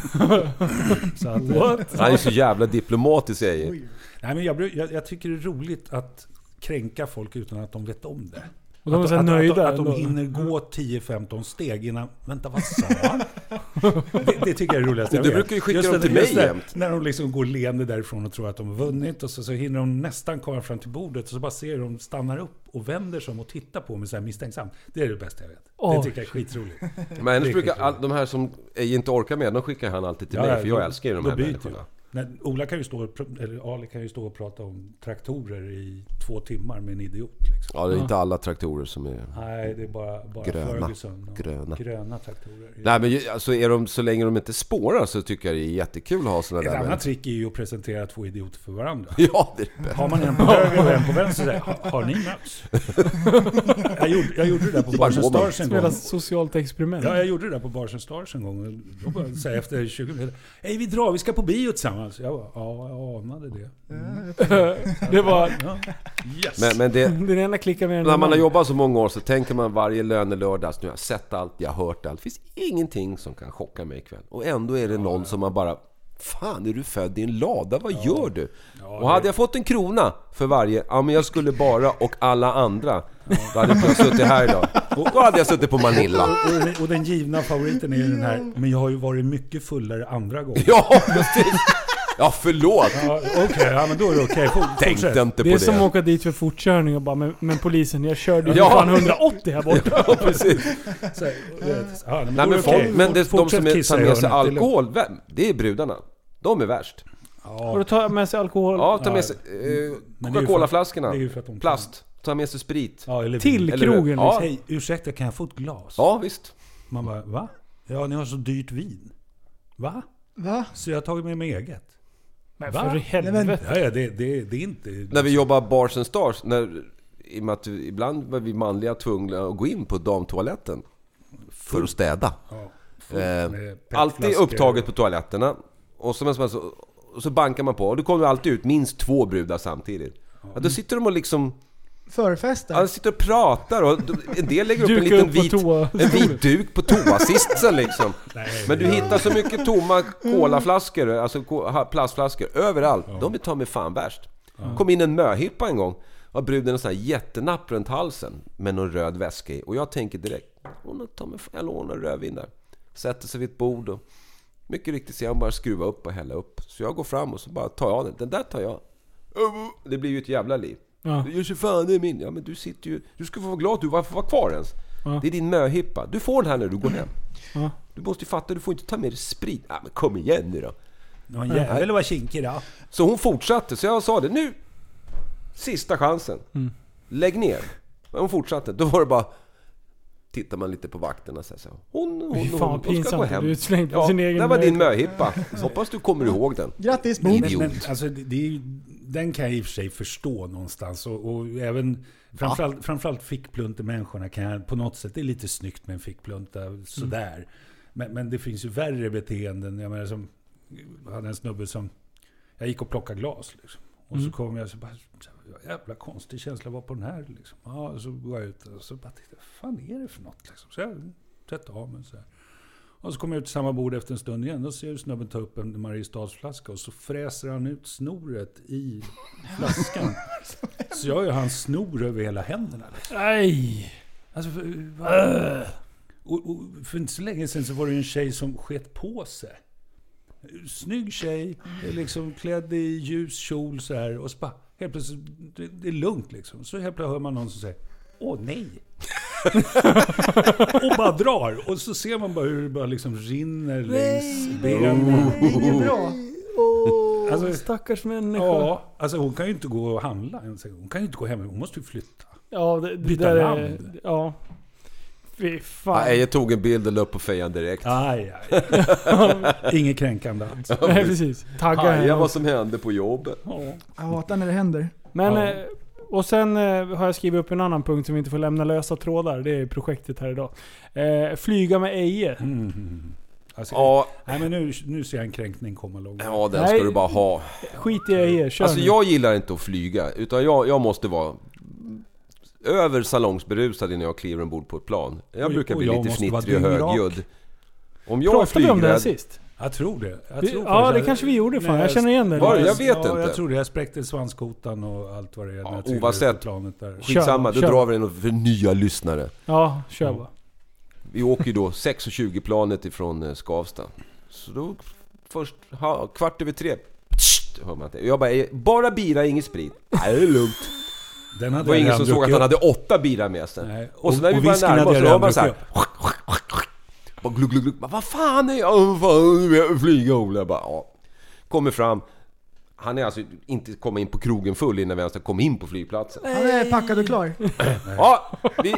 Speaker 4: så att, eh,
Speaker 5: Han är så jävla diplomatisk säger
Speaker 3: Oj.
Speaker 4: Nej, men jag, bru- jag, jag tycker det är roligt att kränka folk utan att de vet om det.
Speaker 2: Och de är
Speaker 4: att,
Speaker 2: så här
Speaker 4: att,
Speaker 2: nöjda
Speaker 4: Att, att,
Speaker 2: ändå.
Speaker 4: de hinner gå 10-15 steg innan... Vänta, vad sa han? det, det tycker jag är roligast. jag
Speaker 5: Du
Speaker 4: vet.
Speaker 5: brukar ju skicka dem
Speaker 4: det-
Speaker 5: till mig
Speaker 4: just det,
Speaker 5: jämt.
Speaker 4: När de liksom går leende därifrån och tror att de har vunnit och så, så hinner de nästan komma fram till bordet och så bara ser hur de stannar upp och vänder sig om och tittar på mig så här misstänksamt. Det är det bästa jag vet.
Speaker 2: Åh.
Speaker 4: Det tycker jag är skitroligt.
Speaker 5: Men annars
Speaker 4: Det är
Speaker 5: brukar
Speaker 4: skitroligt.
Speaker 5: all, de här som ej inte orkar med, de skickar han alltid till
Speaker 4: Ja,
Speaker 5: mig
Speaker 4: ja,
Speaker 5: för jag
Speaker 4: då-
Speaker 5: älskar ju de
Speaker 4: då
Speaker 5: här
Speaker 4: byter
Speaker 5: människorna.
Speaker 4: Nej, Ola kan ju stå, och pr- eller Ali kan ju stå och prata om traktorer i två timmar med en idiot. Liksom.
Speaker 5: Ja, det är inte alla traktorer som är...
Speaker 4: Nej, det är bara, bara
Speaker 5: Gröna.
Speaker 4: Ferguson. och
Speaker 5: Gröna.
Speaker 4: gröna traktorer.
Speaker 5: Nej men ju- alltså är de, så länge de inte spårar så tycker jag det är jättekul att ha såna
Speaker 4: Ett
Speaker 5: där
Speaker 4: annat
Speaker 5: människor.
Speaker 4: trick är ju att presentera två idioter för varandra.
Speaker 5: Ja, det är det bästa.
Speaker 4: Har man en på höger och en på vänster så säger jag, "Ha- har ni möts? jag, gjorde, jag gjorde det där på
Speaker 5: Bara
Speaker 4: Bars and
Speaker 5: går man.
Speaker 4: Stars en gång.
Speaker 2: Spela socialt experiment.
Speaker 4: Ja, jag gjorde det där på Bars and Stars en gång. Då bara, så här, efter 20 minuter. Hej, vi drar, vi ska på bio tillsammans. alls. Jag bara, ja, jag anade det. eh,
Speaker 3: Eh,
Speaker 2: Det var...
Speaker 4: Ja.
Speaker 5: Men, men det,
Speaker 2: Den ena klickar med den
Speaker 5: när man har
Speaker 2: andra.
Speaker 5: jobbat så många år så tänker man varje lönelördags, nu har jag sett allt, jag har hört allt. Det finns ingenting som kan chocka mig ikväll. Och ändå är det någon som man bara, Fan, är du född i en lada? Vad gör du? och hade jag fått en krona för varje, ja men jag skulle bara och alla andra, då hade jag inte suttit här idag. Och då hade jag suttit på Manilla.
Speaker 4: Och, den- och den givna favoriten är ju den här. Men jag har ju varit mycket fullare andra gånger.
Speaker 5: Ja, precis! Ja, förlåt!
Speaker 4: Ja, okej, ja, men då är det okej. Okay.
Speaker 5: Tänkte inte
Speaker 2: Det
Speaker 5: på det.
Speaker 2: är som att åka dit för fortkörning och bara men, men polisen, jag körde ju
Speaker 5: Ja.
Speaker 2: fan 180 här borta.
Speaker 5: Ja, precis.
Speaker 4: Ja, men
Speaker 5: Nej, men
Speaker 4: då är det
Speaker 5: folk,
Speaker 4: okej.
Speaker 5: men det, de
Speaker 4: Fortsätt
Speaker 5: som är,
Speaker 4: kissa
Speaker 5: tar
Speaker 4: i
Speaker 5: med sig
Speaker 4: öronen, det är lugnt.
Speaker 5: alkohol, vem? det är brudarna. De är värst.
Speaker 2: Och då tar jag med sig alkohol
Speaker 5: Ja, ta
Speaker 4: Ja.
Speaker 5: med sig eh,
Speaker 4: Men det är ju
Speaker 5: Coca-Cola-flaskorna.
Speaker 4: för- det är ju för att de-
Speaker 5: Plast. Ta med sig sprit.
Speaker 4: Ja, eller
Speaker 2: till
Speaker 4: vin.
Speaker 5: Eller hur?
Speaker 2: krogen.
Speaker 5: Ja.
Speaker 2: Liksom.
Speaker 4: Hej, ursäkta, kan jag få ett glas?
Speaker 5: Ja, visst.
Speaker 4: Man bara, va? Ja, ni har så dyrt vin. Va?
Speaker 3: Va?
Speaker 4: Så jag har tagit med mig eget.
Speaker 2: Men
Speaker 4: Va?
Speaker 2: för i
Speaker 3: Nej,
Speaker 2: helvete.
Speaker 3: men-
Speaker 4: Ja, ja det, det, det är inte...
Speaker 5: När vi jobbar bars and stars, när, i och med att vi- ibland var vi manliga tvungna att gå in på damtoaletten. För att städa.
Speaker 4: Ja, fullt
Speaker 5: Eh,
Speaker 4: med
Speaker 5: alltid
Speaker 4: petflaskor.
Speaker 5: upptaget på toaletterna. Och så, och så, och så bankar man på. Och då kommer det alltid ut minst två brudar samtidigt. Ja, då sitter de och liksom... Ja, de
Speaker 3: Förfesten?
Speaker 5: sitter och pratar och en del lägger upp en
Speaker 2: Dukar
Speaker 5: liten
Speaker 2: upp på
Speaker 5: vit,
Speaker 2: toa-
Speaker 5: en vit duk på toasitsen liksom. Men du hittar så mycket tomma kolaflaskor, alltså ko- ha- plastflaskor, överallt. De är ta mig fan värst. kom in en möhippa en gång. Har bruden en sån här jättenapp runt halsen med någon röd väska i. Och jag tänker direkt, hon har ta mig fan, jag lånar rödvin där. Sätter sig vid ett bord och mycket riktigt ser jag bara skruva upp och hälla upp. Så jag går fram och så bara tar jag den. Den där tar jag. Det blir ju ett jävla liv.
Speaker 2: Ja.
Speaker 5: Du gör sig fan, det är min. Ja men du sitter ju... Du ska få vara glad att du var- får vara kvar ens.
Speaker 2: Ja.
Speaker 5: Det är din möhippa. Du får den här när du går hem.
Speaker 2: Ja.
Speaker 5: Du måste ju fatta, du får inte ta med dig sprit. Ja men kom igen nu då.
Speaker 4: Någon jävel var kinkig då.
Speaker 5: Så hon fortsatte, så jag sa det nu. Sista chansen.
Speaker 2: Mm.
Speaker 5: Lägg ner. Men hon fortsatte. Då var det bara... Tittar man lite på vakterna så här, så här, Hon, hon,
Speaker 2: Fy
Speaker 5: hon,
Speaker 2: fan,
Speaker 5: hon ska
Speaker 2: pinsamt
Speaker 5: gå
Speaker 2: att
Speaker 5: hem.
Speaker 2: bli utslängd på sin egen
Speaker 5: där var din
Speaker 2: möhippa.
Speaker 5: möhippa. Hoppas du kommer ihåg den.
Speaker 3: Grattis!
Speaker 5: Men-
Speaker 3: Boom.
Speaker 4: Men, men
Speaker 5: Idiot.
Speaker 4: alltså, det, det är ju, den kan jag i och för sig förstå någonstans. Och, och även, framförallt, framförallt fickpluntemänniskorna kan jag på något sätt, det är lite snyggt med en fickplunta sådär. Men, men det finns ju värre beteenden. Jag menar, som, jag hade en snubbe som, jag gick och plockade glas liksom. Och så kom jag och så bara, jävla konstig känsla var på den här liksom. Ja, och så går jag ut och så bara tittade, vad fan är det för något liksom? Så jag tvättade av mig så här. Och så kommer jag ut till samma bord efter en stund igen. Då ser jag hur snubben ta upp en Mariestadsflaska och så fräser han ut snoret i flaskan. så jag har ju hans snor över hela händerna.
Speaker 2: Nej!
Speaker 4: Alltså, för, vad- och, och för inte så länge sedan så var det ju en tjej som sket på sig. Snygg tjej, liksom klädd i ljus kjol så här. Och så bara, helt plötsligt, det, det är lugnt liksom. Så helt plötsligt hör man någon som säger Åh nej! och bara drar. Och så ser man bara hur det bara liksom rinner längs benen.
Speaker 3: Inget bra.
Speaker 2: Alltså, stackars människa. Ja,
Speaker 4: Ja, alltså hon kan ju inte gå och handla ens. Hon kan ju inte gå hem. Hon måste ju flytta.
Speaker 2: det, det
Speaker 4: Byta
Speaker 2: där
Speaker 4: namn.
Speaker 2: är... Ja. Fy fan.
Speaker 5: Nej, jag tog en bild och la upp på fejan direkt.
Speaker 4: Aj, aj. Inget kränkande alls.
Speaker 2: Nej precis. Tagga
Speaker 5: Haja
Speaker 2: henne.
Speaker 5: vad som hände på jobbet.
Speaker 3: Jag hatar när det händer.
Speaker 2: Men...
Speaker 4: Ja.
Speaker 2: eh, Och sen eh, har jag skrivit upp en annan punkt som vi inte får lämna lösa trådar. Det är projektet här idag. Eh, flyga med Eje.
Speaker 4: Mm. Alltså,
Speaker 5: Ja,
Speaker 4: Nej men nu, nu ser jag en kränkning komma långt.
Speaker 5: ja den
Speaker 2: Nej.
Speaker 5: ska du bara ha.
Speaker 2: Skit i Eje, kör
Speaker 5: Alltså
Speaker 2: nu.
Speaker 5: jag gillar inte att flyga, utan jag, jag måste vara över salongsberusad innan jag kliver ombord på ett plan. Jag
Speaker 4: Och-
Speaker 5: brukar
Speaker 4: och
Speaker 5: bli
Speaker 4: jag
Speaker 5: lite
Speaker 4: måste
Speaker 5: fnittrig och
Speaker 4: vara dyngrak.
Speaker 5: högljudd. Om jag är
Speaker 2: Pratade vi om det här
Speaker 5: flygrädd...
Speaker 2: sist?
Speaker 4: Jag tror det. Jag
Speaker 2: Det-
Speaker 4: tror
Speaker 2: ja,
Speaker 4: faktiskt
Speaker 2: det
Speaker 4: att-
Speaker 2: kanske vi gjorde, fan.
Speaker 4: Nej,
Speaker 2: Jag känner igen det.
Speaker 5: Var det? Jag vet
Speaker 4: ja,
Speaker 5: inte.
Speaker 4: Jag tror det. Jag spräckte svanskotan och allt vad det är. när
Speaker 5: Ja,
Speaker 4: jag trillade
Speaker 5: oavsett.
Speaker 4: ut på planet där.
Speaker 5: Skitsamma,
Speaker 2: Kör,
Speaker 5: då
Speaker 2: kör.
Speaker 5: drar vi den för nya lyssnare.
Speaker 2: Ja, kör bara.
Speaker 5: Vi åker ju då 6.20 planet ifrån eh, Skavsta. Så då först ha, kvart över tre, pst, hör man det. Jag bara, eh, bara bira, inget sprit. Nej, det är lugnt.
Speaker 4: Den hade
Speaker 5: Det var
Speaker 4: jag
Speaker 5: ingen som
Speaker 4: redan
Speaker 5: såg att
Speaker 4: druckit
Speaker 5: han
Speaker 4: upp.
Speaker 5: hade åtta bilar med sig.
Speaker 4: Nej,
Speaker 5: Och så när
Speaker 4: och-
Speaker 5: vi
Speaker 4: och
Speaker 5: började
Speaker 4: whiskyn
Speaker 5: närma
Speaker 4: hade
Speaker 5: oss, då
Speaker 4: jag
Speaker 5: var
Speaker 4: redan
Speaker 5: man såhär...
Speaker 4: druckit
Speaker 5: Bara glugg, glugg, glugg. Bara, Vad fan är jag? Vad fan, nu vill jag flyga Ola. Jag bara, ja. Kommer fram. Han är alltså inte komma in på krogen full innan vi ens har kommit in på flygplatsen.
Speaker 3: Han är packad och klar.
Speaker 5: Ja, vi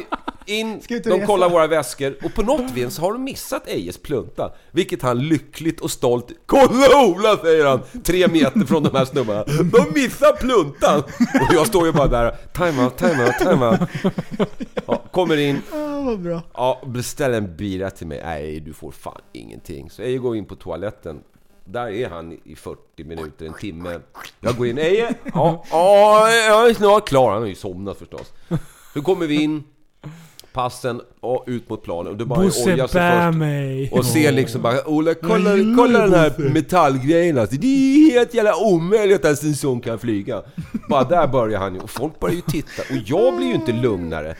Speaker 5: in,
Speaker 3: Ska ut och
Speaker 5: de
Speaker 3: resa.
Speaker 5: kollar våra väskor och på något vis har de missat Ejes plunta. Vilket han lyckligt och stolt... Kolla Ola! säger han, tre meter från de här snubbarna. De missar pluntan! Och jag står ju bara där, time out, time out, time out. Ja, kommer in,
Speaker 3: Ja, vad bra.
Speaker 5: Ja, beställ en bira till mig. Nej, du får fan ingenting. Så jag går in på toaletten. Där är han i 40 minuter, en timme. Jag går in, Eje! Ja, ja, jag är snart klar. Han har ju somnat förstås. Så kommer vi in, passen, och ut mot planen. Och det bara
Speaker 2: Bosse
Speaker 5: ojar sig
Speaker 2: bär
Speaker 5: först.
Speaker 2: mig.
Speaker 5: Och ser liksom bara, Ola kolla, kolla den här metallgrejen alltså. Det är helt jävla omöjligt att en sån kan flyga. Bara där börjar han ju, och folk börjar ju titta. Och jag blir ju inte lugnare.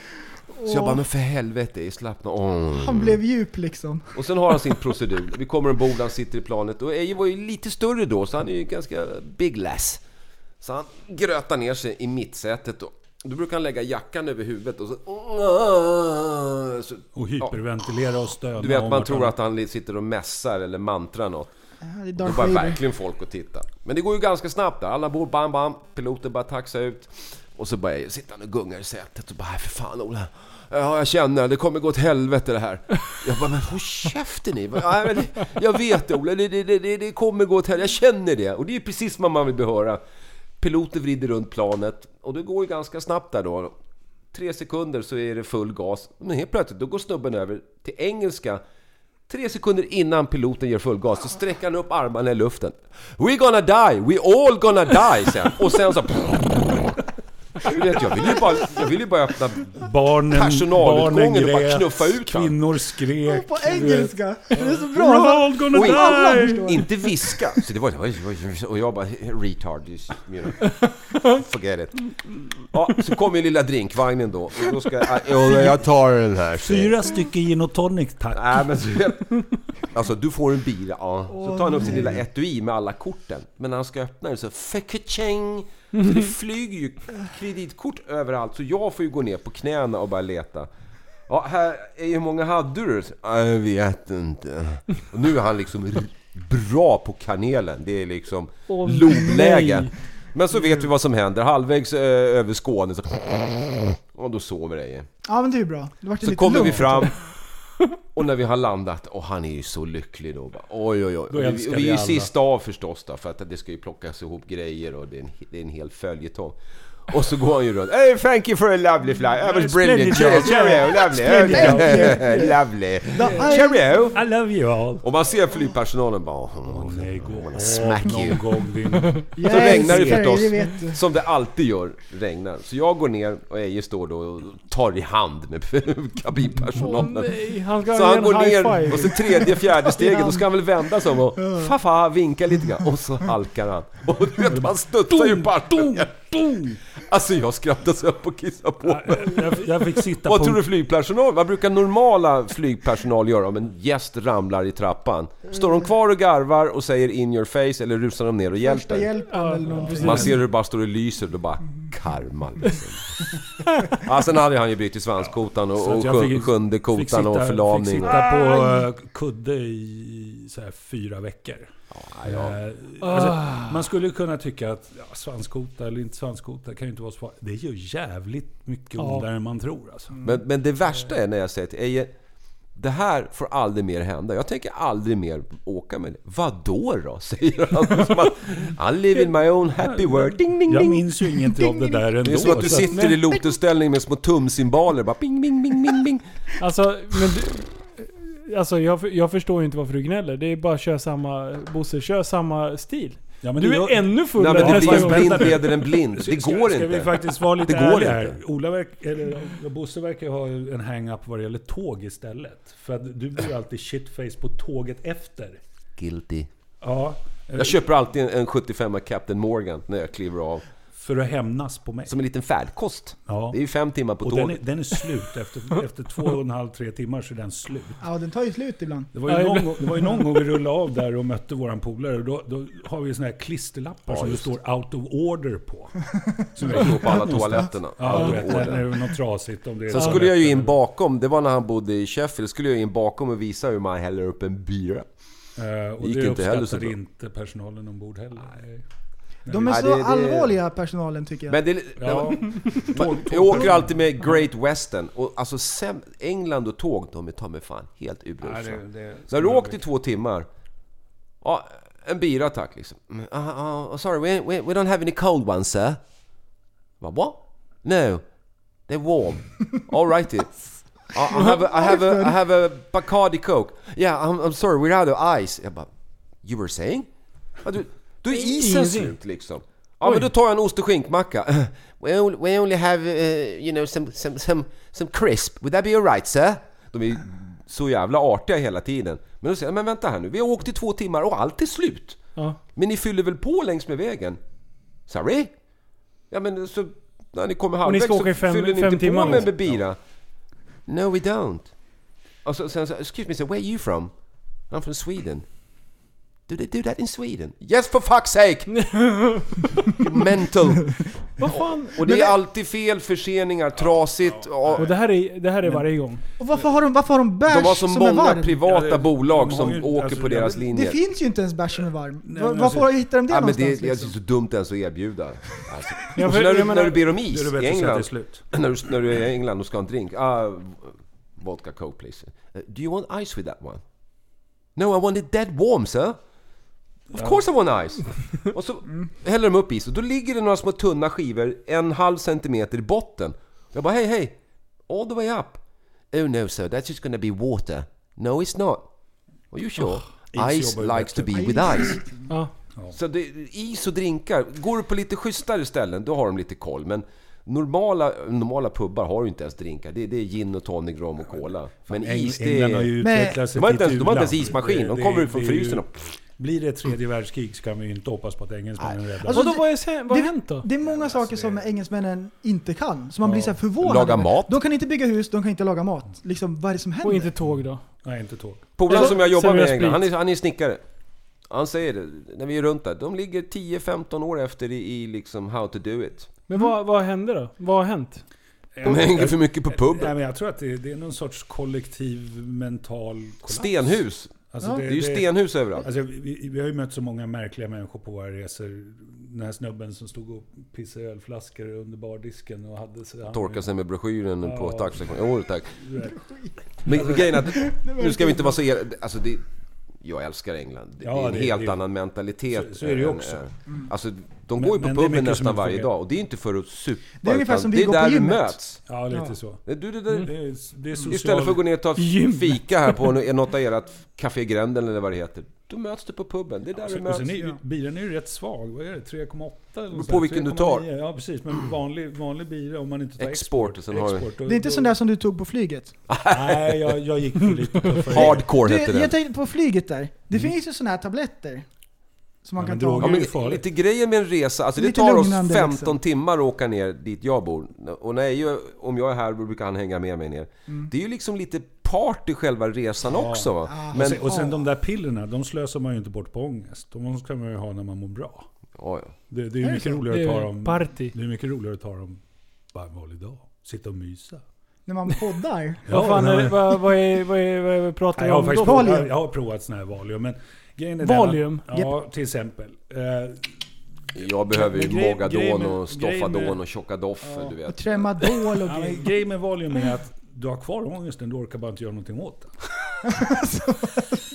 Speaker 5: Så jag bara, men för helvete, slappna av.
Speaker 3: Han blev djup liksom.
Speaker 5: Och sen har han sin procedur. Vi kommer ombord, han sitter i planet. Och Eje var ju lite större då, så han är ju ganska big lass. Så han grötar ner sig i mittsätet då. Då brukar han lägga jackan över huvudet och så... så
Speaker 4: Och
Speaker 5: ja,
Speaker 4: hyperventilera och stöna.
Speaker 5: du vet,
Speaker 4: om
Speaker 5: man tror att han li- sitter och mässar eller mantrar något.
Speaker 3: Ja, det är
Speaker 5: Då
Speaker 3: Darth
Speaker 5: börjar
Speaker 3: Vader.
Speaker 5: verkligen folk att titta. Men det går ju ganska snabbt där. Alla bor bam, bam. Piloten bara taxa ut. Och så börjar jag sitta och gungar i sätet och bara "Nej, för fan Ola. Äh, Ja, jag känner det kommer gå åt helvete det här. Jag bara, men håll käften i. Ja, men det- jag vet det Ola, det, det, det- det, det kommer gå åt helvete. Jag känner det. Och det är precis vad man vill behöra. Piloten vrider runt planet och det går ju ganska snabbt där då. Tre sekunder så är det full gas. Men helt plötsligt, då går snubben över till engelska Tre sekunder innan piloten ger full gas så sträcker han upp armarna i luften. We gonna die, we all gonna die sen. Och sen så... Du vet, jag vill ju bara, jag vill ju bara öppna...
Speaker 4: Barnen,
Speaker 5: personalutgången
Speaker 4: barnen
Speaker 5: och bara
Speaker 4: grät,
Speaker 5: knuffa ut han.
Speaker 4: Kvinnor skrek.
Speaker 3: Och På
Speaker 4: du vet.
Speaker 3: engelska! Det är så bra!
Speaker 2: We're
Speaker 3: så-
Speaker 2: all gonna
Speaker 5: Oj.
Speaker 3: Alla
Speaker 2: die!
Speaker 3: förstår.
Speaker 5: Inte viska. Så det var... oj, oj, oj, Och jag bara... Retard, just, you know. Forget it. Ja, så kom ju lilla drinkvagnen då. Och då ska jag... Ja, jag tar den här. säger jag.
Speaker 4: Fyra stycken gin och tonic tack.
Speaker 5: Nej men så, Alltså du får en bira, ja. Så tar han upp sin lilla etui med alla korten. Men när han ska öppna den så fekacheng! Så
Speaker 2: Mm.
Speaker 5: det flyger ju kreditkort överallt. Så jag får ju gå ner på knäna och bara leta. Ja, här är ju hur många hade du? Så, "Ja, Jag vet inte. Och nu är han liksom r- bra på kanelen. Det är liksom
Speaker 2: Åh,
Speaker 5: lobläge.
Speaker 2: nej. Mm.
Speaker 5: Men så vet vi vad som händer. Halvvägs eh, över Skåne så... Och då sover det ju.
Speaker 3: Ja men det är ju bra. Det vart ju
Speaker 5: Så
Speaker 3: lite
Speaker 5: kommer vi
Speaker 3: lugnt.
Speaker 5: fram och när vi har landat, och han är ju så lycklig då. Bara, oj, oj, oj. Och vi,
Speaker 4: älskar
Speaker 5: och vi
Speaker 4: vi
Speaker 5: är ju
Speaker 4: alla.
Speaker 5: sist av förstås då, för att det ska ju plockas ihop grejer och det är en, det är en hel följetong. Och så går han ju runt. Hey, thank you for a lovely fly. That was brilliant.
Speaker 4: Splendid job.
Speaker 5: Cheers, cheerio, lovely.
Speaker 3: Splendid
Speaker 5: lovely.
Speaker 3: Da-
Speaker 5: Cheerio.
Speaker 4: I love you all.
Speaker 5: Och man ser flygpersonalen bara...
Speaker 4: Åh,
Speaker 5: "Oh,
Speaker 4: nej, gå av
Speaker 5: smack you.
Speaker 4: någon gång din...
Speaker 3: Yes,
Speaker 5: Så regnar det
Speaker 3: Jerry,
Speaker 5: förstås.
Speaker 3: Det vet du.
Speaker 5: Som det alltid gör, regnar. Så jag går ner och Eje står då och tar i hand med
Speaker 2: Åh
Speaker 5: kabinpersonalen.
Speaker 2: nej, han ska
Speaker 5: Så
Speaker 2: ge
Speaker 5: han
Speaker 2: en
Speaker 5: går
Speaker 2: high
Speaker 5: ner
Speaker 2: five.
Speaker 5: och så tredje, fjärde steget, då ska han väl vända sig om och fafa, vinka lite grann. Och så halkar han. Och du vet, han studsar ju på armen. Alltså jag skrattar så jag på kissa på mig.
Speaker 4: Jag, jag fick sitta
Speaker 5: Vad
Speaker 4: på...
Speaker 5: tror du flygpersonal, vad brukar normala flygpersonal göra om en gäst ramlar i trappan? Står de kvar och garvar och säger in your face eller rusar de ner och
Speaker 3: Första
Speaker 5: hjälper?
Speaker 3: hjälpen eller någon precis.
Speaker 5: Man ser hur det bara står och lyser och då bara karma liksom. ja, sen hade han ju brutit svanskotan och,
Speaker 4: Så
Speaker 5: och
Speaker 4: att jag
Speaker 5: sjun-
Speaker 4: fick-
Speaker 5: sjunde
Speaker 4: fick
Speaker 5: kotan
Speaker 4: sitta,
Speaker 5: och
Speaker 4: Fick
Speaker 5: förlamning.
Speaker 4: sitta på eh, kudde i så här fyra veckor. Eh, alltså, man skulle ju kunna tycka att ja, svanskota eller inte svanskota kan ju inte vara så farligt. Det gör jävligt mycket ondare än man tror alltså.
Speaker 5: Men, men det värsta är när jag säger till Eje, det här får aldrig mer hända. Jag tänker aldrig mer åka med det. Vadå då? Säger han. Som att, I live in my own happy world. Ding, ding,
Speaker 4: Jag
Speaker 5: ding.
Speaker 4: minns ju inget av det där ändå.
Speaker 5: Det är som att du
Speaker 4: så
Speaker 5: sitter i lotusställning med små tumcymbaler. Bara bing, bing, bing, bing, bing.
Speaker 2: Alltså, men du, alltså jag, för- jag förstår ju inte varför du gnäller. Det är bara att köra samma... Bosse, kör samma stil.
Speaker 4: Ja, men
Speaker 2: Du
Speaker 4: det
Speaker 2: är
Speaker 4: gör-
Speaker 2: ännu
Speaker 5: Nej,
Speaker 2: fullare
Speaker 5: men det
Speaker 2: nästa
Speaker 5: blir en
Speaker 2: gång.
Speaker 5: blind leder en blind. Det
Speaker 4: Ska-
Speaker 5: går
Speaker 4: ska vi
Speaker 5: inte.
Speaker 4: faktiskt vara lite
Speaker 5: Det går
Speaker 4: ärliga här?
Speaker 5: inte.
Speaker 4: Ola verk, eller, Bosse verkar ju ha en hang-up vad det gäller tåg istället. För att du blir alltid shitface på tåget efter.
Speaker 5: Guilty.
Speaker 4: Ja,
Speaker 5: Jag köper alltid en- en 75 av Captain Morgan när jag kliver av.
Speaker 4: för att hämnas på mig.
Speaker 5: Som en liten färdkost.
Speaker 4: Ja.
Speaker 5: Det är ju fem timmar på
Speaker 4: Och den är,
Speaker 5: tåget.
Speaker 4: den är slut. Efter, efter två och en halv, tre timmar så är den slut.
Speaker 3: Ja den tar ju slut ibland.
Speaker 4: Det var, ju någon, gång- det var ju någon gång vi rullade av där och mötte våran polare. Och Då, då har vi såna här klisterlappar som det står out of order på. Som
Speaker 5: Jag står på alla toaletterna.
Speaker 4: Ja,
Speaker 5: Out
Speaker 4: du
Speaker 5: of
Speaker 4: vet,
Speaker 5: order.
Speaker 4: när det är något trasigt. Om det är
Speaker 5: Sen
Speaker 4: toaletten
Speaker 5: skulle jag ju
Speaker 4: eller-
Speaker 5: in bakom, det var när han bodde i Sheffield, skulle jag in bakom och visa hur man häller upp en bira.
Speaker 4: Eh, och
Speaker 5: Gick
Speaker 4: det
Speaker 5: inte heller så
Speaker 4: uppskattade
Speaker 5: bra.
Speaker 4: inte personalen ombord heller.
Speaker 3: De är
Speaker 5: Nej,
Speaker 3: så
Speaker 5: det- det-
Speaker 3: allvarliga personalen tycker jag.
Speaker 5: Men det,
Speaker 4: Ja,
Speaker 5: man, jag åker alltid med Great Western och alltså säm, England och tåg, de är ta mig fan helt
Speaker 4: nej,
Speaker 5: urusla.
Speaker 4: det, det,
Speaker 5: När du åkt i två timmar, ja, en bira tack liksom. Mm, Uh, uh, uh, sorry, we, we, we don't have any cold ones sir. Vad, what? No, they're warm. All righty. I I have a, I have a, I have a Bacardi Coke. Yeah, I'm, I'm sorry, we're out of ice. Jag bara, you were saying? Ja, du, då är isen
Speaker 2: Ingenting.
Speaker 5: slut liksom. Ja men då tar jag en ost och skinkmacka. We only, we only have eh, you know some, some, some, some crisp. Would that be alright sir? De är ju så jävla artiga hela tiden. Men då säger jag, men vänta här nu. Vi har åkt i två timmar och allt är slut.
Speaker 2: Ja.
Speaker 5: Men ni fyller väl på längs med vägen? Sorry? Ja men så... När ni kommer halvvägs
Speaker 2: ska åka i fem-
Speaker 5: så fyller ni
Speaker 2: fem
Speaker 5: inte
Speaker 2: timmar
Speaker 5: på med en
Speaker 2: liksom.
Speaker 5: bebira. No we don't. Och så, sen så, excuse me sir, where are you from? I'm from Sweden. Do they do that in Sweden? Yes for fuck's sake! You're Mental!
Speaker 2: Vad fan?
Speaker 5: Och det är alltid fel, förseningar, trasigt. och-
Speaker 2: Och det här är, det här är varje gång.
Speaker 3: Och varför har de, varför har de bärs
Speaker 5: De har så
Speaker 3: som är
Speaker 5: många
Speaker 3: varm?
Speaker 4: Ja,
Speaker 5: privata
Speaker 4: det-
Speaker 5: bolag
Speaker 4: de har
Speaker 5: som
Speaker 4: ju-
Speaker 5: åker
Speaker 4: alltså,
Speaker 5: på
Speaker 4: det-
Speaker 5: deras
Speaker 4: det
Speaker 5: linjer.
Speaker 3: Det finns ju inte ens bärs som är varm.
Speaker 4: Nej,
Speaker 3: Var-
Speaker 4: men
Speaker 3: varför
Speaker 4: alltså-
Speaker 3: hittar de det
Speaker 5: Ja, men det,
Speaker 3: någonstans?
Speaker 5: det är
Speaker 3: liksom?
Speaker 5: så dumt ens att erbjuda. Alltså.
Speaker 2: Ja,
Speaker 5: och
Speaker 2: för
Speaker 5: så när,
Speaker 2: jag
Speaker 5: du,
Speaker 2: menar-
Speaker 5: när du ber om
Speaker 4: Det är
Speaker 5: is
Speaker 4: det
Speaker 5: i
Speaker 4: bättre att säga
Speaker 5: England,
Speaker 4: till slut.
Speaker 5: när du, när du är i England och ska ha en drink. Ah, vodka coke please. Uh, do you want ice with that one? No I want it dead warm sir. Of course I want ice! Och så häller de upp is och då ligger det några små tunna skivor en halv centimeter i botten. Jag bara hej hej! All the way up! Oh no sir, that's just gonna be water. No it's not. Are you sure?
Speaker 4: is
Speaker 5: ice
Speaker 4: jobbar ju
Speaker 5: likes to be
Speaker 4: bättre.
Speaker 5: with ice.
Speaker 2: Ja.
Speaker 5: Så det, is och drinkar. Går du på lite schysstare ställen, då har de lite koll. Men normala, normala pubbar har ju inte ens drinkar. Det, det är gin och tonic, rom och cola. Men
Speaker 4: Eng-
Speaker 5: is, det
Speaker 4: England har
Speaker 5: är...
Speaker 4: ju
Speaker 3: Men-
Speaker 4: utvecklats
Speaker 5: De har inte
Speaker 4: till
Speaker 5: ens, de har inte ens
Speaker 4: u-land.
Speaker 5: ismaskin.
Speaker 4: Det-
Speaker 5: De
Speaker 4: det-
Speaker 5: kommer ut från
Speaker 4: det är ju-
Speaker 5: frysen och...
Speaker 4: Blir det tredje världskrig så kan vi ju inte hoppas på att engelsmännen räddar
Speaker 3: Alltså,
Speaker 2: Vadå,
Speaker 3: det-
Speaker 2: vad, är, sen- vad har hänt då? alltså
Speaker 3: Det är många saker som engelsmännen inte kan, så man blir så här förvånad.
Speaker 5: Laga
Speaker 3: över.
Speaker 5: mat.
Speaker 3: De kan inte bygga hus, de kan inte laga mat. Liksom, vad är det som händer?
Speaker 2: Och inte tåg då?
Speaker 4: Nej, inte tåg.
Speaker 5: Polaren
Speaker 2: Alltså,
Speaker 5: som jag jobbar med
Speaker 2: servera
Speaker 5: i England, han
Speaker 2: sprit.
Speaker 5: är, han är snickare. Han säger det, när vi är runt där. De ligger 10-15 år efter i, i liksom how to do it.
Speaker 2: Men vad, vad hände då? Vad har hänt?
Speaker 5: De hänger för mycket på
Speaker 4: Nej,
Speaker 5: puben.
Speaker 4: men jag tror att det, det är någon sorts kollektiv mental kollaps.
Speaker 5: Stenhus!
Speaker 4: Alltså,
Speaker 5: Det är ju
Speaker 4: det-
Speaker 5: stenhus överallt.
Speaker 4: Alltså, vi, vi har ju mött så många märkliga människor på våra resor. Den här snubben som stod och pissade i ölflaskor under bardisken och hade... Så, han-
Speaker 5: Torka sig med broschyren på
Speaker 4: Ja.
Speaker 5: tackstationen. Jo tack. Men grejen är att, nu ska vi inte vara så er, alltså det, Jag älskar England. Det,
Speaker 4: Ja,
Speaker 5: det är en
Speaker 4: det-
Speaker 5: helt
Speaker 4: det-
Speaker 5: annan mentalitet.
Speaker 4: så- så är det ju
Speaker 5: än,
Speaker 4: också. Mm.
Speaker 5: eh, Alltså, de
Speaker 4: Men-
Speaker 5: går ju på
Speaker 4: men det är
Speaker 5: puben
Speaker 4: mycket som
Speaker 5: nästan
Speaker 4: inte
Speaker 5: varje
Speaker 4: fungerar.
Speaker 5: dag och det är inte för att supa.
Speaker 3: Det är ungefär
Speaker 5: utan
Speaker 3: som vi
Speaker 5: det är
Speaker 3: går på
Speaker 5: där vi
Speaker 3: gymmet.
Speaker 5: möts.
Speaker 4: Ja, lite
Speaker 3: Ja.
Speaker 4: så.
Speaker 5: Du, du, du,
Speaker 4: Det är, det är social...
Speaker 5: Istället för att gå ner och ta
Speaker 2: Gym.
Speaker 5: fika här på en- något av ert Café Gränden eller vad det heter. Då möts du på puben. Det är där du
Speaker 4: Alltså, Och sen är,
Speaker 5: möts.
Speaker 4: ju- bilen är ju rätt svag. Vad är det? 3,8 eller något
Speaker 5: på
Speaker 4: sånt.
Speaker 5: vilken du Mm.
Speaker 4: 3,9. Ja, precis. Men vanlig, vanlig bira om man inte tar
Speaker 5: Export, och sen har vi...
Speaker 4: export, då-
Speaker 3: Det är inte
Speaker 4: då-
Speaker 3: sån där som du tog på flyget.
Speaker 4: Nej, jag, jag gick för lite tuffare.
Speaker 5: Hardcore
Speaker 3: Du,
Speaker 5: heter det.
Speaker 3: jag tänkte på flyget där. Det finns ju såna här tabletter. Som man
Speaker 4: Ja,
Speaker 3: kan
Speaker 4: men
Speaker 3: ta.
Speaker 4: droger-
Speaker 5: Ja,
Speaker 4: Det är ju
Speaker 5: men
Speaker 4: farligt.
Speaker 5: lite grejen med en resa, alltså det
Speaker 3: Lite
Speaker 5: tar oss
Speaker 3: lugnande
Speaker 5: 15
Speaker 3: liksom.
Speaker 5: timmar att åka ner dit jag bor. Och när jag, gör- om jag är här brukar han hänga med mig ner.
Speaker 4: Mm.
Speaker 5: Det är ju liksom lite party själva resan också va.
Speaker 4: Men,
Speaker 5: Men,
Speaker 4: Ah. Alltså, och, sen, och sen de där pillerna, de slösar man ju inte bort på ångest. De ska man ju ha när man mår bra.
Speaker 5: ja, ja.
Speaker 4: Det, det är ju mycket roligare
Speaker 2: Det
Speaker 4: att
Speaker 2: är
Speaker 4: ta
Speaker 2: ju
Speaker 4: dem...
Speaker 2: party.
Speaker 4: Det är mycket roligare att ta dem bara en vanlig dag. Sitta och mysa.
Speaker 3: När man poddar.
Speaker 2: vad fan är,
Speaker 4: nej,
Speaker 2: det- vad, vad, är, vad, är, vad, är, vad pratar
Speaker 4: nej,
Speaker 2: vi
Speaker 4: jag, har
Speaker 2: om då?
Speaker 4: faktiskt provat,
Speaker 3: Valium.
Speaker 4: jag har provat sån här Valium, men grejen är
Speaker 2: Valium?
Speaker 4: Den, att- ja, till exempel. Eh,
Speaker 5: Jag behöver ju
Speaker 4: Men grej- grejen
Speaker 5: Mogadon
Speaker 4: med-
Speaker 5: och
Speaker 4: grejen
Speaker 5: Stoffadon
Speaker 4: med-
Speaker 5: och Tjockadoff du
Speaker 3: Och
Speaker 5: vet.
Speaker 3: tremadol och
Speaker 4: ja, men
Speaker 3: grejer.
Speaker 4: grejen med Valium är att du har kvar ångesten, du orkar bara inte göra någonting åt det.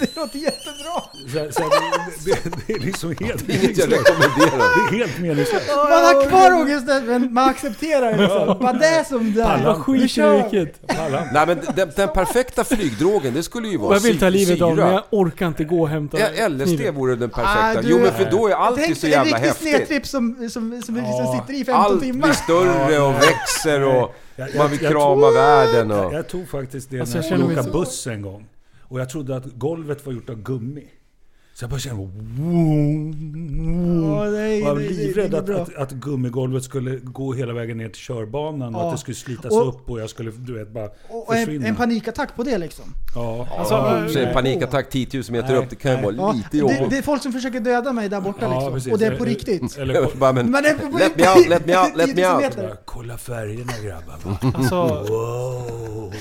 Speaker 3: Det låter jättebra.
Speaker 4: Så, så det, det, det är liksom helt
Speaker 5: Inget jag
Speaker 4: meningslöst.
Speaker 5: rekommenderar.
Speaker 4: Det är helt meningslöst.
Speaker 3: Man har kvar ångesten men man accepterar det liksom. Bara det är som det är.
Speaker 2: Alla
Speaker 3: Nu
Speaker 2: skit i
Speaker 3: kör vi.
Speaker 2: vilket.
Speaker 4: Pallar.
Speaker 5: Nej men den, den perfekta flygdrogen det skulle ju vara
Speaker 2: Jag vill ta
Speaker 5: sy-
Speaker 2: livet av
Speaker 5: syra.
Speaker 2: men jag orkar inte gå och hämta
Speaker 5: Ja, LSD
Speaker 2: kniven.
Speaker 5: vore den perfekta.
Speaker 3: Ah, du-
Speaker 5: jo men för då är
Speaker 3: Tänk
Speaker 5: allt så
Speaker 3: dig en
Speaker 5: jävla
Speaker 3: riktig
Speaker 5: häftigt.
Speaker 3: snedtripp som, som, som liksom
Speaker 4: Ja.
Speaker 3: sitter i 15
Speaker 5: Allt blir
Speaker 3: timmar.
Speaker 5: större och växer och
Speaker 4: Jag- jag-
Speaker 5: man vill
Speaker 4: jag tror-
Speaker 5: krama världen och...
Speaker 4: Jag, jag tog faktiskt det
Speaker 2: Alltså, jag
Speaker 4: när jag
Speaker 2: känner
Speaker 4: skulle
Speaker 2: mig
Speaker 4: åka buss en gång. Och jag trodde att golvet var gjort av gummi. Så jag bara kände... Och
Speaker 3: Åh, nej,
Speaker 4: jag var
Speaker 3: nej, nej, Mm. det
Speaker 4: livrädd
Speaker 3: går
Speaker 4: att,
Speaker 3: bra.
Speaker 4: att, att gummigolvet skulle gå hela vägen ner till körbanan och
Speaker 3: Ja.
Speaker 4: att det skulle slitas
Speaker 3: Och-
Speaker 4: upp och jag skulle du vet, bara
Speaker 3: Och en,
Speaker 4: försvinna.
Speaker 3: en panikattack på det liksom.
Speaker 4: ja.
Speaker 2: Alltså,
Speaker 4: ja,
Speaker 5: Så en
Speaker 4: nej.
Speaker 5: panikattack 10 000 meter
Speaker 4: Nej,
Speaker 5: upp, det kan ju
Speaker 4: nej.
Speaker 5: vara
Speaker 3: Ja,
Speaker 5: lite
Speaker 3: det, det
Speaker 5: jobbigt.
Speaker 3: är folk som försöker döda mig där borta
Speaker 4: Ja,
Speaker 3: liksom.
Speaker 4: precis. Mm.
Speaker 3: Och det är på
Speaker 4: Eller-
Speaker 3: riktigt.
Speaker 4: Eller,
Speaker 5: Bara, men,
Speaker 3: Men det är på
Speaker 5: let me
Speaker 3: riktigt.
Speaker 5: out, let me out, let me out.
Speaker 4: bara, kolla färgerna grabbar. va?
Speaker 2: Alltså,
Speaker 4: Wow.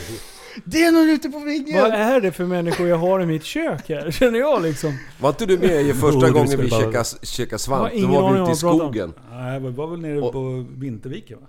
Speaker 3: Det är någon ute på
Speaker 2: vad
Speaker 3: vingen!
Speaker 2: är det för människor jag har i mitt kök här? Känner jag liksom.
Speaker 5: Var inte du med i
Speaker 4: Jo,
Speaker 5: första
Speaker 4: det
Speaker 5: gången
Speaker 4: skulle
Speaker 5: vi
Speaker 4: bara-
Speaker 5: käkade käka
Speaker 2: Jag
Speaker 5: svamp?
Speaker 2: har
Speaker 5: Då
Speaker 2: ingen
Speaker 5: var vi
Speaker 2: aning
Speaker 5: ute i
Speaker 2: vad jag pratar om.
Speaker 5: skogen.
Speaker 4: Nej, jag var väl nere
Speaker 5: Och-
Speaker 4: på Vinterviken va?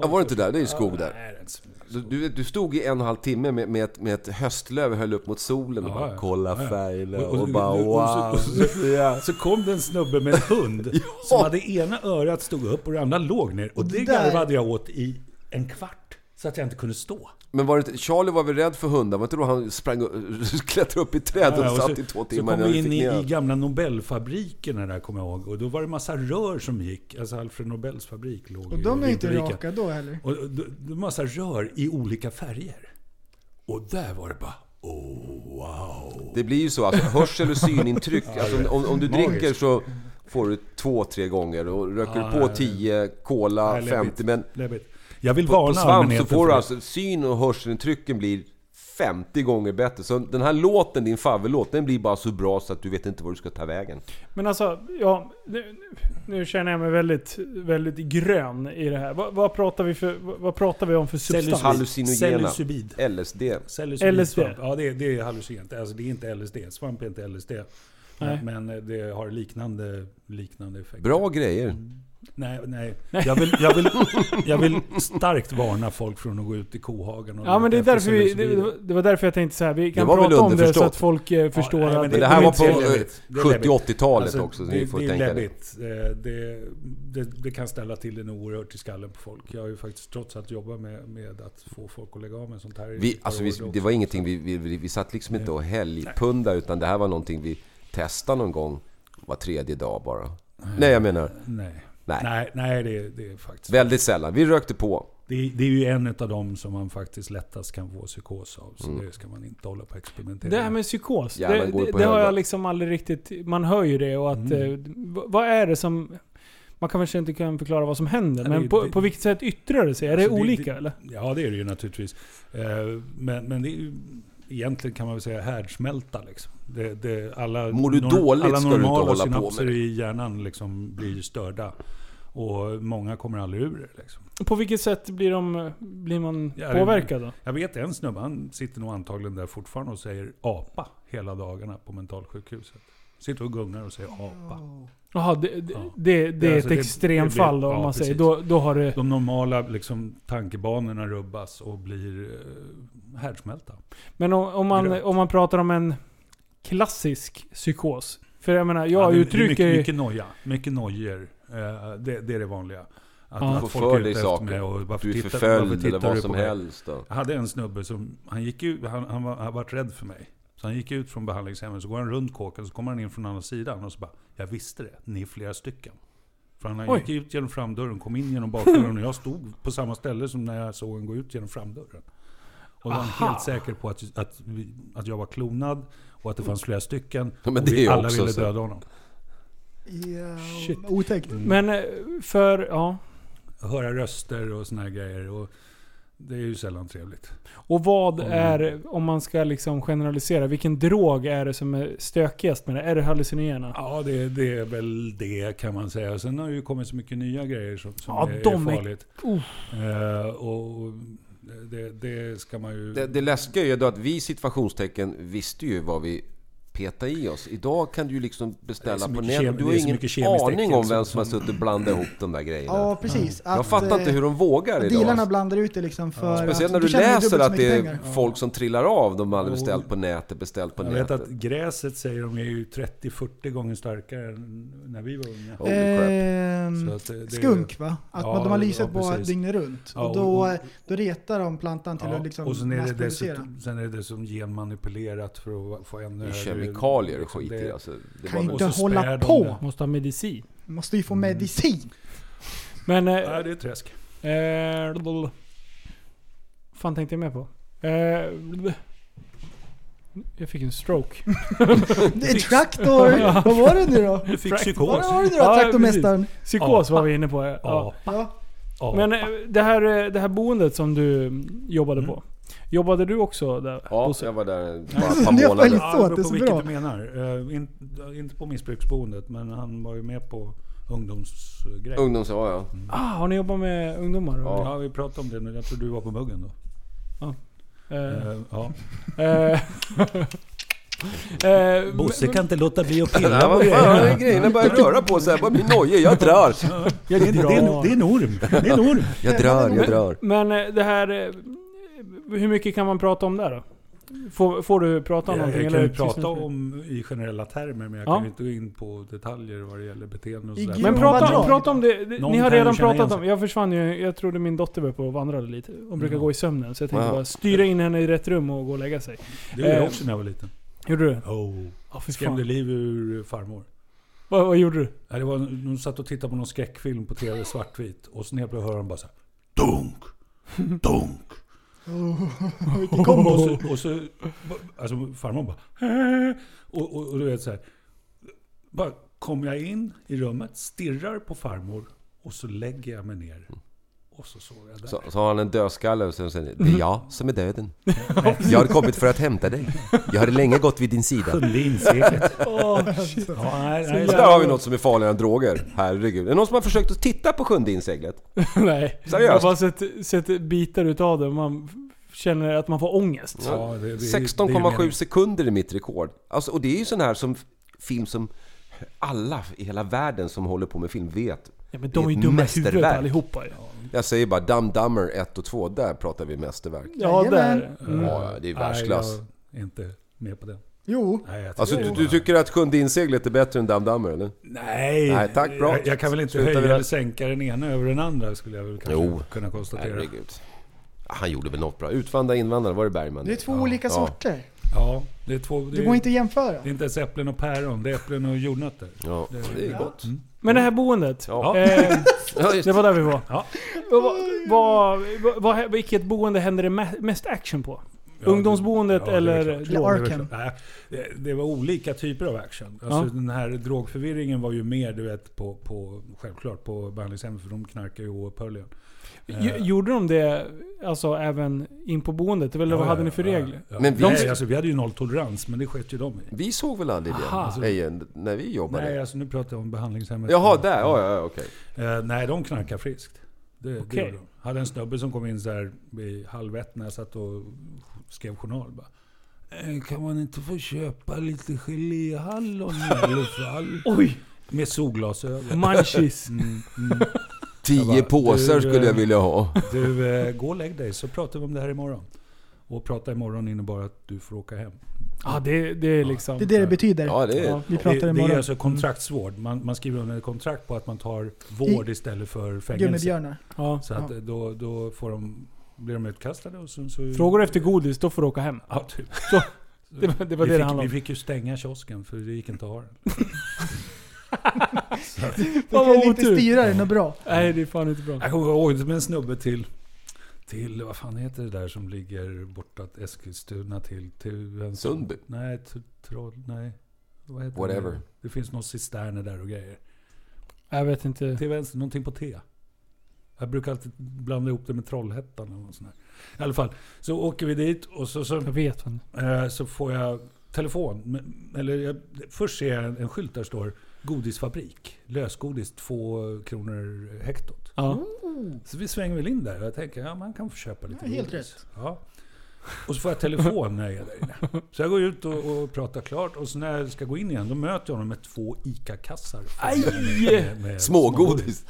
Speaker 5: Ja, var det inte där? Det är ju skog där.
Speaker 4: Nej, det är inte så mycket.
Speaker 5: Du- Du, du stod i en och en halv timme med, med, ett, med ett höstlöv och höll upp mot solen och
Speaker 4: Ja,
Speaker 5: bara
Speaker 4: ja.
Speaker 5: kolla
Speaker 4: Ja, ja.
Speaker 5: färgerna
Speaker 4: Och- och-
Speaker 5: och bara
Speaker 4: och- och- och- och-
Speaker 5: wow.
Speaker 4: och- Så kom det en snubbe med en hund som hade ena örat stod upp och det andra låg ner. Och det
Speaker 3: där-
Speaker 4: garvade jag åt i en kvart. Så att jag inte kunde stå.
Speaker 5: Men var det, inte- Charlie var väl rädd för hundar? Var det inte då han sprang och klättrade upp i träd och,
Speaker 4: Ja, ja, och
Speaker 5: satt
Speaker 4: så-
Speaker 5: i två
Speaker 4: Så
Speaker 5: timmar
Speaker 4: kom
Speaker 5: innan
Speaker 4: vi
Speaker 5: vi
Speaker 4: in
Speaker 5: fick
Speaker 4: i,
Speaker 5: ner
Speaker 4: i
Speaker 5: honom?
Speaker 4: gamla Nobelfabrikerna där, kommer jag ihåg. Och då var det massa rör som gick. Alltså Alfred Nobels fabrik låg
Speaker 3: Och
Speaker 4: i
Speaker 3: de är inte
Speaker 4: Ulrika.
Speaker 3: raka då heller.
Speaker 4: Och det- det var massa rör i olika färger. Och där var det bara... Oh, wow.
Speaker 5: Det blir ju så, alltså, hörsel och synintryck. Alltså, om, om du dricker så får du två, tre gånger. Och röker
Speaker 4: Ja,
Speaker 5: du på
Speaker 4: ja, ja.
Speaker 5: 10, cola
Speaker 4: Nej, läbbigt.
Speaker 5: 50. Men
Speaker 4: Läbbigt. Jag vill
Speaker 5: på, på
Speaker 4: varna
Speaker 5: svamp så
Speaker 4: allmänheten
Speaker 5: får
Speaker 4: för
Speaker 5: du
Speaker 4: det.
Speaker 5: alltså syn och hörselintrycken blir 50 gånger bättre. Så den här låten, din favoritlåt, den blir bara så bra så att du vet inte var du ska ta vägen.
Speaker 2: Men alltså, ja, nu, nu känner jag mig väldigt, väldigt grön i det här. Vad, vad, pratar, vi för, vad, vad pratar vi om för substans?
Speaker 5: Psilocybin. Hallucinogena.
Speaker 4: Psilocybin.
Speaker 5: LSD.
Speaker 4: Psilocybin
Speaker 2: LSD.
Speaker 4: svamp. Ja, det, är- det är hallucinogent. Alltså, det är inte LSD. Svamp är inte LSD.
Speaker 2: Nej.
Speaker 4: Men eh, det har liknande, liknande effekter.
Speaker 5: Bra grejer.
Speaker 4: Mm. Nej, nej. Jag vill, jag, vill, jag vill starkt varna folk från att gå ut i kohagen och
Speaker 2: Ja men det, är
Speaker 4: leta
Speaker 2: därför
Speaker 4: efter
Speaker 2: vi,
Speaker 4: psilocybin.
Speaker 2: det, var- det var därför jag tänkte så här. vi kan
Speaker 5: var väl
Speaker 2: prata om det så
Speaker 5: underförstått.
Speaker 2: att folk eh, förstår
Speaker 4: nej, men
Speaker 2: att...
Speaker 5: Men det här
Speaker 2: de
Speaker 5: var
Speaker 2: inte-
Speaker 5: på
Speaker 4: Det är
Speaker 5: eh,
Speaker 4: läbbigt. Det är
Speaker 5: 70-80-talet
Speaker 4: Alltså,
Speaker 5: också, så
Speaker 4: det,
Speaker 5: ni får
Speaker 4: det är
Speaker 5: tänka det.
Speaker 4: läbbigt. Eh, Det, det, det kan ställa till en oerhört i skallen på folk. Jag har ju faktiskt trots allt jobbat med, med att få folk att lägga av med sånt här. i
Speaker 5: Vi,
Speaker 4: ett par
Speaker 5: alltså,
Speaker 4: år
Speaker 5: vi,
Speaker 4: då.
Speaker 5: det var ingenting vi, vi, vi, vi satt liksom inte och helgpunda utan det här var någonting vi testade någon gång var tredje dag bara. Nej, jag menar
Speaker 4: Nej,
Speaker 5: Nej.
Speaker 4: nej, nej det, det är faktiskt...
Speaker 5: väldigt sällan. Vi rökte på.
Speaker 4: Det, det är ju en av dem som man faktiskt lättast kan få psykos av.
Speaker 5: Mm.
Speaker 4: Så det ska man inte hålla på och experimentera
Speaker 2: Det här med psykos, det,
Speaker 5: Hjärnan går
Speaker 2: det,
Speaker 5: på
Speaker 2: det har
Speaker 5: högvarv.
Speaker 2: jag liksom aldrig riktigt... Man hör ju det och att...
Speaker 4: Mm.
Speaker 2: Eh, v- vad är det som... Man kanske inte kan förklara vad som händer,
Speaker 4: Nej,
Speaker 2: men
Speaker 4: det-
Speaker 2: på,
Speaker 4: det-
Speaker 2: på vilket sätt yttrar det sig? Är
Speaker 4: Alltså,
Speaker 2: det
Speaker 4: det-
Speaker 2: olika
Speaker 4: det-
Speaker 2: eller?
Speaker 4: Ja, det är det ju naturligtvis. Eh, Men, men det är ju, egentligen kan man väl säga härdsmälta. Liksom. Det, det, alla,
Speaker 5: Mår du
Speaker 4: nor-
Speaker 5: dåligt
Speaker 4: alla
Speaker 5: ska du inte
Speaker 4: normala
Speaker 5: hålla på med
Speaker 4: synapser
Speaker 5: det.
Speaker 4: i hjärnan liksom blir störda. Och många kommer aldrig ur det. Liksom.
Speaker 2: På vilket sätt blir, de, blir man
Speaker 4: Ja, det-
Speaker 2: påverkad då?
Speaker 4: Jag vet en snubbe, han sitter nog antagligen där fortfarande och säger apa hela dagarna på mentalsjukhuset. Sitter och gungar och säger apa.
Speaker 2: Jaha, det, det,
Speaker 4: Ja.
Speaker 2: det, det är
Speaker 4: Alltså,
Speaker 2: ett
Speaker 4: det-
Speaker 2: extremfall
Speaker 4: det
Speaker 2: då,
Speaker 4: blir-
Speaker 2: om
Speaker 4: ja,
Speaker 2: man säger.
Speaker 4: precis.
Speaker 2: Då, då har det...
Speaker 4: De normala liksom, tankebanorna rubbas och blir eh, härdsmälta.
Speaker 2: Men om, om, man,
Speaker 4: Grönt.
Speaker 2: om man pratar om en klassisk psykos. För jag menar, jag
Speaker 4: Ja, det- det är
Speaker 2: uttrycker
Speaker 4: Mycket, mycket noja. Mycket nojor. Eh, det, det är det vanliga. Att
Speaker 2: Ja.
Speaker 4: att
Speaker 5: Du får
Speaker 4: folk
Speaker 5: för
Speaker 4: är
Speaker 5: dig
Speaker 4: ute efter
Speaker 5: saker.
Speaker 4: mig och varför
Speaker 5: Du är
Speaker 4: tittar- varför
Speaker 5: förföljd
Speaker 4: tittar
Speaker 5: eller vad
Speaker 4: du
Speaker 5: som
Speaker 4: på mig?
Speaker 5: helst. Då.
Speaker 4: Jag hade en snubbe som, han gick ut, han, han, var, han var rädd för mig. Så han gick ut från behandlingshemmet, så går han runt kåken, så kommer han in från andra sidan och så bara Jag visste det, ni är flera stycken. För han
Speaker 2: Oj.
Speaker 4: gick ut genom framdörren, kom in genom bakdörren och jag stod på samma ställe som när jag såg honom gå ut genom framdörren. Och då var
Speaker 2: Aha.
Speaker 4: han helt säker på att, att, vi, att jag var klonad och att det fanns flera stycken.
Speaker 5: Ja, men
Speaker 4: och
Speaker 5: det
Speaker 4: vi
Speaker 5: är
Speaker 4: alla
Speaker 5: också
Speaker 4: ville
Speaker 5: så.
Speaker 4: döda honom.
Speaker 3: Ja,
Speaker 2: Shit.
Speaker 3: Otäckt.
Speaker 2: Men eh, för, ja.
Speaker 4: höra röster och såna här grejer. Och det är ju sällan trevligt.
Speaker 2: Och vad
Speaker 4: Mm.
Speaker 2: är, om man ska liksom generalisera, vilken drog är det som är stökigast med det? Är det hallucinogena?
Speaker 4: Ja, det, det är väl det kan man säga. Sen har det ju kommit så mycket nya grejer som, som
Speaker 2: Ja,
Speaker 4: är,
Speaker 2: de är-
Speaker 4: är farligt. Eh, och det, det ska man ju...
Speaker 5: Det, det läskiga är ju då att vi situationstecken visste ju vad vi petade i oss. Idag kan du ju liksom
Speaker 4: Det är
Speaker 5: beställa
Speaker 4: så
Speaker 5: på
Speaker 4: mycket
Speaker 5: nätet.
Speaker 4: kem-
Speaker 5: Du
Speaker 4: det
Speaker 5: har
Speaker 4: är så mycket kemiskt
Speaker 5: ingen aning
Speaker 4: tecken
Speaker 5: om vem
Speaker 4: som-
Speaker 5: som har suttit och blandat ihop de där grejerna.
Speaker 3: Ja, precis.
Speaker 5: Jag
Speaker 3: Att,
Speaker 5: fattar inte
Speaker 3: eh,
Speaker 5: hur de vågar
Speaker 3: Dealarna
Speaker 5: idag. alltså.
Speaker 3: blandar ut det liksom för
Speaker 5: Speciellt
Speaker 3: att
Speaker 5: när du
Speaker 3: tjänar ju dubbelt
Speaker 5: läser
Speaker 3: så
Speaker 5: att det
Speaker 3: mycket
Speaker 5: är
Speaker 3: pengar.
Speaker 5: folk som trillar av. De hade
Speaker 4: Ja.
Speaker 5: beställt på nätet, beställt på
Speaker 4: jag vet att
Speaker 5: nätet.
Speaker 4: gräset säger de är ju 30-40 gånger starkare än när vi var unga.
Speaker 5: Holy crap.
Speaker 3: Ehm,
Speaker 4: Så att det- det-
Speaker 3: skunk va? Att
Speaker 4: Ja,
Speaker 3: man, de har lyset
Speaker 4: ja,
Speaker 3: på
Speaker 4: precis.
Speaker 3: dygnet runt.
Speaker 4: Ja,
Speaker 3: och
Speaker 4: och-
Speaker 3: då,
Speaker 4: och-
Speaker 3: då retar de plantan till
Speaker 4: Ja,
Speaker 3: att liksom
Speaker 4: och sen är, det
Speaker 3: massproducera.
Speaker 4: dessutom, sen är det dessutom genmanipulerat för att få ännu
Speaker 5: Det är
Speaker 4: högre-
Speaker 5: Kemikalier och
Speaker 4: liksom,
Speaker 5: skit
Speaker 4: det-
Speaker 5: i. Alltså, det
Speaker 3: Kan
Speaker 5: var
Speaker 3: inte
Speaker 5: väl...
Speaker 4: Och så spär
Speaker 3: hålla
Speaker 4: de
Speaker 3: på.
Speaker 4: det. Mm.
Speaker 2: Måste ha medicin.
Speaker 3: Måste ju få medicin.
Speaker 2: Men... Eh,
Speaker 4: Ja, det är träsk.
Speaker 2: eh, blablabla. fan tänkte jag med på? Eh, blablabla. jag fick en stroke.
Speaker 3: Det är traktor! Vad var det nu då?
Speaker 4: Du fick
Speaker 3: Vad
Speaker 4: psykos.
Speaker 3: var det nu då
Speaker 2: Ja,
Speaker 3: traktormästaren?
Speaker 2: Psykos
Speaker 4: Ja.
Speaker 2: var vi inne på. eh, Ja.
Speaker 4: Ja,
Speaker 3: Ja.
Speaker 4: ja.
Speaker 2: Men eh, det här, eh, det här boendet som du mm, jobbade
Speaker 4: Mm.
Speaker 2: på. Jobbade du också där?
Speaker 5: Ja,
Speaker 2: Bosse?
Speaker 5: jag var där bara ett
Speaker 3: Ni
Speaker 5: par
Speaker 3: har
Speaker 5: månader.
Speaker 3: följt-
Speaker 4: Ja,
Speaker 3: Så att
Speaker 4: det
Speaker 3: det är
Speaker 4: beror på
Speaker 3: så
Speaker 4: vilket
Speaker 3: bra.
Speaker 4: du menar. Eh, in, inte på missbruksboendet, men han var ju med på ungdomsgrejen.
Speaker 5: Ungdoms... Ja, ja.
Speaker 2: Ah, har ni jobbat med ungdomar?
Speaker 5: Ja.
Speaker 4: Ja, vi pratade om det nu. Jag tror du var på muggen då.
Speaker 2: Eh,
Speaker 4: Eh, ja.
Speaker 2: Eh, eh, men-
Speaker 4: inte låta bli att
Speaker 5: Nej, vad fan, grejerna börjar röra på sig. Jag bara blir nojig. Jag drar.
Speaker 4: Ja, det, är- det, är en- det är en orm. Det är en orm.
Speaker 5: Jag drar, jag drar.
Speaker 2: Men eh, det här... eh, Hur mycket kan man prata om där då? Får, får du prata om
Speaker 4: Jag,
Speaker 2: någonting?
Speaker 4: jag kan ju
Speaker 2: eller
Speaker 4: prata
Speaker 2: tystnar du?
Speaker 4: om i generella termer, men jag
Speaker 2: Ja.
Speaker 4: kan ju inte gå in på detaljer vad det gäller beteenden och
Speaker 3: I
Speaker 4: sådär.
Speaker 3: grova
Speaker 2: Men
Speaker 3: Jo,
Speaker 2: prata,
Speaker 3: vad bra.
Speaker 2: prata om det. det-
Speaker 4: Någon
Speaker 2: Ni har
Speaker 4: kan ju
Speaker 2: redan
Speaker 4: känna igen
Speaker 2: pratat
Speaker 4: sig.
Speaker 2: om Jag försvann ju. Jag trodde min dotter var på och vandrade lite. Hon brukar
Speaker 4: Mm.
Speaker 2: gå i sömnen. Så jag tänkte
Speaker 5: Ja.
Speaker 2: bara styra in henne i rätt rum och gå och lägga sig.
Speaker 4: Det gjorde jag
Speaker 2: Eh,
Speaker 4: också när jag var liten.
Speaker 2: Gjorde du det?
Speaker 4: Oh.
Speaker 2: Ja, fy
Speaker 4: Skrämde
Speaker 2: fan.
Speaker 4: liv ur farmor.
Speaker 2: Vad, vad gjorde du?
Speaker 4: Ja, det var, de satt och tittade på någon skräckfilm på tv, svartvit. Och sen helt plötsligt hörde de bara så här, Dunk! Dunk!
Speaker 3: Vilken kombo.
Speaker 4: Och så, och så alltså farmor bara... "Äh." Och, och, och du vet så här. Bara kommer jag in i rummet, stirrar på farmor och så lägger jag mig ner. Och så sover jag där.
Speaker 5: Så, så har han en dödskalle och sen säger det är jag som är döden. Jag har kommit för att hämta dig. Jag har länge gått vid din sida.
Speaker 4: Kunde inse det.
Speaker 2: Åh,
Speaker 4: Ja, nej, nej,
Speaker 5: Så där har vi något som är farligare än droger. Herregud. Är det någon som har försökt att titta på sjunde inseglet?
Speaker 2: nej.
Speaker 5: Seriöst?
Speaker 2: Jag har bara sett, sett bitar utav det. Man f- känner att man får ångest.
Speaker 4: Ja, det- det- det är ju
Speaker 5: 16,7
Speaker 4: meningen.
Speaker 5: sekunder är mitt rekord. Alltså, och det är ju sån här som film som alla i hela världen som håller på med film vet.
Speaker 2: Ja, men
Speaker 5: Det är
Speaker 2: de är ju
Speaker 5: ett
Speaker 2: dumma i huvudet
Speaker 5: mästerverk.
Speaker 2: allihopa. ju.
Speaker 5: Jag säger bara Dumb Dummer 1 och 2, där pratar vi mästerverk.
Speaker 2: Ja,
Speaker 3: Jajamän.
Speaker 2: där.
Speaker 4: Mm.
Speaker 5: Ja, det är världsklass.
Speaker 4: Nej, jag är inte med på det.
Speaker 3: Jo.
Speaker 4: Nej, jag
Speaker 5: Alltså,
Speaker 4: tycker-
Speaker 5: du, du tycker att Sjunde inseglet är bättre än Dumb Dummer, eller?
Speaker 4: Nej,
Speaker 5: Nej, tack, bra.
Speaker 4: Jag, jag kan väl inte
Speaker 5: Slutar vi
Speaker 4: höja
Speaker 5: där.
Speaker 4: eller sänka den ena över den andra skulle jag väl kanske
Speaker 5: Jo.
Speaker 4: kunna konstatera.
Speaker 5: Herregud. Han gjorde väl något bra. Utvandra invandrare, var det Bergman?
Speaker 3: Det är två olika
Speaker 5: ja.
Speaker 3: sorter.
Speaker 4: Ja, det är två... Det,
Speaker 3: Det
Speaker 4: är-
Speaker 3: går inte att jämföra.
Speaker 4: det är inte ens äpplen och päron, det är äpplen och jordnötter.
Speaker 5: Ja, det är gott.
Speaker 2: Men det här boendet.
Speaker 5: Ja.
Speaker 2: Eh,
Speaker 5: Ja, just
Speaker 2: det var där vi var.
Speaker 4: Ja.
Speaker 2: Och Vad, vad, vad, vilket boende händer det me- mest action på?
Speaker 4: Ja,
Speaker 2: Ungdomsboendet
Speaker 4: det är
Speaker 2: eller
Speaker 4: klart.
Speaker 2: drog?
Speaker 3: Ja,
Speaker 4: Det var
Speaker 3: Arkham.
Speaker 4: klart. Nej, det- Det var olika typer av action. Alltså
Speaker 2: Ja.
Speaker 4: Den här drogförvirringen var ju mer du vet, på, på, självklart på behandlingshemmet för de knarkar ju oupphörligen.
Speaker 2: Gj- Gjorde de det alltså även in på boendet? Eller vad
Speaker 4: Ja,
Speaker 2: hade
Speaker 4: ja,
Speaker 2: ni för
Speaker 4: ja,
Speaker 2: regler?
Speaker 4: ja.
Speaker 5: Men vi-
Speaker 4: Nej, alltså, vi hade ju nolltolerans, men det sket ju de i.
Speaker 5: Vi såg väl aldrig det?
Speaker 2: Aha.
Speaker 5: Alltså, Ejen, när vi jobbade?
Speaker 4: Nej, alltså, nu pratar jag om behandlingshemmet.
Speaker 5: Jaha, där. Ja, ja, ja, okej.
Speaker 4: Eh, nej, de knarkar friskt. Det,
Speaker 2: Okej.
Speaker 4: det gjorde de. Hade en snubbe som kom in så här vid halv ett när jag satt och skrev journal. Bara, "Eh, kan man inte få köpa lite geléhallon i alla fall?
Speaker 2: Oj!
Speaker 4: Med solglasögon.
Speaker 2: Munchies.
Speaker 4: Mm, mm.
Speaker 5: Tio
Speaker 4: bara,
Speaker 5: påsar
Speaker 4: du,
Speaker 5: skulle jag
Speaker 4: eh,
Speaker 5: vilja ha.
Speaker 4: Du, eh, gå och lägg dig så pratar vi om det här imorgon. Och prata imorgon innebar att du får åka hem.
Speaker 2: Ja, det, det är liksom...
Speaker 3: Det är det det betyder.
Speaker 5: Ja, det är...
Speaker 2: Ja.
Speaker 3: Vi
Speaker 4: Det,
Speaker 3: pratar
Speaker 4: det är
Speaker 3: imorgon.
Speaker 2: Mm.
Speaker 4: alltså kontraktsvård. Man, man skriver under ett kontrakt på att man tar vård istället för fängelse.
Speaker 3: Gummibjörnar.
Speaker 2: Ja.
Speaker 4: Så att eh, då, då får de, blir de utkastade och sen så...
Speaker 2: Frågar du efter godis, då får du åka hem.
Speaker 4: Ja, typ.
Speaker 2: Det, var- det var
Speaker 4: vi,
Speaker 2: det det
Speaker 4: fick,
Speaker 2: handlade
Speaker 4: vi
Speaker 2: om.
Speaker 4: fick ju stänga kiosken för det gick inte att ha den.
Speaker 3: Du
Speaker 2: Fan,
Speaker 3: kan
Speaker 2: vad
Speaker 3: inte
Speaker 2: otur.
Speaker 3: styra det något bra.
Speaker 2: Nej, det är fan inte bra.
Speaker 4: Jag kommer ihåg med en snubbe till, till, vad fan heter det där som ligger bortåt Eskilstuna till? till en,
Speaker 5: Sundby?
Speaker 4: Nej, t- troll, nej. Vad heter
Speaker 5: Whatever.
Speaker 4: Det? det finns någon cisterner där och grejer.
Speaker 2: Jag vet inte.
Speaker 4: Till vänster, någonting på T. Jag brukar alltid blanda ihop det med Trollhättan eller något sånt där. I alla fall, så åker vi dit och så, så
Speaker 2: Jag vet inte.
Speaker 4: Eh, så får jag telefon. Men- Eller jag, först ser jag en, en skylt där står godisfabrik. Lösgodis 2 kronor hektot.
Speaker 2: Ja.
Speaker 4: Så vi svänger väl in där och jag tänker ja man kan få köpa lite
Speaker 3: Ja, helt
Speaker 4: godis. Ja. Och så får jag telefon när jag är där inne. Så jag går ut och, och pratar klart och så när jag ska gå in igen då möter jag honom med två ICA-kassar.
Speaker 2: Aj!
Speaker 4: med
Speaker 5: Smågodis.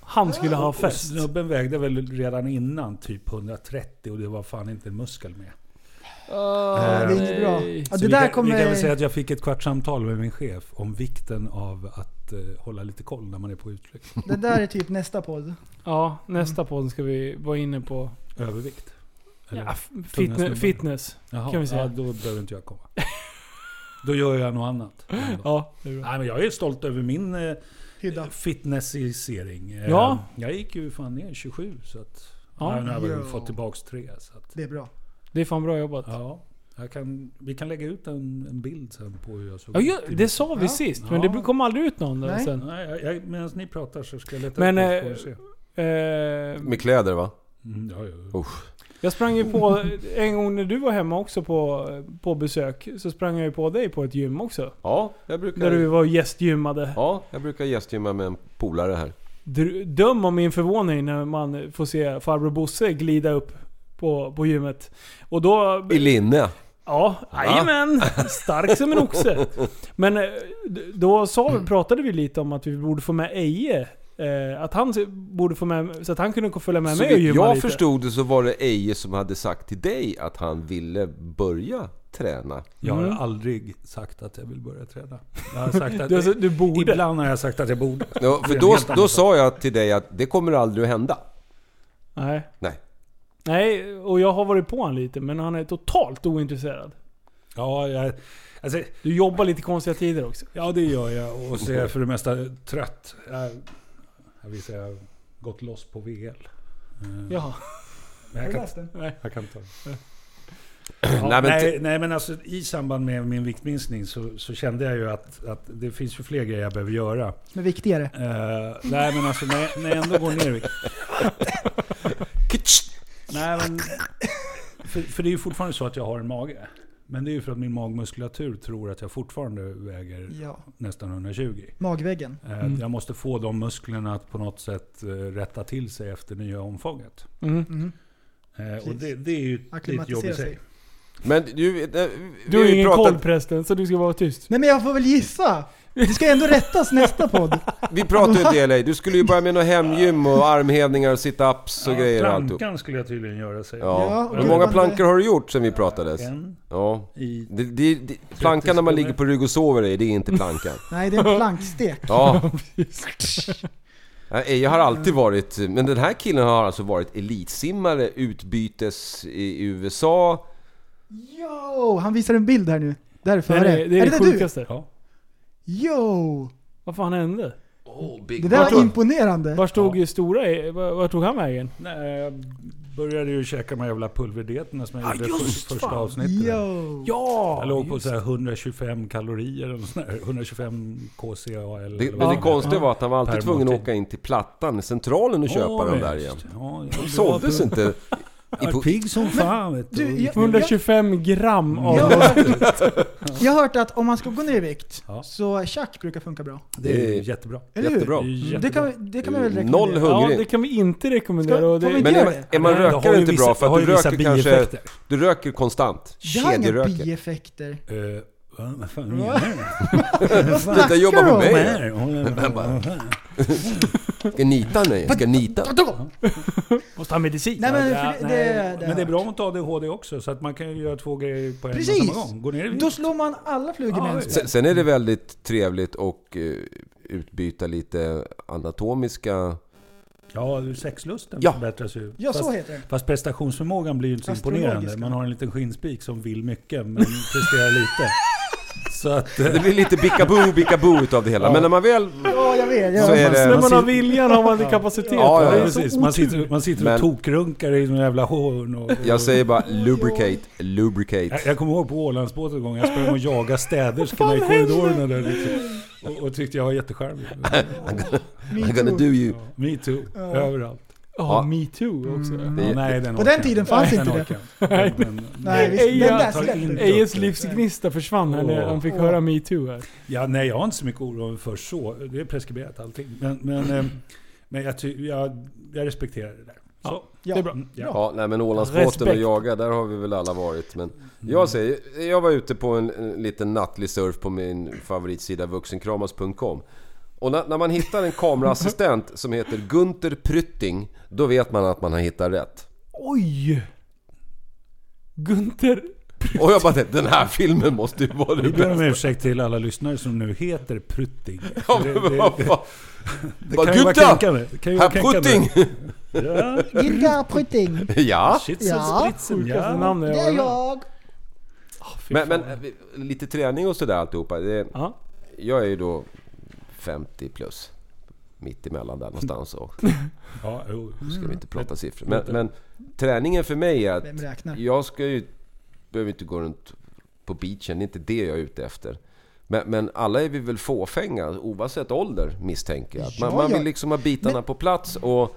Speaker 2: Han skulle ha
Speaker 4: och
Speaker 2: fest.
Speaker 4: snubben vägde väl redan innan typ 130 och det var fan inte en muskel med.
Speaker 3: Ja, det är inget bra.
Speaker 2: nej.
Speaker 3: Ja,
Speaker 4: Så
Speaker 3: det
Speaker 4: vi,
Speaker 3: där
Speaker 4: kan, vi kan
Speaker 3: kommer...
Speaker 4: väl säga att jag fick ett kvartssamtal med min chef om vikten av att eh, hålla lite koll när man är på utflykt.
Speaker 3: Det där är typ nästa podd.
Speaker 2: Ja, nästa podd ska vi vara inne på.
Speaker 4: Övervikt. Eller?
Speaker 2: Ja, ah, f- fitne-
Speaker 4: snubbar.
Speaker 2: fitness.
Speaker 4: Jaha,
Speaker 2: kan vi säga.
Speaker 4: Ja, då behöver inte jag komma. Då gör jag något annat.
Speaker 2: Ja, det är bra.
Speaker 4: Nej, men jag är stolt över min eh,
Speaker 3: Hydda.
Speaker 4: fitnessisering. Eh,
Speaker 2: Ja.
Speaker 4: Jag gick ju fan ner 27 så att...
Speaker 2: Ja.
Speaker 4: Ja, nu har jag väl
Speaker 3: Jo.
Speaker 4: fått tillbaks tre. Så att,
Speaker 3: Det är bra.
Speaker 2: Det är fan bra jobbat.
Speaker 4: ja, jag kan, vi kan lägga ut en, en bild sen på hur jag såg
Speaker 2: Ja,
Speaker 4: ut.
Speaker 2: ju-
Speaker 4: i
Speaker 2: det
Speaker 4: mitt-
Speaker 2: sa vi
Speaker 3: Ja.
Speaker 2: sist,
Speaker 4: Ja.
Speaker 2: men det kom aldrig ut någon där
Speaker 3: Nej.
Speaker 2: sen.
Speaker 4: Nej, jag, jag, medan ni pratar så ska jag leta
Speaker 2: Men,
Speaker 4: upp det, så
Speaker 2: eh,
Speaker 4: får vi se.
Speaker 2: Eh,
Speaker 5: Med kläder va?
Speaker 4: Mm, ja, ja, ja.
Speaker 5: Usch.
Speaker 2: jag sprang ju på, en gång när du var hemma också på, på besök, så sprang jag ju på dig på ett gym också.
Speaker 5: Ja, jag brukar...
Speaker 2: Där du var gästgymmade.
Speaker 5: Ja, jag brukar gästgymma med en polare här.
Speaker 2: Dr- Döm om min förvåning när man får se farbror Bosse glida upp på, på gymmet. Och då...
Speaker 5: I linne.
Speaker 2: Ja, jajamän! Stark som en oxe. Men eh, d- då sa, pratade vi lite om att vi borde få med Eje Eh, att han se- borde få med så att han kunde få följa med
Speaker 5: Så
Speaker 2: mig och
Speaker 5: vitt
Speaker 2: gymma
Speaker 5: jag
Speaker 2: lite.
Speaker 5: förstod det så var det Eje som hade sagt till dig att han ville börja träna.
Speaker 4: Jag har aldrig sagt att jag vill börja träna. Jag har sagt att
Speaker 2: Mm. Du, alltså, du borde.
Speaker 4: Ibland har jag sagt att jag borde.
Speaker 5: Ja,
Speaker 4: Det är
Speaker 5: för
Speaker 4: en
Speaker 5: då,
Speaker 4: helt annan
Speaker 5: då sa
Speaker 4: sak.
Speaker 5: jag till dig att det kommer aldrig att hända.
Speaker 2: Nej.
Speaker 5: Nej.
Speaker 2: Nej, och jag har varit på honom lite, men han är totalt ointresserad.
Speaker 4: Ja, jag, alltså,
Speaker 2: Du jobbar lite konstiga tider också.
Speaker 4: ja, det gör jag. Och så är jag för det mesta trött. Jag, jag vill säga, jag har gått loss på VL. Eh,
Speaker 2: Jaha.
Speaker 4: Men jag
Speaker 3: Har du
Speaker 4: kan,
Speaker 3: läst den?
Speaker 2: Nej.
Speaker 4: jag kan ta det.
Speaker 5: Nej, men
Speaker 4: Ja, nej, nej men alltså i samband med min viktminskning så, så kände jag ju att, att det finns ju fler grejer jag behöver göra.
Speaker 3: Som är viktigare.
Speaker 4: Eh, nej men alltså när, jag- när jag ändå går ner i vikt. Nej men... För, för det är ju fortfarande så att jag har en mage. Men det är ju för att min magmuskulatur tror att jag fortfarande väger
Speaker 5: Mm.
Speaker 3: Ja.
Speaker 4: nästan 120.
Speaker 3: Magväggen.
Speaker 4: Eh, Jag måste få de musklerna att på något sätt eh, rätta till sig efter det nya omfånget.
Speaker 2: Mm.
Speaker 3: Mm.
Speaker 4: Eh, och
Speaker 3: Precis.
Speaker 4: det, det är ju det är ett jobb i
Speaker 3: Akklimatisera sig.
Speaker 4: sig.
Speaker 5: Men du... eh, vi
Speaker 2: Du
Speaker 5: har
Speaker 2: har
Speaker 5: ju
Speaker 2: ingen
Speaker 5: pratat-
Speaker 2: koll prästen, så du ska vara tyst.
Speaker 3: Nej men jag får väl gissa! Det ska ändå rättas nästa podd.
Speaker 5: Vi pratade ju en del ej. Du skulle ju börja med något hemgym och armhävningar och situps och grejer och alltihop.
Speaker 4: plankan skulle jag tydligen göra säger jag.
Speaker 5: Ja.
Speaker 3: Ja,
Speaker 5: Hur
Speaker 4: okej,
Speaker 5: många
Speaker 3: men-
Speaker 5: plankor har du gjort sen vi pratades?
Speaker 4: En
Speaker 5: Ja.
Speaker 4: i
Speaker 5: Det, det, det, plankan när man ligger på rygg och sover i, det är inte plankan.
Speaker 3: Nej, det är en plankstek.
Speaker 5: Ja. Nej, jag har alltid varit... Men den här killen har alltså varit elitsimmare utbytes i USA.
Speaker 3: Yo! Han visar en bild här nu. Där är
Speaker 2: Det
Speaker 3: före.
Speaker 2: är det, det, är det
Speaker 3: där
Speaker 2: sjukaste.
Speaker 4: Ja.
Speaker 3: du? Yo!
Speaker 2: Vad fan hände?
Speaker 3: Det där
Speaker 5: Vadå?
Speaker 3: var imponerande.
Speaker 2: Var stod ju stora i- var- Var tog han vägen?
Speaker 4: Nej, jag började ju käka de här jävla pulverdieterna som jag
Speaker 2: Ja,
Speaker 4: gjorde
Speaker 2: just
Speaker 4: först, första
Speaker 2: fan.
Speaker 4: avsnittet.
Speaker 3: Yo!
Speaker 2: Ja!
Speaker 4: Jag låg på så här 125 kalorier eller nåt sånt där. 125 kcal. eller
Speaker 5: Det,
Speaker 4: vad
Speaker 5: men det
Speaker 4: heter.
Speaker 5: konstiga var att han var
Speaker 4: Per
Speaker 5: alltid tvungen att
Speaker 4: måltid.
Speaker 5: åka in till Plattan, Centralen, och köpa
Speaker 4: Ja,
Speaker 5: dem där
Speaker 4: just.
Speaker 5: igen.
Speaker 4: Ja,
Speaker 5: De såldes inte. I
Speaker 4: Jag
Speaker 5: po-
Speaker 4: var pigg som fan vet du.
Speaker 3: du, jag-
Speaker 2: 125 gram
Speaker 5: Mm.
Speaker 2: av...
Speaker 3: Jag, har, jag har hört att om man ska gå ner i vikt,
Speaker 4: Ja.
Speaker 3: så tjack brukar funka bra.
Speaker 4: Det är jättebra.
Speaker 3: Eller
Speaker 5: Jättebra.
Speaker 4: Det är
Speaker 3: hur?
Speaker 4: jättebra.
Speaker 3: Det kan, det kan man väl rekommendera?
Speaker 5: Noll
Speaker 2: Ja,
Speaker 5: hungrig.
Speaker 2: det kan vi inte rekommendera.
Speaker 3: Ska-
Speaker 2: och
Speaker 3: får vi
Speaker 2: det,
Speaker 3: inte-
Speaker 5: Men
Speaker 3: gör
Speaker 5: är,
Speaker 3: det.
Speaker 5: är man
Speaker 4: Nej, det har
Speaker 5: rökare
Speaker 4: ju
Speaker 5: inte
Speaker 4: vissa-
Speaker 5: bra för
Speaker 4: det har
Speaker 5: att
Speaker 4: ju
Speaker 5: du
Speaker 4: vissa
Speaker 5: röker kanske...
Speaker 4: bieffekter.
Speaker 5: Du röker konstant.
Speaker 3: Det har inga
Speaker 5: Kedjeröker.
Speaker 3: bieffekter.
Speaker 4: Eh, vad- vad fan menar du?
Speaker 3: Vad
Speaker 5: Sluta
Speaker 3: snackar
Speaker 5: jobba
Speaker 3: du
Speaker 5: med
Speaker 3: om?
Speaker 4: Vad
Speaker 5: mig.
Speaker 4: är det? Vad är det?
Speaker 5: Ska nita nej. Ska nita.
Speaker 3: Vadå?
Speaker 2: måste ha medicin.
Speaker 3: Nej men,
Speaker 4: Ja,
Speaker 3: för det,
Speaker 4: nej,
Speaker 3: det, det,
Speaker 4: men det är bra mot ADHD också, så att man kan ju göra två grejer på en och
Speaker 3: Precis.
Speaker 4: samma gång. Gå ner i vikt.
Speaker 3: Då slår man alla flugor med
Speaker 4: Ja,
Speaker 3: en
Speaker 4: det-
Speaker 5: Sen, sen är det väldigt trevligt att eh, utbyta lite anatomiska...
Speaker 4: Ja, sexlusten
Speaker 5: Ja.
Speaker 4: förbättras ju.
Speaker 3: Ja, så
Speaker 4: Fast-
Speaker 3: heter det.
Speaker 4: Fast prestationsförmågan blir ju inte så
Speaker 3: Astrologiska.
Speaker 4: imponerande. Man har en liten skinnspik som vill mycket men presterar lite. Så att... eh,
Speaker 5: Det blir lite bicka-boo, bicka-boo utav det hela. Men när man väl...
Speaker 3: Ja, jag vet.
Speaker 5: Så
Speaker 3: Jag,
Speaker 5: är det...
Speaker 2: När man har
Speaker 4: sitter-
Speaker 2: viljan har man inte kapacitet.
Speaker 5: Ja, ja,
Speaker 2: Det är
Speaker 5: ja.
Speaker 2: så
Speaker 4: precis. Man sitter, man sitter och
Speaker 5: Men-
Speaker 4: tokrunkar i några jävla horn och... och
Speaker 5: Jag säger bara lubricate, lubricate.
Speaker 4: Jag, jag kommer ihåg på Ålandsbåten en gång, jag sprang och jagade städerskorna i korridorerna där liksom. och, och tyckte jag var jättecharmig.
Speaker 5: I'm gonna do you.
Speaker 4: Ja, me too, överallt.
Speaker 2: Ja,
Speaker 5: Ja. Mm.
Speaker 2: me too också.
Speaker 4: Ja, nej, den
Speaker 3: På
Speaker 4: orkar
Speaker 3: den
Speaker 4: jag
Speaker 3: tiden fanns
Speaker 4: Den
Speaker 3: inte det.
Speaker 4: orkar jag inte. Men-
Speaker 3: Nej, visst,
Speaker 2: Ej,
Speaker 3: den
Speaker 2: jag
Speaker 3: där
Speaker 4: tar
Speaker 3: släppte
Speaker 4: in-
Speaker 3: du.
Speaker 2: Ejes livsgnista försvann här när
Speaker 4: Åh.
Speaker 2: han fick
Speaker 3: Åh.
Speaker 2: höra metoo här.
Speaker 4: Ja, nej, jag har inte så mycket oro för så. Det är preskriberat allting. Men, men, eh, men jag, ty, jag, jag respekterar det där. Så.
Speaker 2: Ja,
Speaker 3: Ja.
Speaker 2: Det är bra.
Speaker 4: Mm, ja.
Speaker 5: Ja, nej men Ålandsbåten och
Speaker 2: Respekt.
Speaker 5: jaga, där har vi väl alla varit. Men jag säger, jag var ute på en, en liten nattlig surf på min favoritsida vuxenkramas.com. Och när, när man hittar en kameraassistent som heter Gunther Prytting, då vet man att man har hittat rätt.
Speaker 2: Oj! Gunther...
Speaker 5: Och jag bara tänkte, den här filmen måste ju vara
Speaker 4: Vi
Speaker 5: det
Speaker 4: ber
Speaker 5: bästa.
Speaker 4: om ursäkt till alla lyssnare som nu heter Prutting.
Speaker 5: Ja,
Speaker 4: det,
Speaker 5: men
Speaker 4: det,
Speaker 5: vad
Speaker 4: det,
Speaker 5: fan.
Speaker 4: det
Speaker 5: Bara,
Speaker 4: kan ju vara
Speaker 5: Gutta!
Speaker 4: kränkande. Det kan ju vara
Speaker 5: Herr
Speaker 4: kränkande.
Speaker 5: Prytting!
Speaker 4: Ja,
Speaker 3: Gilda Prytting.
Speaker 5: Ja!
Speaker 4: shit
Speaker 3: Ja.
Speaker 4: ja. spritsen.
Speaker 2: Sjukaste
Speaker 4: Ja.
Speaker 2: namn
Speaker 3: Det
Speaker 2: jag
Speaker 3: är
Speaker 2: har Ah, hört.
Speaker 3: jag.
Speaker 5: Men, men eh, lite träning och sådär alltihopa. Det,
Speaker 2: Ja.
Speaker 5: jag är ju då 50 plus. Mitt emellan där någonstans. Och
Speaker 4: Ja, jo.
Speaker 5: ska vi inte prata siffror. Men, men träningen för mig är
Speaker 3: Vem
Speaker 5: att
Speaker 3: räknar?
Speaker 5: jag ska ju... Behöver inte gå runt på beachen. Det är inte det jag är ute efter. Men, men alla är vi väl fåfänga oavsett ålder misstänker jag. Att Man,
Speaker 3: Ja,
Speaker 5: man
Speaker 3: ja.
Speaker 5: vill liksom ha bitarna på plats och...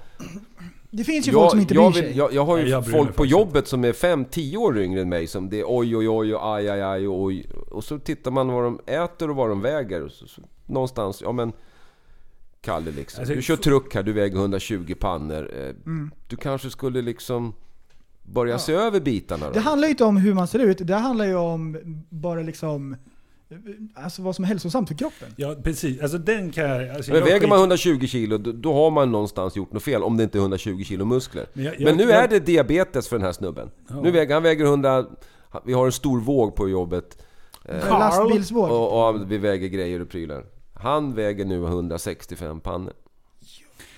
Speaker 3: Det finns ju folk
Speaker 5: Jag,
Speaker 3: som inte bryr
Speaker 5: jag, vill,
Speaker 3: sig.
Speaker 5: jag, jag har ju
Speaker 4: Nej, jag bryr mig
Speaker 5: folk på
Speaker 4: faktiskt
Speaker 5: jobbet som är 5-10 år yngre än mig som det är oj oj oj och aj aj aj och oj. Och så tittar man vad de äter och vad de väger. Och Så, så, någonstans, ja men... Kalle liksom.
Speaker 4: Alltså,
Speaker 5: du kör truck här, du väger 120 pannor. Eh,
Speaker 3: Mm.
Speaker 5: Du kanske skulle liksom börja se över bitarna då.
Speaker 3: Det handlar ju inte om hur man ser ut, det handlar ju om bara liksom alltså vad som är hälsosamt för kroppen.
Speaker 4: Ja, precis. Alltså den kan jag... Alltså,
Speaker 5: Men
Speaker 4: jag
Speaker 5: väger
Speaker 4: skit-
Speaker 5: man 120 kilo, då, då har man någonstans gjort något fel. Om det inte är 120 kilo muskler.
Speaker 4: Men
Speaker 5: Men,
Speaker 4: jag- jag-
Speaker 5: nu
Speaker 4: jag-
Speaker 5: är det diabetes för den här snubben.
Speaker 4: Ja.
Speaker 5: Nu väger, han väger 100... Vi har en stor våg på jobbet.
Speaker 3: Eh,
Speaker 2: Carl.
Speaker 3: Lastbilsvåg.
Speaker 5: Och, och vi väger grejer och prylar. Han väger nu 165 pannor.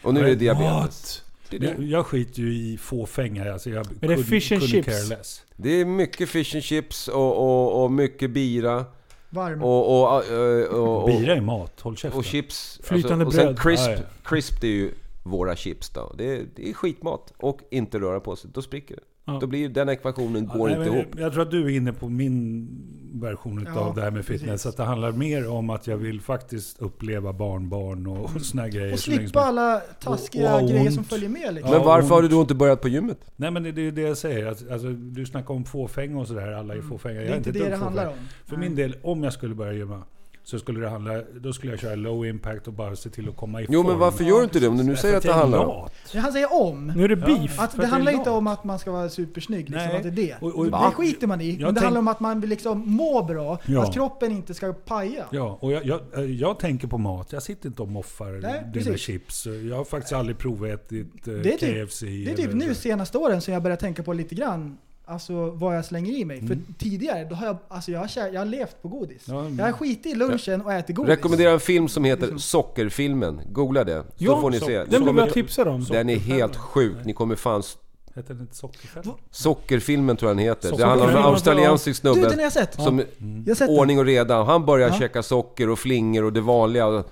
Speaker 5: Och nu är det diabetes.
Speaker 4: What?
Speaker 5: Det är,
Speaker 4: Jag,
Speaker 5: det.
Speaker 4: jag skiter ju i fåfänga. Alltså jag
Speaker 2: det är fish and chips.
Speaker 4: care less.
Speaker 5: det är mycket fish and chips och, och, och mycket bira.
Speaker 3: Varm.
Speaker 5: Och, och, och, och, och,
Speaker 4: Bira är mat, håll käften.
Speaker 5: och chips. Alltså,
Speaker 2: Flytande
Speaker 5: och sen
Speaker 2: bröd.
Speaker 5: crisp.
Speaker 4: Ja, ja.
Speaker 5: Crisp det är ju våra chips då. Det är, det är skitmat. Och inte röra på sig, då spricker det.
Speaker 2: Ja.
Speaker 5: Då blir ju den ekvationen
Speaker 4: Ja,
Speaker 5: går
Speaker 4: nej,
Speaker 5: inte
Speaker 4: men
Speaker 5: ihop.
Speaker 4: Jag tror att du är inne på min version av
Speaker 3: Ja,
Speaker 4: det här med fitness.
Speaker 3: precis.
Speaker 4: Att det handlar mer om att jag vill faktiskt uppleva barnbarn och, och såna här grejer.
Speaker 3: Och
Speaker 4: så länge
Speaker 3: slippa
Speaker 4: som- liksom-
Speaker 3: alla taskiga
Speaker 4: och ha
Speaker 3: grejer
Speaker 4: ont.
Speaker 3: som följer med liksom.
Speaker 5: Men
Speaker 4: Ja,
Speaker 5: varför har
Speaker 4: ont.
Speaker 5: du då inte börjat på gymmet?
Speaker 4: Nej men det, det är ju det jag säger. Att, alltså, du snackar om fåfänga och sådär. Alla är fåfänga.
Speaker 3: Mm. Det
Speaker 4: Jag
Speaker 3: är inte
Speaker 4: ett
Speaker 3: det
Speaker 4: dugg
Speaker 3: det handlar
Speaker 4: fåfäng.
Speaker 3: om.
Speaker 4: För min del, om jag skulle börja gymma. Så skulle det handla, då skulle jag köra low impact och bara se till att komma i
Speaker 5: Jo
Speaker 4: form.
Speaker 5: men varför gör du inte det om du nu
Speaker 4: Därför
Speaker 5: säger att det
Speaker 4: jag är
Speaker 5: handlar om...
Speaker 4: lat.
Speaker 3: Ja, Han säger om.
Speaker 2: Nu är det beef.
Speaker 3: Att
Speaker 4: för
Speaker 3: det
Speaker 4: att
Speaker 3: handlar
Speaker 4: jag är
Speaker 3: inte
Speaker 4: lat.
Speaker 3: om att man ska vara supersnygg, liksom,
Speaker 4: Nej.
Speaker 3: att det är det.
Speaker 4: Och- och-
Speaker 3: det
Speaker 4: Va?
Speaker 3: skiter man i. Men det
Speaker 4: tänk-
Speaker 3: handlar om att man vill liksom må bra,
Speaker 4: Ja.
Speaker 3: att kroppen inte ska paja.
Speaker 4: Ja, och jag, jag, eh, jag tänker på mat. Jag sitter inte och moffar dina
Speaker 3: precis.
Speaker 4: chips. Jag har faktiskt aldrig provat eh,
Speaker 3: Det är typ-
Speaker 4: KFC.
Speaker 3: Det är typ
Speaker 4: eller-
Speaker 3: nu senaste åren som jag börjar tänka på lite grann. Alltså vad jag slänger i mig. För tidigare, då har jag, alltså, jag, har, kä- jag har levt på godis.
Speaker 4: Mm. Ja, mm. men-
Speaker 3: Jag har skitit i lunchen och ätit godis.
Speaker 5: Rekommenderar en film som heter Sockerfilmen. Googla det, så
Speaker 2: Ja,
Speaker 5: får ni
Speaker 4: så-
Speaker 5: se. Ni
Speaker 2: Den blev
Speaker 5: kommer,
Speaker 2: jag tipsad om.
Speaker 5: den är helt sjuk. Ni kommer fan... s-
Speaker 4: Hette den inte Sockerfällan?
Speaker 5: Sockerfilmen tror jag den heter. Det
Speaker 4: Sockerfilmen,
Speaker 5: handlar om en
Speaker 2: alltså,
Speaker 5: australiensisk
Speaker 3: Du, den har
Speaker 5: snubbe
Speaker 3: jag sett!
Speaker 5: som...
Speaker 3: Jag har sett den.
Speaker 5: Ordning och reda. Han börjar
Speaker 3: Ja.
Speaker 5: käka socker och flingor och det vanliga.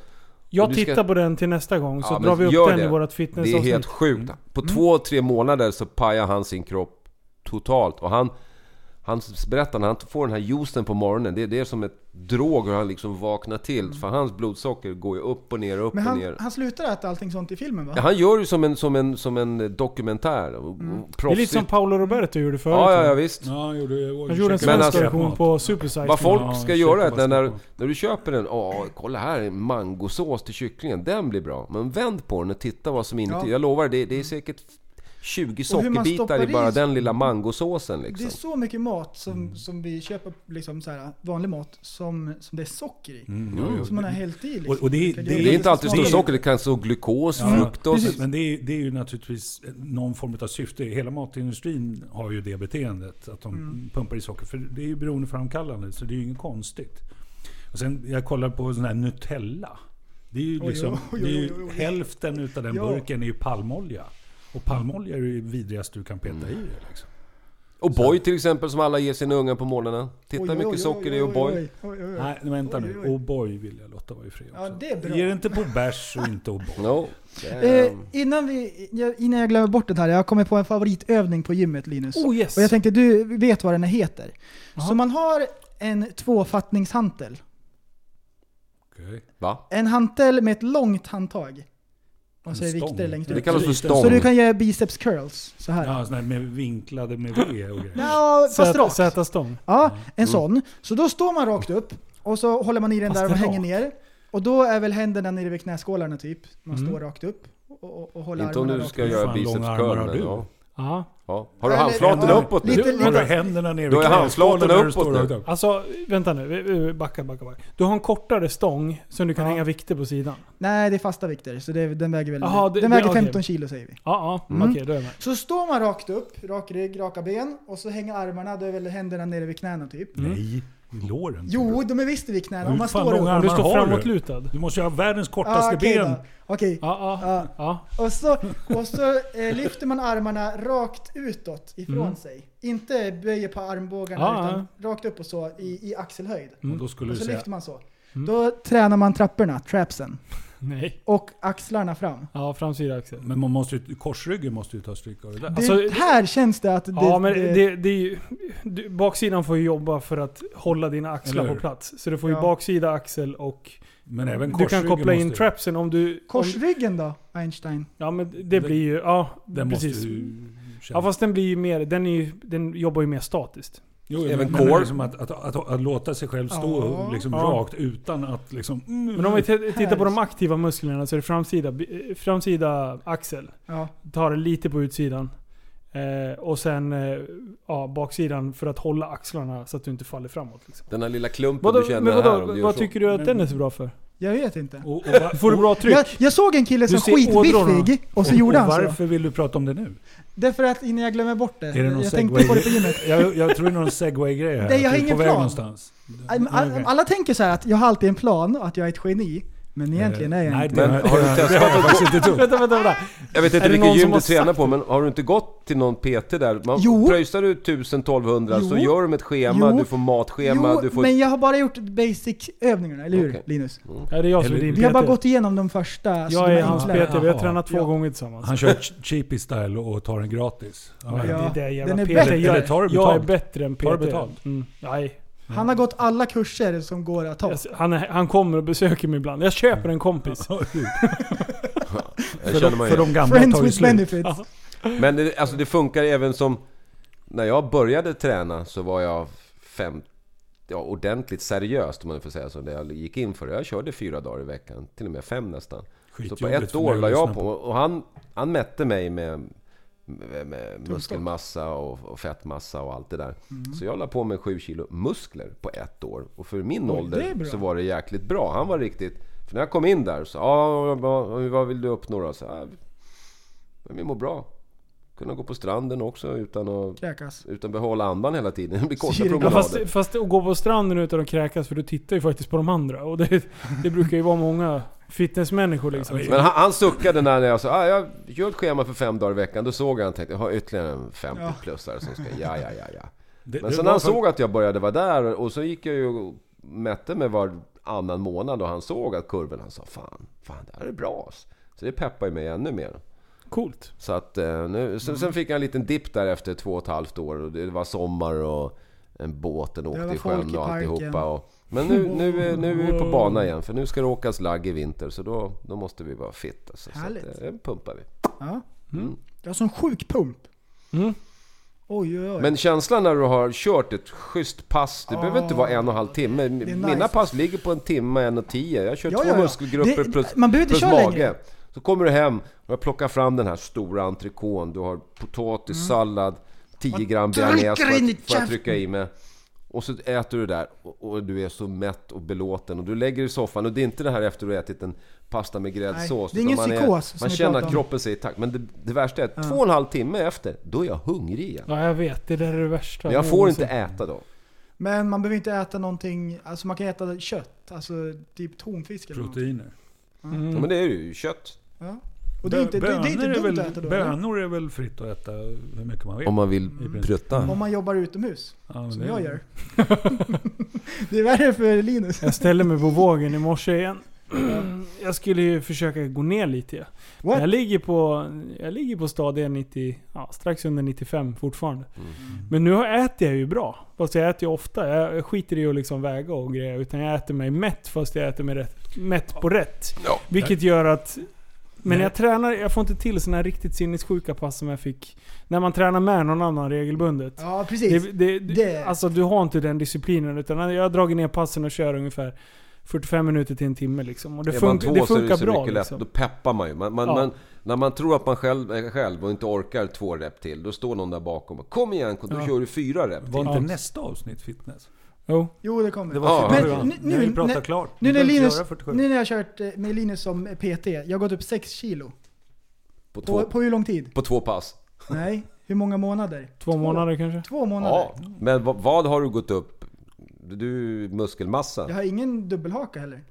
Speaker 2: Jag
Speaker 5: Du ska-
Speaker 2: tittar på den till nästa gång så
Speaker 5: Ja, men
Speaker 2: drar vi upp
Speaker 5: gör
Speaker 2: den i
Speaker 5: det.
Speaker 2: vårt
Speaker 5: Det är helt
Speaker 2: fitnessavsnitt.
Speaker 5: sjukt. På två, tre månader så pajar han sin kropp totalt. Och han, han berättar när han får den här juicen på morgonen, det, det är som ett drog hur han liksom vaknar till. För hans blodsocker går ju upp och ner, upp
Speaker 3: Men
Speaker 5: och
Speaker 3: han,
Speaker 5: ner.
Speaker 3: han slutar äta allting sånt i filmen va?
Speaker 5: Ja, han gör ju som en, som en, som en dokumentär. och-
Speaker 3: Mm.
Speaker 2: Det
Speaker 5: och
Speaker 2: är lite
Speaker 5: Proffsigt.
Speaker 2: som Paolo Roberto gjorde förut.
Speaker 5: ja, ja, ja, visst.
Speaker 4: Ja, gjorde,
Speaker 2: Han gjorde en
Speaker 5: Men
Speaker 2: svensk
Speaker 5: alltså-
Speaker 2: version på Supersize.
Speaker 5: Vad folk
Speaker 4: Ja,
Speaker 5: ska
Speaker 4: köpa
Speaker 5: göra är att när,
Speaker 4: vad
Speaker 5: när,
Speaker 4: som ska.
Speaker 5: du köper den, åh, kolla här, en mangosås till kycklingen, den blir bra. Men vänd på den och titta vad som är inuti.
Speaker 3: Ja.
Speaker 5: Jag lovar, det, det är säkert 20
Speaker 3: Och hur man
Speaker 5: sockerbitar i
Speaker 3: stoppar
Speaker 5: bara
Speaker 3: i-
Speaker 5: den lilla mangosåsen
Speaker 3: Det är
Speaker 5: liksom.
Speaker 3: så mycket mat som,
Speaker 4: Mm.
Speaker 3: som vi köper, liksom så här, vanlig mat, som, som det är socker i. Som man har hällt i liksom.
Speaker 4: Mm. Och- och det är-
Speaker 3: Olika
Speaker 4: det
Speaker 5: Det
Speaker 3: grejer.
Speaker 5: är inte alltid
Speaker 3: smakar-
Speaker 5: stort socker, det kan stå glukos,
Speaker 4: Ja,
Speaker 5: fruktos.
Speaker 4: precis. Men det är, det är ju naturligtvis någon form av syfte. Hela matindustrin har ju det beteendet. Att de
Speaker 3: Mm.
Speaker 4: pumpar i socker. För det är ju beroendeframkallande. Så det är ju inget konstigt. Och sen, jag kollar på sån här Nutella. Det är ju
Speaker 3: Oj,
Speaker 4: liksom...
Speaker 3: oj, oj,
Speaker 4: det är ju
Speaker 3: oj, oj, oj.
Speaker 4: Hälften utav den
Speaker 3: Ja.
Speaker 4: burken är ju palmolja. Och palmolja är ju det vidrigaste du kan peta
Speaker 5: Mm.
Speaker 4: i det. Liksom.
Speaker 5: Och boy till exempel som alla ger sina ungar på morgonen. Titta hur
Speaker 3: Oj, oj,
Speaker 5: mycket
Speaker 3: oj,
Speaker 5: socker det är
Speaker 3: oj,
Speaker 5: och boy.
Speaker 3: oj, oj, oj, oj.
Speaker 4: Nej, men vänta nu.
Speaker 3: Oj, oj, oj.
Speaker 4: O'boy vill jag låta vara i fred också.
Speaker 3: Ja, det är bra.
Speaker 4: Ge det inte på bärs och inte O'boy.
Speaker 5: No.
Speaker 3: Eh,
Speaker 5: Ehm.
Speaker 3: innan, vi, jag- innan jag glömmer bort det här, jag har kommit på en favoritövning på gymmet Linus.
Speaker 2: Oh yes!
Speaker 3: Och jag tänkte, du vet vad den här heter. Så man har en tvåfattningshantel.
Speaker 4: Okej.
Speaker 5: Va?
Speaker 3: En hantel med ett långt handtag.
Speaker 4: En
Speaker 3: Och så är det
Speaker 4: stång.
Speaker 3: vikter längst
Speaker 5: Det
Speaker 3: ut.
Speaker 5: kallas för
Speaker 4: Lite.
Speaker 5: stång.
Speaker 3: Så du kan göra biceps curls, så här.
Speaker 4: Ja, sån här med vinklade med V och grejer.
Speaker 3: Ja, fast
Speaker 2: Zä-
Speaker 3: rakt.
Speaker 2: Z-stång.
Speaker 3: Ja,
Speaker 5: Mm.
Speaker 3: en sån. Så då står man rakt upp och så håller man i den
Speaker 4: Fast
Speaker 3: där och
Speaker 4: det är
Speaker 3: hänger ner. Och då är väl händerna nere vid knäskålarna typ. Man
Speaker 2: Mm.
Speaker 3: står rakt upp och, och, och håller
Speaker 5: Inte om
Speaker 3: armarna
Speaker 5: du
Speaker 3: rakt
Speaker 5: ska
Speaker 3: upp.
Speaker 5: göra
Speaker 4: Fan,
Speaker 5: biceps
Speaker 4: långa armar har
Speaker 5: curl. men
Speaker 4: du.
Speaker 5: Ja.
Speaker 2: Ja.
Speaker 5: Ja. Har du
Speaker 3: Eller-
Speaker 5: handflaten
Speaker 3: ja,
Speaker 5: uppåt nu?
Speaker 3: lite-
Speaker 4: Har du händerna ner
Speaker 5: Då är handflatorna
Speaker 4: knäskålen när du
Speaker 5: uppåt
Speaker 4: står
Speaker 5: nu.
Speaker 4: rakt upp?
Speaker 2: Alltså, vänta nu. Vi- vi- Backa, backa, backa. Du har en kortare stång som du kan
Speaker 3: Ja.
Speaker 2: hänga vikter på sidan.
Speaker 3: Nej, det är fasta vikter. Så det, den väger väl
Speaker 2: Jaha, det-
Speaker 3: den
Speaker 2: det-
Speaker 3: väger
Speaker 2: okej.
Speaker 3: 15 kilo säger vi.
Speaker 2: Ja, ja.
Speaker 3: Mm.
Speaker 2: Okej, då är jag med.
Speaker 3: Så står man rakt upp, rak rygg, raka ben. Och så hänger armarna, då är väl händerna nere vid knäna typ.
Speaker 5: Mm.
Speaker 4: Nej, låren.
Speaker 3: Jo, de är visst vid knäna. Om
Speaker 4: Hur
Speaker 3: man
Speaker 4: fan
Speaker 3: står upp.
Speaker 4: långa
Speaker 2: Om du
Speaker 4: armar
Speaker 2: står
Speaker 4: har du?
Speaker 2: framåtlutad.
Speaker 4: Du måste ju ha världens
Speaker 3: Ah,
Speaker 4: kortaste
Speaker 3: Okej,
Speaker 4: ben.
Speaker 3: då. Okej.
Speaker 2: Ja, ja.
Speaker 3: Ja.
Speaker 2: ja.
Speaker 3: Och så, och så eh, lyfter man armarna rakt utåt ifrån
Speaker 2: Mm.
Speaker 3: sig. Inte böjer på armbågarna
Speaker 2: Ja, ja.
Speaker 3: utan rakt upp och så i, i axelhöjd.
Speaker 4: Mm. Och då skulle
Speaker 3: Och
Speaker 4: du
Speaker 3: så
Speaker 4: säga...
Speaker 3: lyfter man så.
Speaker 2: Mm.
Speaker 3: Då tränar man trapporna, trapsen.
Speaker 2: Nej.
Speaker 3: Och axlarna fram.
Speaker 2: Ja, framsida axel.
Speaker 4: Men man måste ju, korsryggen måste ju ta stryk av det där.
Speaker 3: Det,
Speaker 2: Alltså,
Speaker 3: här känns det att det,
Speaker 2: Ja, men
Speaker 3: det-
Speaker 2: det, det är ju, du, baksidan får ju jobba för att hålla dina axlar
Speaker 4: Eller
Speaker 2: på
Speaker 4: hur?
Speaker 2: plats. Så du får ju
Speaker 3: Ja.
Speaker 2: baksida, axel och...
Speaker 4: Men även
Speaker 2: du
Speaker 4: korsryggen
Speaker 2: kan koppla in
Speaker 4: måste ju-
Speaker 2: trapsen om du... Om,
Speaker 3: korsryggen då, Einstein?
Speaker 2: ja, men det, det blir ju... Ja,
Speaker 4: Den måste
Speaker 2: precis.
Speaker 4: ju... känna.
Speaker 2: Ja, fast den blir ju mer... Den, är ju, den jobbar ju mer statiskt.
Speaker 4: Jo, jo,
Speaker 5: Även
Speaker 4: men- men
Speaker 5: core.
Speaker 4: Liksom att, att, att, att, låta sig själv stå
Speaker 3: Ja.
Speaker 4: liksom
Speaker 2: Ja.
Speaker 4: rakt utan att liksom... Mm,
Speaker 2: Men om vi t- tittar på de aktiva musklerna så är det framsida, eh, framsida axel.
Speaker 3: Ja.
Speaker 2: Tar det lite på utsidan. Eh, Eh, och sen eh, ja, baksidan för att hålla axlarna så att du inte faller framåt. Liksom.
Speaker 5: Den här lilla klumpen
Speaker 2: Vadå,
Speaker 5: du känner
Speaker 2: men
Speaker 5: här om du
Speaker 2: vadå,
Speaker 5: gör
Speaker 2: vad
Speaker 5: så.
Speaker 2: tycker du att den är så bra för?
Speaker 3: Jag vet inte.
Speaker 4: Mm. Och, och, va-
Speaker 2: Får du bra tryck?
Speaker 3: Jag, jag såg en kille
Speaker 2: Du
Speaker 3: som
Speaker 2: ser ådrorna.
Speaker 3: skitbiffig och så
Speaker 4: och, och
Speaker 3: gjorde han så.
Speaker 4: varför vill du prata om det nu?
Speaker 3: Därför att innan jag glömmer bort det.
Speaker 4: Är det någon
Speaker 3: jag tänkte på det på gymmet.
Speaker 4: segway? Jag, jag tror det är någon segway-grej här.
Speaker 3: Nej, jag har
Speaker 4: Att du är
Speaker 3: ingen
Speaker 4: på väg
Speaker 3: plan.
Speaker 4: någonstans.
Speaker 3: All- all- Alla tänker så här att jag har alltid en plan och att jag är ett geni. Men egentligen är jag
Speaker 4: Eh, Nej,
Speaker 3: inte
Speaker 4: det,
Speaker 5: Men
Speaker 4: har,
Speaker 5: har du
Speaker 4: det,
Speaker 5: testat
Speaker 4: har jag
Speaker 5: att
Speaker 4: faktiskt inte trott.
Speaker 2: Vänta, vänta, vänta.
Speaker 5: Jag vet
Speaker 2: Är
Speaker 5: inte
Speaker 2: det
Speaker 5: vilket
Speaker 2: någon
Speaker 5: gym
Speaker 2: som
Speaker 5: du
Speaker 2: har
Speaker 5: tränar
Speaker 2: sagt
Speaker 5: på, men har du inte gått till någon PT där? Man
Speaker 3: Jo.
Speaker 5: pröjsar du 1000-1200 så
Speaker 3: Jo.
Speaker 5: gör de ett schema,
Speaker 3: Jo.
Speaker 5: du får matschema,
Speaker 3: jo,
Speaker 5: du får...
Speaker 3: men jag har bara gjort basic-övningarna, eller hur
Speaker 5: Okej.
Speaker 3: Linus?
Speaker 2: Är det jag som är
Speaker 4: Eller-
Speaker 2: din
Speaker 3: Vi har bara
Speaker 2: PT?
Speaker 3: gått igenom de första... alltså,
Speaker 2: Jag
Speaker 3: de
Speaker 2: är
Speaker 3: här
Speaker 2: hans
Speaker 3: enklare.
Speaker 2: PT, vi har
Speaker 4: Jaha.
Speaker 2: tränat två
Speaker 3: Ja.
Speaker 2: gånger tillsammans.
Speaker 4: Han kör ch- cheapy style och tar den gratis. Ja,
Speaker 2: Nej,
Speaker 4: ja.
Speaker 2: det är det jävla
Speaker 3: Den är
Speaker 2: PT.
Speaker 3: bättre.
Speaker 2: Jag,
Speaker 4: Eller tar du
Speaker 2: jag är
Speaker 4: betalt?
Speaker 2: bättre än PT.
Speaker 4: Tar du betalt?
Speaker 2: Mm. Nej.
Speaker 3: Han har gått alla kurser som går att ta.
Speaker 2: Jag, han, är, han kommer och besöker mig ibland. Jag köper en kompis.
Speaker 5: Jag
Speaker 4: För,
Speaker 5: känner
Speaker 4: de,
Speaker 5: mig
Speaker 4: för
Speaker 5: igen.
Speaker 4: de gamla
Speaker 3: Friends
Speaker 4: tar ju
Speaker 3: with
Speaker 4: slut.
Speaker 3: benefits.
Speaker 2: Ja.
Speaker 5: Men det, alltså det funkar även som... När jag började träna så var jag fem... Ja, ordentligt seriöst om man får säga så. När jag gick in för det. Jag körde fyra dagar i veckan. Till och med fem nästan. Så på
Speaker 4: Skitjobbigt
Speaker 5: ett
Speaker 4: för
Speaker 5: år
Speaker 4: mig
Speaker 5: la
Speaker 4: att
Speaker 5: jag
Speaker 4: lyssna
Speaker 5: på. Och han, han mätte mig med, med, med muskelmassa och, och fettmassa och allt det där. Så jag la på mig 7 kilo muskler på ett år. Och för min
Speaker 3: det är
Speaker 5: ålder
Speaker 3: bra.
Speaker 5: så var det jäkligt bra. Han var riktigt... För när jag kom in där så ah, vad, vad vill du uppnå då? Så, ah, men vi mår bra. Kunna gå på stranden också utan att,
Speaker 3: Kräkas.
Speaker 5: utan behålla andan hela tiden. Det blir
Speaker 3: Ser
Speaker 5: korta
Speaker 3: det-
Speaker 2: Ja,
Speaker 5: promenader.
Speaker 2: fast, fast att gå på stranden utan att kräkas, för du tittar ju faktiskt på de andra. Och det, det brukar ju vara många fitnessmänniskor liksom.
Speaker 5: Men han, han suckade när jag sa ah, jag gör ett schema för fem dagar i veckan. Då såg han tänkte jag har ytterligare en 50-plussare som ska... Ja, ja, ja, ja.
Speaker 4: Det-
Speaker 5: Men
Speaker 4: det
Speaker 5: sen
Speaker 4: var
Speaker 5: han
Speaker 4: för-
Speaker 5: såg att jag började vara där och så gick jag ju och mätte mig varannan månad och han såg att kurven, han sa fan, fan det här är bra alltså." Så det peppar ju mig ännu mer.
Speaker 2: Coolt.
Speaker 5: Så att eh, nu, sen,
Speaker 3: Mm.
Speaker 5: sen fick jag en liten dipp där efter två och ett halvt år och det var sommar och en båt, den åkte
Speaker 3: var
Speaker 5: i
Speaker 3: folk
Speaker 5: sjön
Speaker 3: i
Speaker 5: och
Speaker 3: parken.
Speaker 5: alltihopa. Och, men nu, nu, är- nu är vi på bana igen för nu ska det åkas lagg i vinter så då, då måste vi vara fit. Alltså, så att,
Speaker 3: Härligt.
Speaker 5: eh, det pumpar vi.
Speaker 3: Ja. Jag har sån sjuk pump.
Speaker 2: Mm.
Speaker 3: Oj, oj, oj.
Speaker 5: Men känslan när du har kört ett schysst pass, det behöver inte vara en och en halv timme.
Speaker 3: är
Speaker 5: Mina
Speaker 3: nice.
Speaker 5: pass ligger på en timme, en och tio. Jag kör
Speaker 3: Ja,
Speaker 5: två
Speaker 3: ja, ja.
Speaker 5: muskelgrupper
Speaker 3: Det-
Speaker 5: plus,
Speaker 3: man behöver inte
Speaker 5: plus
Speaker 3: köra
Speaker 5: mage.
Speaker 3: längre.
Speaker 5: Så kommer du hem och jag plockar fram den här stora entrecôten. Du har potatis, sallad, 10 gram bearnaise
Speaker 3: trycker Mm. in i
Speaker 5: får jag- får
Speaker 3: käften.
Speaker 5: jag trycka i mig. Och så äter du det där och, och du är så mätt och belåten och du lägger dig i soffan och det är inte det här efter du har ätit en pasta med gräddsås.
Speaker 3: det är ingen
Speaker 5: utan man
Speaker 3: psykos som
Speaker 5: man
Speaker 3: vi
Speaker 5: känner
Speaker 3: pratar
Speaker 5: att
Speaker 3: om.
Speaker 5: kroppen säger tack. Men det, det värsta är att två och en halv timme efter, då är jag hungrig igen.
Speaker 2: Ja, jag vet. Det där är det värsta.
Speaker 5: Men jag får
Speaker 2: någonsin.
Speaker 5: inte äta då.
Speaker 3: Men man behöver inte äta någonting, alltså man kan äta kött, alltså typ tonfisk eller något.
Speaker 4: Proteiner.
Speaker 5: Ja, men det är ju kött.
Speaker 3: Ja. Och det är inte, det, det är inte
Speaker 4: Bönor är
Speaker 3: dumt
Speaker 4: väl-
Speaker 3: att äta då? eller?
Speaker 4: Bönor är väl fritt att äta hur mycket man vill?
Speaker 5: Om man vill
Speaker 4: Mm.
Speaker 3: Om
Speaker 5: prutta.
Speaker 3: man jobbar utomhus,
Speaker 4: Ja, men
Speaker 3: som
Speaker 4: det-
Speaker 3: jag gör. det är värre för Linus.
Speaker 2: Jag ställde mig på vågen i morse igen. Jag skulle ju försöka gå ner lite.
Speaker 3: What?
Speaker 2: Jag ligger på, jag ligger på stadiga 90, ja, strax under 95 fortfarande. Men nu har- äter jag ju bra. Fast jag äter ju ofta. Jag skiter i att liksom väga och grejer. Utan jag äter mig mätt fast jag äter mig rätt, mätt på rätt.
Speaker 5: Ja.
Speaker 2: Vilket gör att... Men
Speaker 4: Nej.
Speaker 2: jag tränar, jag får inte till såna här riktigt sinnessjuka pass som jag fick när man tränar med någon annan regelbundet.
Speaker 3: Ja,
Speaker 2: Det,
Speaker 3: precis.
Speaker 2: det, du-
Speaker 3: Det-
Speaker 2: Alltså du har inte den disciplinen utan jag har dragit ner passen och kör ungefär 45 minuter till en timme liksom. Och det,
Speaker 5: är man
Speaker 2: fun-
Speaker 5: två
Speaker 2: det
Speaker 5: så är
Speaker 2: funkar
Speaker 5: det så
Speaker 2: bra
Speaker 5: mycket lätt.
Speaker 2: liksom.
Speaker 5: Då peppar man ju. Man, man,
Speaker 2: Ja.
Speaker 5: man, när man tror att man själv är själv och inte orkar två rep till, då står någon där bakom och Kom igen, då
Speaker 2: Ja.
Speaker 5: kör du fyra rep
Speaker 4: Var
Speaker 5: till.
Speaker 4: inte
Speaker 2: Ja.
Speaker 4: nästa avsnitt fitness?
Speaker 2: Jo.
Speaker 3: Jo, det kommer.
Speaker 4: Det
Speaker 5: Ja,
Speaker 4: var
Speaker 5: men
Speaker 4: 47
Speaker 3: nu-
Speaker 4: Ni har ju
Speaker 3: nu-
Speaker 4: pratat
Speaker 3: nu-
Speaker 4: klart.
Speaker 3: Nu
Speaker 4: Ni
Speaker 3: när,
Speaker 4: behöver inte
Speaker 3: Linus,
Speaker 4: göra 47.
Speaker 3: nu när jag har kört eh, med Linus som PT, jag har gått upp 6 kilo.
Speaker 5: På två,
Speaker 3: På, på hur lång tid?
Speaker 5: på två pass.
Speaker 3: Nej, hur många månader?
Speaker 2: Två månader kanske?
Speaker 3: Två månader.
Speaker 5: Ja. Men vad, vad har du gått upp? Du, muskelmassa?
Speaker 3: Jag har ingen dubbelhaka heller.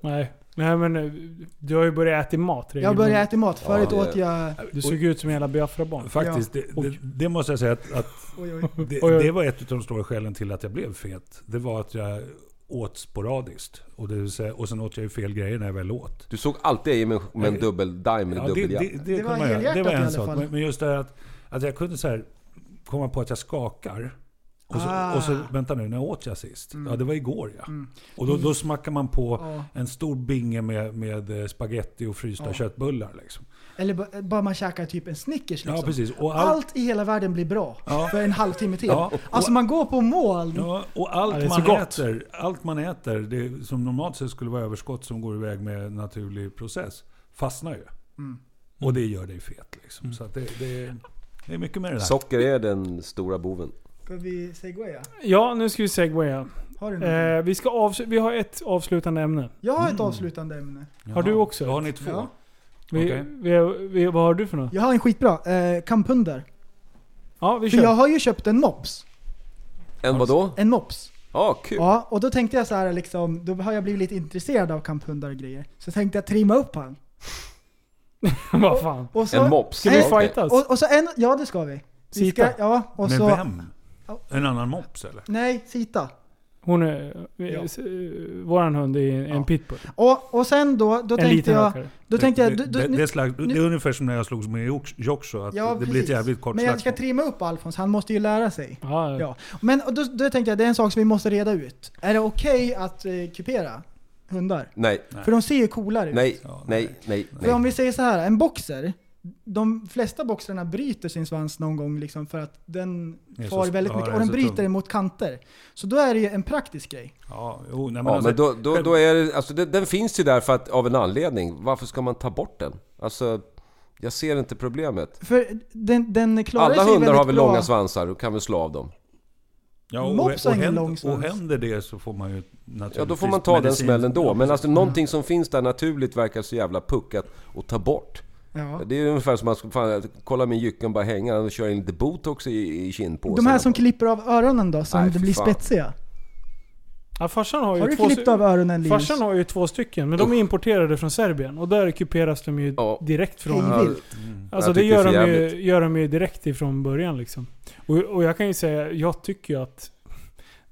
Speaker 2: Nej. Nej men eh, du har ju börjat äta mat
Speaker 3: Jag
Speaker 2: regelbundet.
Speaker 3: började äta mat. Förut
Speaker 5: Ja, det-
Speaker 3: åt jag...
Speaker 2: Du såg ut som en jävla Biafra-barn.
Speaker 4: Faktiskt, det, det,
Speaker 2: Oj.
Speaker 4: det måste jag säga att, att
Speaker 3: Oj, oj.
Speaker 4: Det,
Speaker 2: Och jag-
Speaker 4: det var ett av de stora skälen till att jag blev fet. Det var att jag åt sporadiskt. Och, det vill säga, och sen åt jag ju fel grejer när jag väl åt.
Speaker 5: Du såg alltid i med, med en dubbel dime eller
Speaker 4: Ja, det,
Speaker 5: dubbel
Speaker 4: det,
Speaker 5: jack.
Speaker 4: det,
Speaker 3: Det var
Speaker 4: kan man göra. det
Speaker 3: helhjärtat
Speaker 4: var
Speaker 3: i alla
Speaker 4: en sak.
Speaker 3: fall.
Speaker 4: Men- Men just det här att, att jag kunde så här komma på att jag skakar. Och så,
Speaker 3: Ah. Mm.
Speaker 4: och så vänta nu, när åt jag sist? Ja, det var igår ja. Och då, då smackar man på
Speaker 3: Ja.
Speaker 4: en stor binge med, med eh, spaghetti och frysta köttbullar. Liksom.
Speaker 3: Eller ba- bara man käkar typ en Snickers liksom.
Speaker 4: Ja, precis. Och allt,
Speaker 3: Allt i hela världen blir bra
Speaker 4: Ja.
Speaker 3: för en halvtimme till.
Speaker 4: Ja.
Speaker 3: Alltså man går på moln.
Speaker 4: Ja, och
Speaker 2: Ja,
Speaker 4: allt,
Speaker 2: det är så
Speaker 4: man
Speaker 2: gott.
Speaker 4: äter, allt man äter, det som normalt sett skulle vara överskott som går iväg med
Speaker 2: Mm.
Speaker 4: naturlig process, fastnar ju. Och det gör dig fet. Liksom. Så att det, det, Det är mycket med det där.
Speaker 5: Socker är den stora boven.
Speaker 3: Ska vi segwaya?
Speaker 2: Ja, nu ska vi segwaya.
Speaker 3: Har du något?
Speaker 2: Eh, vi, ska avs- vi har ett avslutande ämne.
Speaker 3: jag har ett avslutande ämne.
Speaker 2: Har du också?
Speaker 4: Då har ni två.
Speaker 3: Ja.
Speaker 2: Vi,
Speaker 4: Okej.
Speaker 2: vi, vi, vad har du för något?
Speaker 3: Jag har en skitbra. Eh, kampunder.
Speaker 2: Ja, vi
Speaker 3: För
Speaker 2: kör.
Speaker 3: jag har ju köpt en mops.
Speaker 5: En vadå?
Speaker 3: En mops.
Speaker 5: Ja, kul.
Speaker 3: Ja, och då tänkte jag så här liksom, då har jag blivit lite intresserad av kamphundar och grejer. Så tänkte jag trimma upp han.
Speaker 2: vad fan.
Speaker 3: Och så,
Speaker 5: En mops.
Speaker 2: Ska vi
Speaker 5: Ja, okej.
Speaker 2: fightas?
Speaker 3: Och, och så en, ja det ska vi. vi ska,
Speaker 2: Sita.
Speaker 3: ja, och
Speaker 4: Med
Speaker 3: så,
Speaker 4: vem? En annan mops eller?
Speaker 3: Nej, Sita.
Speaker 2: Hon är...
Speaker 3: Ja.
Speaker 2: s- eh, Våran hund är en
Speaker 3: Ja.
Speaker 2: pitbull.
Speaker 3: Och, och sen då, då
Speaker 2: en
Speaker 3: tänkte
Speaker 2: liten
Speaker 3: jag...
Speaker 2: rackare.
Speaker 3: Då tänkte jag...
Speaker 4: det,
Speaker 3: Du,
Speaker 4: det,
Speaker 3: du,
Speaker 4: det,
Speaker 3: nu,
Speaker 4: är slag, det är ungefär som när jag slogs med Jox- Joxo, att det blir ett
Speaker 3: precis.
Speaker 4: jävligt kort
Speaker 3: Men jag ska
Speaker 4: slagsmål.
Speaker 3: trimma upp Alfons, han måste ju lära sig.
Speaker 2: Ja,
Speaker 3: Ja. Men och då, då tänkte jag, det är en sak som vi måste reda ut. Är det okej att eh, kupera hundar?
Speaker 5: Nej,
Speaker 4: Nej.
Speaker 3: För de ser ju coolare ut.
Speaker 5: nej,
Speaker 4: Ja,
Speaker 5: nej, nej,
Speaker 3: För om
Speaker 5: nej.
Speaker 3: vi säger så här, en boxer. De flesta boxarna bryter sin svans någon gång liksom för att den
Speaker 4: är så
Speaker 3: far
Speaker 4: st-
Speaker 3: väldigt
Speaker 4: ja,
Speaker 3: mycket
Speaker 4: den
Speaker 3: och
Speaker 4: är
Speaker 3: den
Speaker 4: så
Speaker 3: bryter
Speaker 4: tung.
Speaker 3: den mot kanter. Så då är det ju en praktisk grej.
Speaker 4: Ja, jo, nej, men
Speaker 5: Ja,
Speaker 4: alltså,
Speaker 5: men då, då, då är det, alltså, den, den finns ju där för att, av en anledning. Varför ska man ta bort den? Alltså, jag ser inte problemet.
Speaker 3: För den, den klarar sig
Speaker 5: Alla
Speaker 3: väldigt
Speaker 5: hundar har väl
Speaker 3: bra.
Speaker 5: långa svansar och kan väl slå av dem?
Speaker 4: ja, och,
Speaker 3: mops har
Speaker 4: och,
Speaker 3: ingen
Speaker 4: händer,
Speaker 3: lång svans.
Speaker 4: och händer det så får man ju naturligtvis
Speaker 5: Ja, då får man ta den
Speaker 4: medicin.
Speaker 5: smällen
Speaker 4: Ja,
Speaker 5: då. Men
Speaker 4: precis.
Speaker 5: alltså någonting som finns där naturligt verkar så jävla puckat att ta bort.
Speaker 3: Ja.
Speaker 5: Det är ungefär som att man ska fan, kolla min gyckeln bara hänga och köra in lite botox i, i kindpåsen.
Speaker 3: De här som klipper av öronen då, som
Speaker 5: Nej,
Speaker 3: det
Speaker 5: fy
Speaker 3: blir
Speaker 5: fan.
Speaker 3: spetsiga.
Speaker 2: Ja, farsan har ju
Speaker 3: Har du
Speaker 2: två...
Speaker 3: klippt av öronen Linus?
Speaker 2: Farsan har ju två stycken, men de är importerade från Serbien. Och där kuperas de ju
Speaker 5: Ja.
Speaker 2: direkt från...
Speaker 3: Hej vilt.
Speaker 4: Mm.
Speaker 2: Alltså
Speaker 5: Jag
Speaker 2: det
Speaker 5: tycker
Speaker 2: gör
Speaker 5: det är
Speaker 2: de,
Speaker 5: för
Speaker 2: ju,
Speaker 5: jävligt.
Speaker 2: gör de ju direkt ifrån början liksom. Och, och jag kan ju säga, jag tycker ju att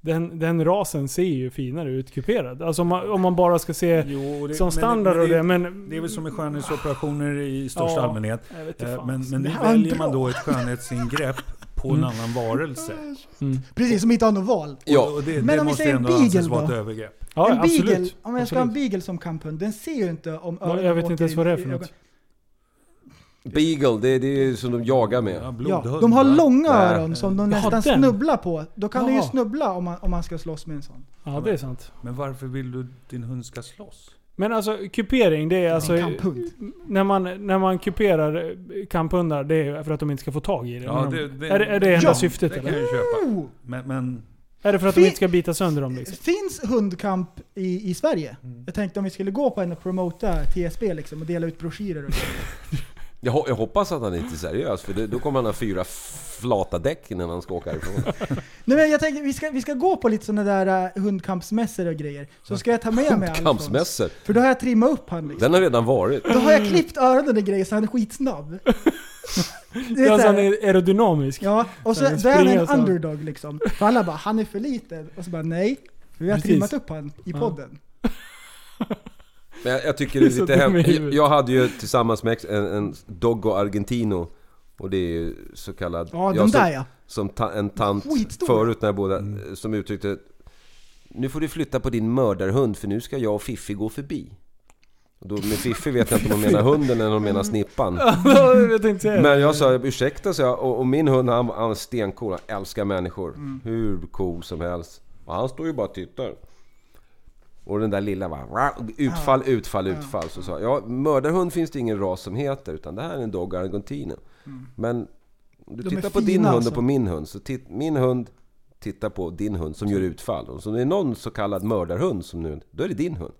Speaker 2: den, den rasen ser ju finare ut kuperad. Alltså om man, om man bara ska se
Speaker 4: Jo, det-
Speaker 2: Eh, som
Speaker 4: men-
Speaker 2: standard
Speaker 4: men
Speaker 2: och
Speaker 4: det-
Speaker 2: det, men...
Speaker 4: Det är väl som med skönhetsoperationer i största
Speaker 2: Ja.
Speaker 4: allmänhet.
Speaker 2: Jag vet inte
Speaker 4: Eh,
Speaker 2: fan.
Speaker 4: Men, men nu
Speaker 3: Det här var en
Speaker 4: väljer man
Speaker 3: bra.
Speaker 4: då ett skönhetsingrepp på en annan varelse.
Speaker 2: Mm.
Speaker 3: Precis, som inte har något val.
Speaker 5: Ja,
Speaker 4: Och det,
Speaker 3: Men
Speaker 4: det
Speaker 3: om vi
Speaker 4: måste
Speaker 3: säger en
Speaker 4: ändå
Speaker 3: beagle
Speaker 4: anses vara
Speaker 3: då?
Speaker 4: ett övergrepp.
Speaker 2: ja,
Speaker 3: en
Speaker 2: absolut.
Speaker 3: beagle, om jag ska ha en
Speaker 2: absolut.
Speaker 3: beagle som kamphund, den ser ju inte om
Speaker 2: Ja,
Speaker 3: öronen
Speaker 2: Jag vet
Speaker 3: åker
Speaker 2: inte ens
Speaker 3: in
Speaker 2: vad det är
Speaker 3: i
Speaker 2: för något.
Speaker 5: Beagle, det, det är ju som de jagar med.
Speaker 4: blodhund,
Speaker 3: ja, de har
Speaker 4: va?
Speaker 3: långa
Speaker 5: Nej.
Speaker 3: öron som de
Speaker 2: Jaha,
Speaker 3: nästan
Speaker 2: den.
Speaker 3: snubblar på. Då kan du ju
Speaker 2: Jaha.
Speaker 3: snubbla om man, om man ska slåss med en sån.
Speaker 2: Ja, det är sant.
Speaker 4: Men varför vill du din hund ska slåss?
Speaker 2: Men alltså kupering, det är alltså...
Speaker 3: kamphund.
Speaker 2: När man, när man kuperar eh, kamphundar, det är för att de inte ska få tag i det.
Speaker 4: Ja,
Speaker 2: Men de-
Speaker 4: det- det-
Speaker 2: är, det- är det enda
Speaker 3: Ja,
Speaker 2: syftet
Speaker 4: Det kan
Speaker 2: eller?
Speaker 4: jag ju köpa.
Speaker 3: Oh,
Speaker 4: Men, men
Speaker 2: Är det för att de
Speaker 3: Fi-
Speaker 2: inte ska bita sönder dem liksom?
Speaker 3: finns hundkamp i, i Sverige?
Speaker 4: Mm.
Speaker 3: Jag tänkte om vi skulle gå på en och promota TSB liksom och dela ut broschyrer och grejer.
Speaker 5: Jag, ho- jag hoppas att han inte är seriös för det, då kommer han ha fyra flata däck innan han ska åka härifrån.
Speaker 3: Nej men jag tänkte vi ska, vi ska gå på lite sådana där uh, hundkampsmässor och grejer. Så ska jag ta med mig Alfons.
Speaker 5: Kampsmässor.
Speaker 3: För då har jag trimmat upp han liksom.
Speaker 5: Den har redan varit.
Speaker 3: Då har jag klippt öronen och grejer så han är skitsnabb. Det är
Speaker 2: Ja,
Speaker 3: så
Speaker 2: alltså
Speaker 3: här-
Speaker 2: han är aerodynamisk.
Speaker 3: Ja, och så
Speaker 2: Den
Speaker 3: då är han
Speaker 2: springer så.
Speaker 3: en underdog liksom. För alla bara, han är för liten. Och så bara, nej. För vi har
Speaker 2: Precis.
Speaker 3: trimmat upp han i podden.
Speaker 5: Men jag, jag tycker det är
Speaker 2: Så
Speaker 5: lite
Speaker 2: dum i
Speaker 5: hem...
Speaker 2: huvudet.
Speaker 5: Jag hade ju tillsammans med ex- en, en Doggo Argentino och det är ju så kallad...
Speaker 3: Ja,
Speaker 5: jag
Speaker 3: den
Speaker 5: som,
Speaker 3: där ja.
Speaker 5: Som ta, en tant
Speaker 3: Skitstor.
Speaker 5: förut när jag bodde, som uttryckte Nu får du flytta på din mördarhund för nu ska jag och Fiffi gå förbi. Och då, med Fiffi vet jag inte om de menar hunden eller om de menar snippan.
Speaker 2: jag tänkte säga det.
Speaker 5: Men jag sa ursäkta sa jag och, och min hund han, han är stencool, han älskar människor. Hur cool som helst. Och han står ju bara och tittar. Och den där lilla bara, "Ra", utfall, utfall, utfall. Så sa jag, ja, mördarhund finns det ingen ras som heter utan det här är en dog argentino. Men om du
Speaker 3: De är
Speaker 5: tittar på
Speaker 3: fina
Speaker 5: din hund
Speaker 3: alltså.
Speaker 5: och på min hund. Så titt, min hund tittar på din hund som gör utfall. Och så om det är någon så kallad mördarhund som nu, då är det din hund.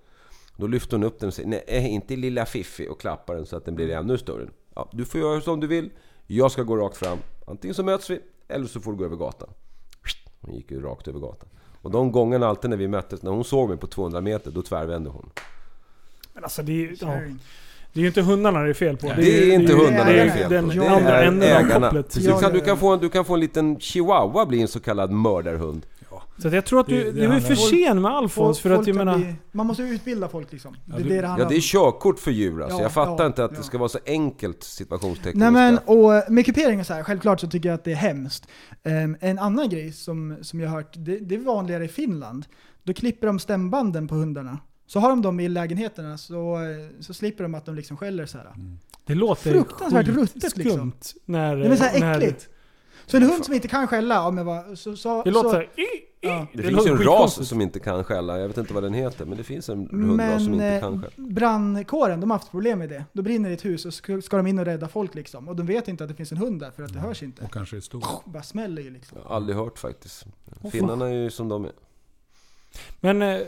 Speaker 5: Då lyfter hon upp den och säger nej, inte lilla Fiffi och klappar den så att den blir ännu större. Ja, du får göra som du vill. Jag ska gå rakt fram. Antingen så möts vi eller så får du gå över gatan. Hon gick ju rakt över gatan. Och de gångerna alltid när vi möttes, när hon såg mig på 200 meter, då tvärvände hon.
Speaker 2: Men alltså det är ju... Ja.
Speaker 3: Sharing.
Speaker 2: Det är ju inte hundarna det är fel på.
Speaker 4: Nej.
Speaker 5: Det är inte
Speaker 2: ju-
Speaker 5: hundarna
Speaker 2: det är
Speaker 3: det är fel på.
Speaker 2: den
Speaker 3: Det är
Speaker 2: andra änden av
Speaker 5: ägarna.
Speaker 2: kopplet.
Speaker 5: Precis,
Speaker 3: Ja,
Speaker 5: så
Speaker 3: ja,
Speaker 5: du,
Speaker 3: ja.
Speaker 5: kan få en, du kan få en liten chihuahua bli en så kallad mördarhund.
Speaker 2: Så att jag tror att
Speaker 4: Det-
Speaker 2: du,
Speaker 4: det
Speaker 2: du är
Speaker 4: handlar-
Speaker 2: för sen med
Speaker 3: Folk-
Speaker 2: Alfons för att
Speaker 3: folk
Speaker 2: jag
Speaker 3: kan
Speaker 2: menar...
Speaker 3: bli- man måste ju utbilda folk liksom. Det är
Speaker 4: du-
Speaker 3: det det handlar
Speaker 5: Ja,
Speaker 3: om.
Speaker 5: det är körkort för djur alltså.
Speaker 3: Ja,
Speaker 5: Jag fattar
Speaker 3: ja,
Speaker 5: inte att
Speaker 3: ja.
Speaker 5: det ska vara så enkelt situationstecken.
Speaker 3: Nej men, och med kupering och så här, självklart så tycker jag att det är hemskt. Ehm, en annan grej som, som jag har hört, det, det är vanligare i Finland. Då klipper de stämbanden på hundarna. Så har de dem i lägenheterna så, eh, så slipper de att de liksom skäller så här.
Speaker 2: Mm. Det låter
Speaker 3: Fruktansvärt
Speaker 2: skit-
Speaker 3: ruttet, liksom.
Speaker 2: skumt När,
Speaker 3: Det är så
Speaker 2: när-
Speaker 3: här äckligt. Så en hund som inte kan skälla, ja, men vad, så, så,
Speaker 2: Det låter
Speaker 3: så,
Speaker 2: såhär...
Speaker 3: Ja.
Speaker 5: Det,
Speaker 2: Det
Speaker 5: finns ju
Speaker 2: låter
Speaker 5: en ras
Speaker 2: skitkonstigt.
Speaker 5: som inte kan skälla. Jag vet inte vad den heter, men det finns en hundras som
Speaker 3: Men
Speaker 5: inte
Speaker 3: eh,
Speaker 5: kan skälla.
Speaker 3: brandkåren, de har haft problem med det. Då brinner ett hus och ska ska de in och rädda folk liksom. Och de vet inte att det finns en hund där för att det hörs inte.
Speaker 4: Och kanske är stor.
Speaker 3: Bara smäller ju liksom.
Speaker 5: Jag har aldrig hört faktiskt. Finnarna är ju som de är.
Speaker 2: Men, eh,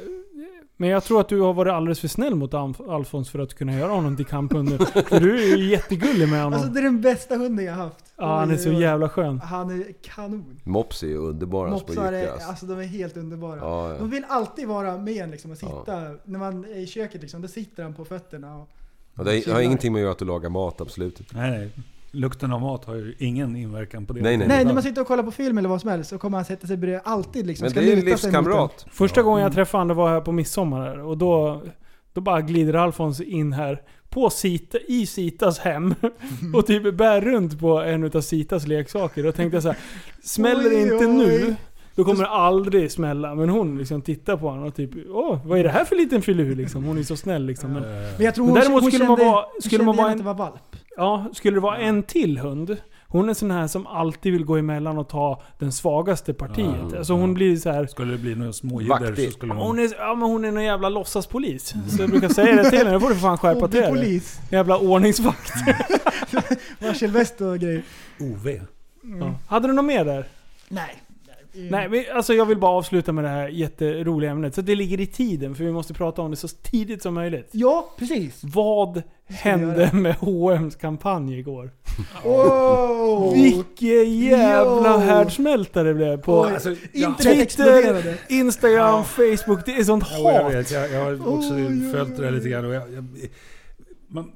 Speaker 2: men jag tror att du har varit alldeles för snäll mot Alf- Alfons för att kunna göra honom till kamphund. för du är ju jättegullig med honom.
Speaker 3: Alltså det är den bästa hunden jag har haft.
Speaker 2: ja, han är så
Speaker 3: Oj, oj, oj.
Speaker 2: jävla skön.
Speaker 3: Han är kanon.
Speaker 5: Mops är ju underbara små
Speaker 3: Mopsar är,
Speaker 5: jyckar. alltså.
Speaker 3: alltså de är helt underbara.
Speaker 5: Ja, ja.
Speaker 3: De vill alltid vara med en liksom och
Speaker 5: Ja.
Speaker 3: sitta. När man är i köket liksom, då sitter han på fötterna. Och,
Speaker 5: Och Det har
Speaker 3: Killar.
Speaker 5: ingenting med att göra att du lagar mat, absolut inte.
Speaker 4: Nej, nej. Lukten av mat har ju ingen inverkan på det.
Speaker 5: Nej,
Speaker 3: nej, när man sitter och kollar på film eller vad som helst så kommer han sätta sig bredvid alltid liksom.
Speaker 5: Men
Speaker 3: ska
Speaker 5: det är en
Speaker 3: luta sig mot
Speaker 5: livskamrat.
Speaker 2: Första gången
Speaker 3: Mm.
Speaker 2: jag träffade honom var här på midsommar här, och då, då bara glider Alfons in här på Sita, i Sitas hem
Speaker 3: Mm.
Speaker 2: och typ bär runt på en utav Sitas leksaker. Då tänkte jag så här, smäller det
Speaker 3: Oj,
Speaker 2: inte
Speaker 3: oj.
Speaker 2: nu, då kommer det aldrig smälla. Men hon liksom tittar på honom och typ, åh, vad är det här för liten filur liksom? Hon är så snäll liksom. Men,
Speaker 4: Eh,
Speaker 3: den. Men jag tror
Speaker 2: Men
Speaker 3: hon,
Speaker 2: däremot
Speaker 3: hon
Speaker 2: skulle man
Speaker 3: kände,
Speaker 2: vara-
Speaker 3: hon
Speaker 2: skulle
Speaker 3: kände
Speaker 2: man vara
Speaker 3: igen
Speaker 2: en-
Speaker 3: att det var valp.
Speaker 2: ja, skulle det vara en till hund, hon är sån här som alltid vill gå emellan och ta den svagaste partiet.
Speaker 5: Ja.
Speaker 2: Alltså hon blir så här
Speaker 4: skulle det bli några småljud
Speaker 5: Vaktig.
Speaker 4: så skulle
Speaker 2: Hon
Speaker 4: hon...
Speaker 2: är, ja, men hon är någon jävla låtsaspolis. Så jag brukar säga det till henne, då får du fan skärpa till dig.
Speaker 3: Hobbypolis.
Speaker 2: Jävla ordningsvakt.
Speaker 3: Varselväst och grejer.
Speaker 4: OV.
Speaker 2: Ja. Hade du något mer där?
Speaker 3: Nej.
Speaker 2: Nej, men alltså jag vill bara avsluta med det här jätteroliga ämnet. Så det ligger i tiden, för vi måste prata om det så tidigt som möjligt.
Speaker 3: Ja, precis.
Speaker 2: Vad hände
Speaker 3: göra.
Speaker 2: med H&M's kampanj igår?
Speaker 3: Oh.
Speaker 2: Vilken jävla
Speaker 3: Jo.
Speaker 2: härdsmälta det blev på
Speaker 3: Oj,
Speaker 4: alltså, jag-
Speaker 3: Internet exploderade.
Speaker 2: Instagram, Facebook. Det är sånt
Speaker 4: Jo, jag
Speaker 2: hat.
Speaker 4: vet. Jag, jag har också
Speaker 3: Oj, oj,
Speaker 4: följt det där
Speaker 3: oj.
Speaker 4: lite grann. Och jag, jag, man,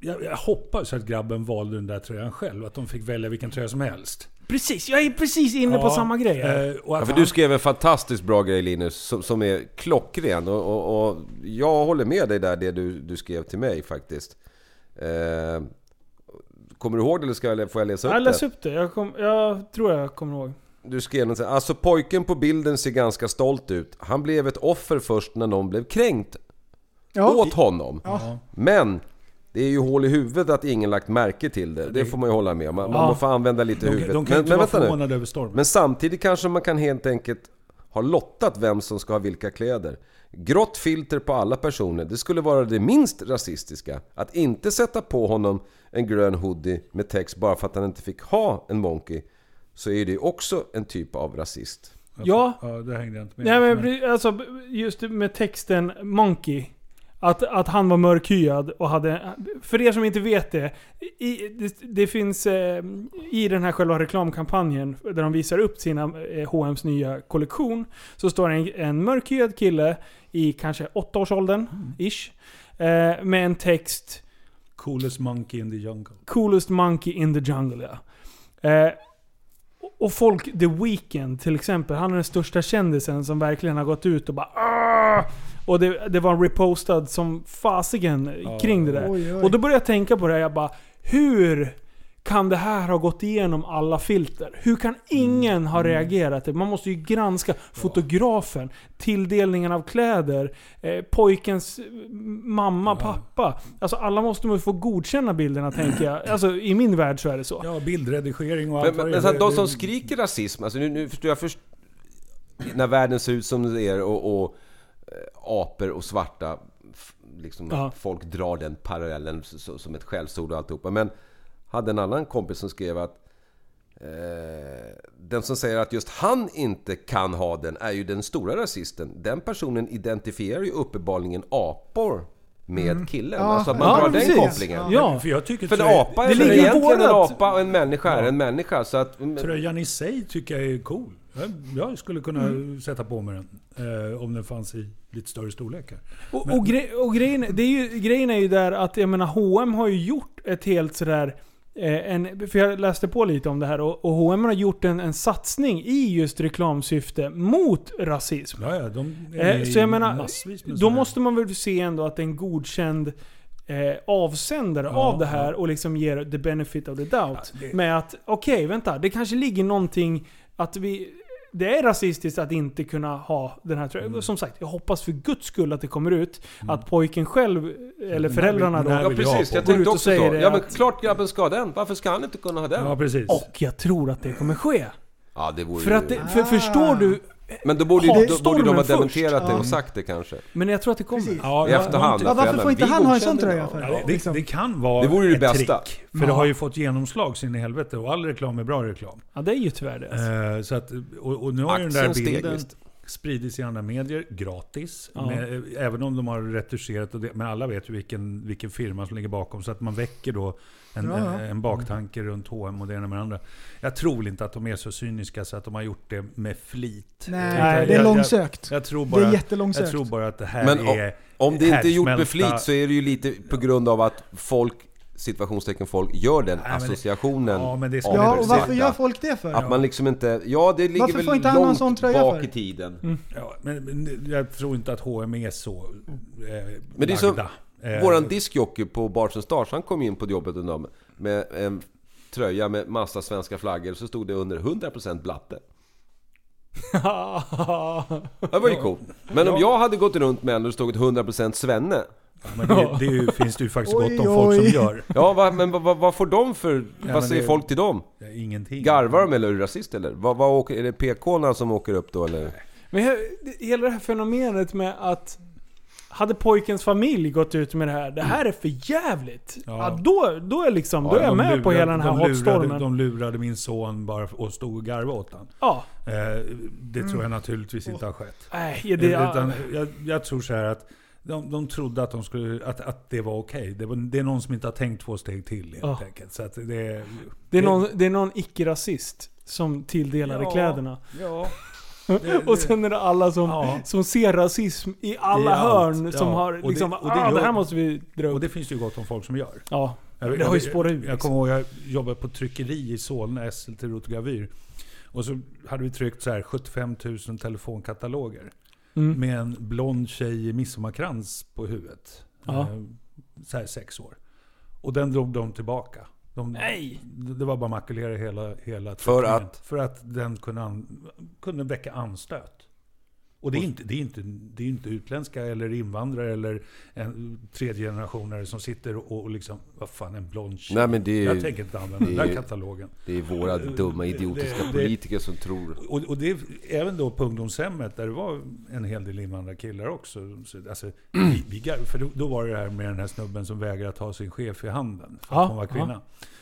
Speaker 4: jag, jag hoppas att grabben valde den där tröjan själv. Att de fick välja vilken tröja som helst.
Speaker 2: Precis, jag är precis inne på
Speaker 4: Ja,
Speaker 2: samma grej. här.
Speaker 4: eh, och att
Speaker 5: Ja, för
Speaker 4: han-
Speaker 5: du skrev en fantastiskt bra grej Linus, som, som är klockren. Och, och, och jag håller med dig där, det du, du skrev till mig faktiskt. Eh, kommer du ihåg det eller ska jag, får jag läsa upp
Speaker 2: Jag
Speaker 5: det?
Speaker 2: läste upp det. Jag, kom, jag tror jag kommer ihåg.
Speaker 5: Du skrev något så här, alltså pojken på bilden ser ganska stolt ut. Han blev ett offer först när någon blev kränkt
Speaker 3: Ja.
Speaker 5: åt honom. Men det är ju hål i huvudet att ingen lagt märke till det. Det får man ju hålla med om. Man, man
Speaker 2: Ja.
Speaker 5: får använda lite
Speaker 4: de,
Speaker 5: huvudet.
Speaker 4: de kan ju
Speaker 5: men,
Speaker 4: inte
Speaker 5: men
Speaker 4: vara
Speaker 5: vänta nu.
Speaker 4: förvånade över stormen.
Speaker 5: Men samtidigt kanske man kan helt enkelt ha lottat vem som ska ha vilka kläder. Grått filter på alla personer, det skulle vara det minst rasistiska. Att inte sätta på honom en grön hoodie med text bara för att han inte fick ha en monkey. Så är det också en typ av rasist.
Speaker 2: Ja.
Speaker 4: ja, det hängde jag inte med
Speaker 2: Nej men
Speaker 4: Men-
Speaker 2: precis, alltså b- just med texten Monkey. Att, att han var mörkhyad och hade... För er som inte vet det. I, det, det finns eh, i den här själva reklamkampanjen där de visar upp sina eh, H&M's nya kollektion. Så står det en, en mörkhyad kille i kanske åttaårsåldern,
Speaker 4: Mm.
Speaker 2: ish. Eh, med en text
Speaker 4: Coolest monkey in the jungle.
Speaker 2: Coolest Monkey in the Jungle ja. Eh, och folk, The Weeknd till exempel, han är den största kändisen som verkligen har gått ut och bara "Ah!" Och det, det var en repostad som fasigen kring det där.
Speaker 3: Oj, oj.
Speaker 2: Och då började jag tänka på det här, jag bara Hur kan det här ha gått igenom alla filter? Hur kan
Speaker 5: Mm.
Speaker 2: ingen ha reagerat? Man måste ju granska fotografen, tilldelningen av kläder, eh, pojkens eh, mamma, pappa. Alltså alla måste man ju få godkänna bilderna tänker jag. Alltså i min värld så är det så.
Speaker 4: Ja, bildredigering och
Speaker 5: Men, men,
Speaker 4: allt vad
Speaker 5: men
Speaker 4: det
Speaker 5: så
Speaker 4: är.
Speaker 5: här, de som skriker rasism, alltså nu, nu förstår jag först när världen ser ut som den gör och, och eh, apor och svarta, f- liksom
Speaker 2: Ja.
Speaker 5: folk drar den parallellen s- s- som ett skällsord och alltihopa. Men hade en annan kompis som skrev att eh, den som säger att just han inte kan ha den är ju den stora rasisten. Den personen identifierar ju uppenbarligen apor med
Speaker 4: Mm.
Speaker 5: killen.
Speaker 3: Ja,
Speaker 5: Alltså att man
Speaker 3: ja,
Speaker 5: drar
Speaker 2: precis.
Speaker 5: den kopplingen.
Speaker 3: Ja.
Speaker 2: Ja.
Speaker 4: För jag tycker
Speaker 5: För en
Speaker 4: tröj-
Speaker 5: apa är
Speaker 2: Det
Speaker 5: väl
Speaker 2: ligger i
Speaker 5: egentligen en
Speaker 2: vårat-
Speaker 5: apa och en människa är en människa. Så att,
Speaker 4: Tröjan i sig tycker jag är cool. Jag, jag skulle kunna
Speaker 2: Mm.
Speaker 4: sätta på mig den. Eh, om den fanns i lite större storlekar.
Speaker 2: Och, och, gre och grejen, det är ju, grejen är ju där att jag menar H&M har ju gjort ett helt sådär... Eh, en, för jag läste på lite om det här och, och H&M har gjort en, en satsning i just reklamsyfte mot rasism.
Speaker 4: Ja, ja, de är
Speaker 2: Eh,
Speaker 4: med
Speaker 2: så
Speaker 4: i
Speaker 2: jag menar,
Speaker 4: massvis med
Speaker 2: då
Speaker 4: sådana här-
Speaker 2: måste man väl se ändå att det är en godkänd eh, avsändare
Speaker 4: Ja,
Speaker 2: av det här och liksom ger the benefit of the doubt.
Speaker 4: Ja, det-
Speaker 2: Med att, okej vänta, det kanske ligger någonting att vi... Det är rasistiskt att inte kunna ha den här
Speaker 4: Mm.
Speaker 2: tröjan. Som sagt, jag hoppas för guds skull att det kommer ut att pojken själv, eller
Speaker 4: vill-
Speaker 2: föräldrarna
Speaker 4: den här
Speaker 2: där,
Speaker 5: Ja
Speaker 4: vill jag
Speaker 5: precis,
Speaker 4: på.
Speaker 5: jag
Speaker 2: Går ut
Speaker 5: tänkte
Speaker 2: och
Speaker 5: också
Speaker 2: säger
Speaker 5: så.
Speaker 2: det
Speaker 5: Ja men
Speaker 2: att-
Speaker 5: klart grabben ska ha den. Varför ska han inte kunna ha den?
Speaker 4: Ja, precis. Ah.
Speaker 2: och jag tror att det kommer ske.
Speaker 5: Ja det vore
Speaker 2: För att det, för förstår du
Speaker 5: Men då borde, ju-
Speaker 2: Hatstormen
Speaker 5: då borde de ha
Speaker 2: först.
Speaker 5: dementerat det
Speaker 3: Ja.
Speaker 5: och sagt det kanske.
Speaker 2: Men jag tror att det kommer.
Speaker 3: Precis.
Speaker 4: Ja,
Speaker 5: I
Speaker 4: ja,
Speaker 5: efterhand.
Speaker 4: någonting.
Speaker 3: Ja, varför får inte
Speaker 5: Vi
Speaker 3: han ha en sån
Speaker 5: godkände
Speaker 3: tröja
Speaker 5: det.
Speaker 3: för? Liksom.
Speaker 4: Ja, det, det kan vara
Speaker 5: Det vore ju det
Speaker 4: ett
Speaker 5: bästa.
Speaker 4: trick. För det har ju fått genomslag sin i helvete och all reklam är bra reklam.
Speaker 2: Ja, det är ju tyvärr det. alltså.
Speaker 4: Eh, så att, och, och nu har ju den där
Speaker 5: Aktien steg,
Speaker 4: bilden
Speaker 5: visst.
Speaker 4: spridits i andra medier gratis.
Speaker 2: Ja.
Speaker 4: Med, eh, även om de har retuscherat. Och det, men alla vet ju vilken, vilken firma som ligger bakom. Så att man väcker då en,
Speaker 3: Ja, ja.
Speaker 4: en, en baktanke runt H&M och det ena med det andra. Jag tror väl inte att de är så cyniska så att de har gjort det med flit.
Speaker 3: Nej,
Speaker 4: Jag-
Speaker 3: det är
Speaker 4: jag-
Speaker 3: långsökt.
Speaker 4: Jag, jag, tror
Speaker 3: Det är
Speaker 4: bara, jag
Speaker 3: jättelångsökt.
Speaker 4: tror bara att det här
Speaker 5: Men om-
Speaker 4: är...
Speaker 5: Om det inte är gjort med
Speaker 4: härdsmälta-
Speaker 5: flit så är det ju lite på grund av att folk, situationstecken folk, gör den
Speaker 4: men det-
Speaker 5: associationen.
Speaker 4: Ja, men det är
Speaker 5: av
Speaker 3: Ja,
Speaker 5: det
Speaker 3: och
Speaker 4: Avundsjuka.
Speaker 3: varför gör folk det för?
Speaker 5: Att man liksom inte... Ja, det ligger
Speaker 3: Varför
Speaker 5: väl
Speaker 3: får inte han ha en
Speaker 5: långt
Speaker 3: sån tröja
Speaker 5: bak
Speaker 3: för?
Speaker 5: i tiden.
Speaker 4: Ja, men, men jag tror inte att H&M är så eh,
Speaker 5: Men det är som
Speaker 4: lagda. Eh,
Speaker 5: våran diskjockey på Bars and Stars, han kom in på jobbet en dag med en tröja med massa svenska flaggor och så stod det under 100% blatte.
Speaker 4: Eh.
Speaker 5: Det var ju coolt. Men om jag hade gått runt med en och det stod 100% svenne.
Speaker 4: Men det, det är ju, finns det ju faktiskt gott
Speaker 3: Oj,
Speaker 4: om folk som
Speaker 3: oj.
Speaker 4: gör.
Speaker 5: Ja, va, men vad vad- vad får de för...
Speaker 4: men
Speaker 5: vad säger
Speaker 4: det-
Speaker 5: folk till dem?
Speaker 4: Ja, eh, Ingenting.
Speaker 5: Garvar de eller är du rasist eller? Vad, vad åker, är det PK-arna som åker upp då eller?
Speaker 2: Men jag, det- hela det här fenomenet med att hade pojkens familj gått ut med det här, det här är för jävligt. Ja.
Speaker 4: Ja.
Speaker 2: då, då är, liksom, då är jag
Speaker 4: de
Speaker 2: med på
Speaker 4: lurade-
Speaker 2: hela den här
Speaker 4: de
Speaker 2: hotstormen.
Speaker 4: Lurade, de lurade min son bara och stod och garvade åt honom.
Speaker 2: Ja,
Speaker 4: Eh, det tror
Speaker 3: Mm.
Speaker 4: jag naturligtvis inte har skett.
Speaker 2: nej, det,
Speaker 4: Utan jag, jag tror så här att de, de trodde att, de skulle, att, att det var okej. Det, var- det är någon som inte har tänkt två steg till helt
Speaker 2: Ja.
Speaker 4: enkelt. Så att det,
Speaker 2: det, är någon, det är någon icke-rasist som tilldelade
Speaker 4: Ja.
Speaker 2: kläderna.
Speaker 4: Ja.
Speaker 2: Och sen är det alla som,
Speaker 4: Ja.
Speaker 2: som ser rasism i alla
Speaker 4: I allt,
Speaker 2: hörn
Speaker 4: ja.
Speaker 2: som har
Speaker 4: Och det-
Speaker 2: liksom,
Speaker 4: och det
Speaker 2: ah, det här
Speaker 4: gör-
Speaker 2: måste vi dra
Speaker 4: Och
Speaker 2: upp.
Speaker 4: det finns det ju gott om folk som gör.
Speaker 2: ja.
Speaker 4: Jag,
Speaker 2: Det har ju
Speaker 4: jag-
Speaker 2: spårat ur,
Speaker 4: Jag,
Speaker 2: liksom.
Speaker 4: jag kommer ihåg, jag jobbade på tryckeri i Solna, SL till Rotogravyr. Och så hade vi tryckt så här 75 000 telefonkataloger.
Speaker 2: Mm.
Speaker 4: Med en blond tjej i midsommarkrans på huvudet.
Speaker 2: Ja.
Speaker 4: Eh, Så här sex år. Och den drog de tillbaka. De,
Speaker 2: Nej.
Speaker 4: Det var bara makulera hela, hela
Speaker 5: För
Speaker 4: tryckningen.
Speaker 5: att?
Speaker 4: För att den kunde, an, kunde väcka anstöt. Och det är, inte, det, är inte, det är inte utländska eller invandrare eller en, tredje generationer som sitter och, och liksom, vad fan en blond tjej.
Speaker 5: Nej men det
Speaker 4: Jag
Speaker 5: är,
Speaker 4: tänker inte använda den
Speaker 5: det är-
Speaker 4: där katalogen.
Speaker 5: det är våra dumma idiotiska
Speaker 4: Det- det-
Speaker 5: politiker som tror...
Speaker 4: Och, och det är även då på ungdomshemmet där det var en hel del invandrarkillar också. Så, alltså, vi, vi, gar- för då, då var det det här med den här snubben som vägrade ta sin chef i handen för att
Speaker 2: Ja,
Speaker 4: hon var kvinna. Eh,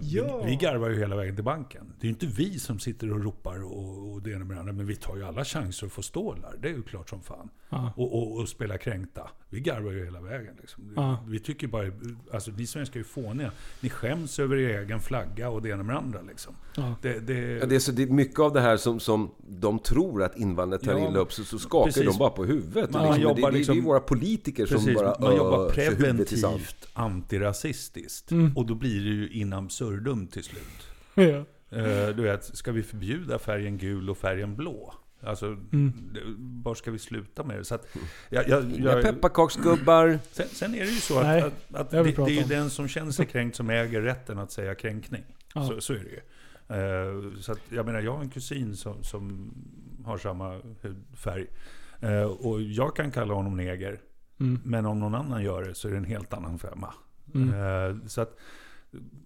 Speaker 3: Ja.
Speaker 4: Vi, vi garvar ju hela vägen till banken. Det är ju inte vi som sitter och ropar och, och det ena med det andra. Men vi tar ju alla chanser att få stålar. Det är ju klart som fan.
Speaker 2: Ja.
Speaker 4: Och, och, och spela kränkta. Vi garvar ju hela vägen. Liksom.
Speaker 2: Ja.
Speaker 4: Vi tycker bara... Alltså ni svenskar är ju fåniga. Ni skäms över er egen flagga och det ena med det andra. Liksom.
Speaker 2: Ja.
Speaker 4: Det, det,
Speaker 5: Ja, det, är så, det är mycket av det här som, som de tror att invandrare tar
Speaker 4: Ja,
Speaker 5: illa upp, så, så skakar
Speaker 4: precis.
Speaker 5: de bara på huvudet.
Speaker 4: Man
Speaker 5: liksom. Men
Speaker 4: jobbar
Speaker 5: det, det, det är
Speaker 4: liksom-
Speaker 5: våra politiker som
Speaker 4: Precis,
Speaker 5: bara
Speaker 4: man
Speaker 5: "Åh,
Speaker 4: jobbar
Speaker 5: så huvudet i sand."
Speaker 4: preventivt antirasistiskt.
Speaker 2: Mm.
Speaker 4: Och då blir det ju in absurdum till slut.
Speaker 2: Ja.
Speaker 4: Eh, du vet, ska vi förbjuda färgen gul och färgen blå? Alltså,
Speaker 2: Mm.
Speaker 4: det- var ska vi sluta med det? Så att, jag, jag,
Speaker 5: Inga
Speaker 4: jag,
Speaker 5: pepparkaksgubbar.
Speaker 4: sen, sen är det ju så att,
Speaker 2: Nej,
Speaker 4: att, att
Speaker 2: det
Speaker 4: det,
Speaker 2: har vi
Speaker 4: det är ju
Speaker 2: pratat
Speaker 4: den som känner sig kränkt som äger rätten att säga kränkning.
Speaker 2: Ja.
Speaker 4: Så, så är det ju. Eh, så att, jag menar, jag har en kusin som, som har samma hudfärg. Eh, och jag kan kalla honom neger.
Speaker 2: Mm.
Speaker 4: Men om någon annan gör det så är det en helt annan femma.
Speaker 2: Mm.
Speaker 4: Eh, Så att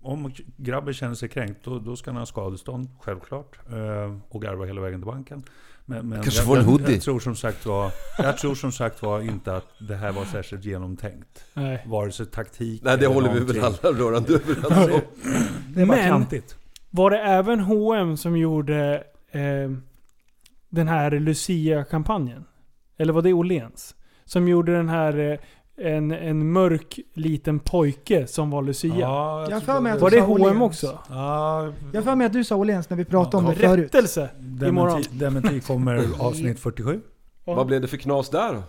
Speaker 4: om grabben känner sig kränkt, då, då ska han ha skadestånd, självklart. Eh, Och garva hela vägen till banken. Men, men
Speaker 5: Kanske få en hoodie.
Speaker 4: Jag, jag, tror som sagt var, jag tror som sagt var inte att det här var särskilt genomtänkt.
Speaker 2: Nej.
Speaker 4: Vare sig taktik
Speaker 5: Nej, det
Speaker 4: eller
Speaker 5: håller vi
Speaker 4: någonting.
Speaker 5: väl alla rörande överens om.
Speaker 4: Det var
Speaker 2: Men-
Speaker 4: klantigt.
Speaker 2: Var det även H&M som gjorde eh, den här Lucia-kampanjen? Eller var det Åhléns? Som gjorde den här eh, en, en mörk liten pojke som var Lucia.
Speaker 4: Ja,
Speaker 3: Jag
Speaker 4: jag
Speaker 3: har för
Speaker 4: tror
Speaker 3: mig
Speaker 4: det
Speaker 3: att
Speaker 2: var det
Speaker 3: du sa
Speaker 2: H&M
Speaker 3: Åhléns.
Speaker 2: också?
Speaker 4: Ja,
Speaker 3: Jag har för mig att du sa Åhléns när vi pratade om det förut.
Speaker 2: Rättelse! Imorgon.
Speaker 4: dementi, dementi kommer avsnitt 47.
Speaker 5: Vad blev det för knas där då?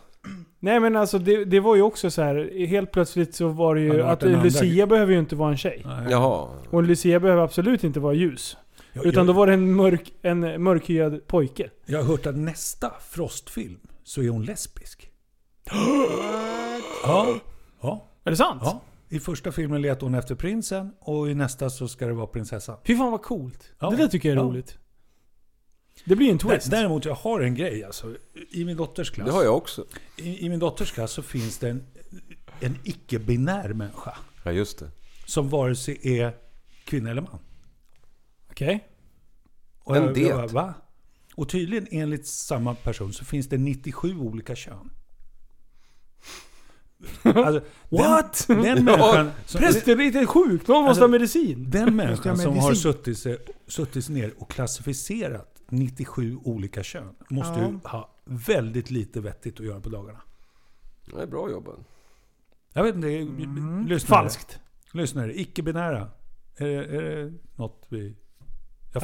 Speaker 2: Nej men alltså det, det var ju också så här. helt plötsligt så var det
Speaker 4: Ja,
Speaker 2: ju
Speaker 4: det har
Speaker 2: att
Speaker 4: varit en andra
Speaker 2: Lucia behöver ju inte vara en tjej.
Speaker 4: Nej.
Speaker 5: Jaha.
Speaker 2: Och Lucia behöver absolut inte vara ljus.
Speaker 4: Jag-
Speaker 2: Utan
Speaker 4: jag-
Speaker 2: då var det en, mörk, en mörkhyad pojke.
Speaker 4: Jag har hört att nästa Frostfilm så är hon lesbisk. ja, ja,
Speaker 2: Är det sant?
Speaker 4: ja. I första filmen letar hon efter prinsen och i nästa så ska det vara prinsessan.
Speaker 2: Fy fan vad coolt.
Speaker 4: Ja.
Speaker 2: Det där tycker jag är
Speaker 4: Ja.
Speaker 2: roligt. Det blir en twist.
Speaker 4: Däremot, jag har en grej alltså. I min dotters klass,
Speaker 5: Det har jag också.
Speaker 4: I, i min dotters klass så finns det en, en icke-binär människa.
Speaker 5: Ja, just det.
Speaker 4: Som vare sig är kvinna eller man.
Speaker 2: Okej.
Speaker 4: Och
Speaker 5: En
Speaker 4: jag,
Speaker 5: det.
Speaker 4: jag bara, va? Och tydligen enligt samma person så finns det 97 olika kön. Alltså,
Speaker 2: What?
Speaker 4: Den, den människan, som,
Speaker 2: Präster är inte sjuk, någon måste
Speaker 4: Alltså-
Speaker 2: ha medicin.
Speaker 4: den
Speaker 3: Måste jag
Speaker 4: människan
Speaker 3: ha
Speaker 4: som har
Speaker 3: medicin?
Speaker 4: suttit, sig, suttit sig ner och klassificerat 97 olika kön måste ju ha väldigt lite vettigt att göra på dagarna.
Speaker 5: Det är bra jobbat.
Speaker 4: Jag vet inte, mm. lyssnare.
Speaker 2: Falskt.
Speaker 4: Lyssnare, icke-binära. Är, det- är det något vi... Jag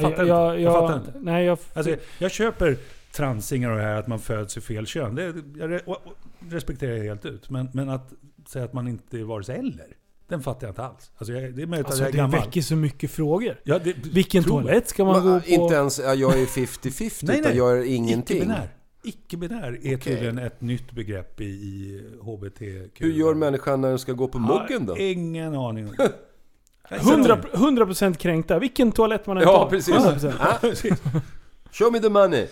Speaker 2: Jag,
Speaker 4: fattar
Speaker 2: jag, jag,
Speaker 4: inte. Jag fattar inte.
Speaker 2: Nej, jag,
Speaker 4: Alltså, jag köper transingar och det här att man föds i fel kön. Det, jag re, och- och respekterar jag helt ut. Men, men att säga att man inte är vare sig eller. Den fattar jag inte alls. Alltså, jag, det är möjligt
Speaker 2: alltså,
Speaker 4: att
Speaker 2: det
Speaker 4: jag är gammal.
Speaker 2: väcker så mycket frågor.
Speaker 4: Ja, det,
Speaker 2: Vilken
Speaker 4: tror jag.
Speaker 2: toalett ska man
Speaker 5: Men, äh,
Speaker 2: gå på?
Speaker 5: Inte ens, ja, jag är 50-50
Speaker 4: Nej,
Speaker 5: utan
Speaker 4: nej.
Speaker 5: jag är ingenting.
Speaker 4: Icke-binär. Icke-binär är tydligen ett nytt begrepp i, i HBTQ.
Speaker 5: Hur gör människan när den ska gå på muggen då?
Speaker 4: Ja, eh- ingen aning. om.
Speaker 2: 100%, 100 kränkta, vilken toalett man än
Speaker 5: Ja,
Speaker 2: tar.
Speaker 5: precis.
Speaker 2: 100%.
Speaker 5: Ah, Show me the money!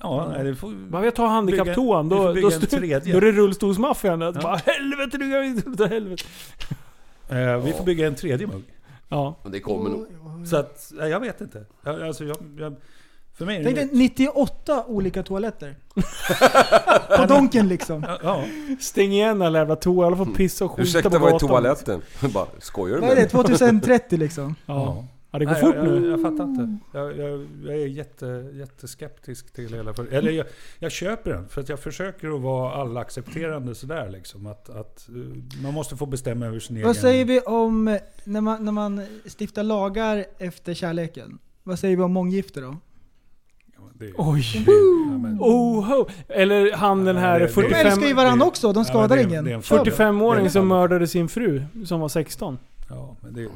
Speaker 4: Ja, nej, det får...
Speaker 2: Man vill ta handikapptoan,
Speaker 4: Vi
Speaker 2: då,
Speaker 4: får bygga
Speaker 2: då,
Speaker 4: en tredje.
Speaker 2: då är det rullstolsmaffian. Ja.
Speaker 4: Ja.
Speaker 2: Bara helvete, du kan inte ta helvete.
Speaker 4: Eh, vi får bygga en tredje mugg.
Speaker 2: Ja.
Speaker 5: Men det kommer nog.
Speaker 4: Så att, nej, jag vet inte. Jag, alltså, jag, jag, för mig är
Speaker 3: Tänk
Speaker 4: det...
Speaker 3: dig 98 olika toaletter. På donken liksom.
Speaker 4: Ja, ja.
Speaker 2: Stäng igen alla jävla toor, alla får pissa och skita
Speaker 5: Mm. Ursäkta,
Speaker 2: på
Speaker 5: var är
Speaker 2: gatan.
Speaker 5: toaletten? Bara, skojar du
Speaker 3: Vad är
Speaker 5: med
Speaker 3: det?
Speaker 5: mig?
Speaker 3: 2030 liksom?
Speaker 2: Ja. ja, det går
Speaker 4: Nej,
Speaker 2: fort
Speaker 4: jag,
Speaker 2: nu.
Speaker 4: Jag, jag fattar inte. Jag, jag, jag är jätte, jätteskeptisk till hela... För, eller jag, jag köper den, för att jag försöker att vara allaccepterande sådär liksom. Att, att eh, man måste få bestämma över sin egen...
Speaker 3: Vad säger vi om eh, när man, när man stiftar lagar efter kärleken? Vad säger vi om månggifte då?
Speaker 4: Ja, Det,
Speaker 2: Oj.
Speaker 4: det, ja, men,
Speaker 2: Oho. Eller han den här
Speaker 4: Ja, det- det-
Speaker 3: De
Speaker 2: 45,
Speaker 3: älskar ju varandra också, de
Speaker 4: ja, men
Speaker 3: skadar
Speaker 4: det är-
Speaker 3: ingen.
Speaker 4: det är en fördel.
Speaker 2: 45-åring som
Speaker 4: Det är-
Speaker 2: mördade sin fru som var 16.
Speaker 4: Ja, men det, det,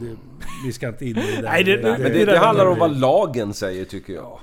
Speaker 4: vi ska inte in i det. där.
Speaker 2: Nej, det-
Speaker 5: Men det, det handlar om vad lagen säger tycker jag.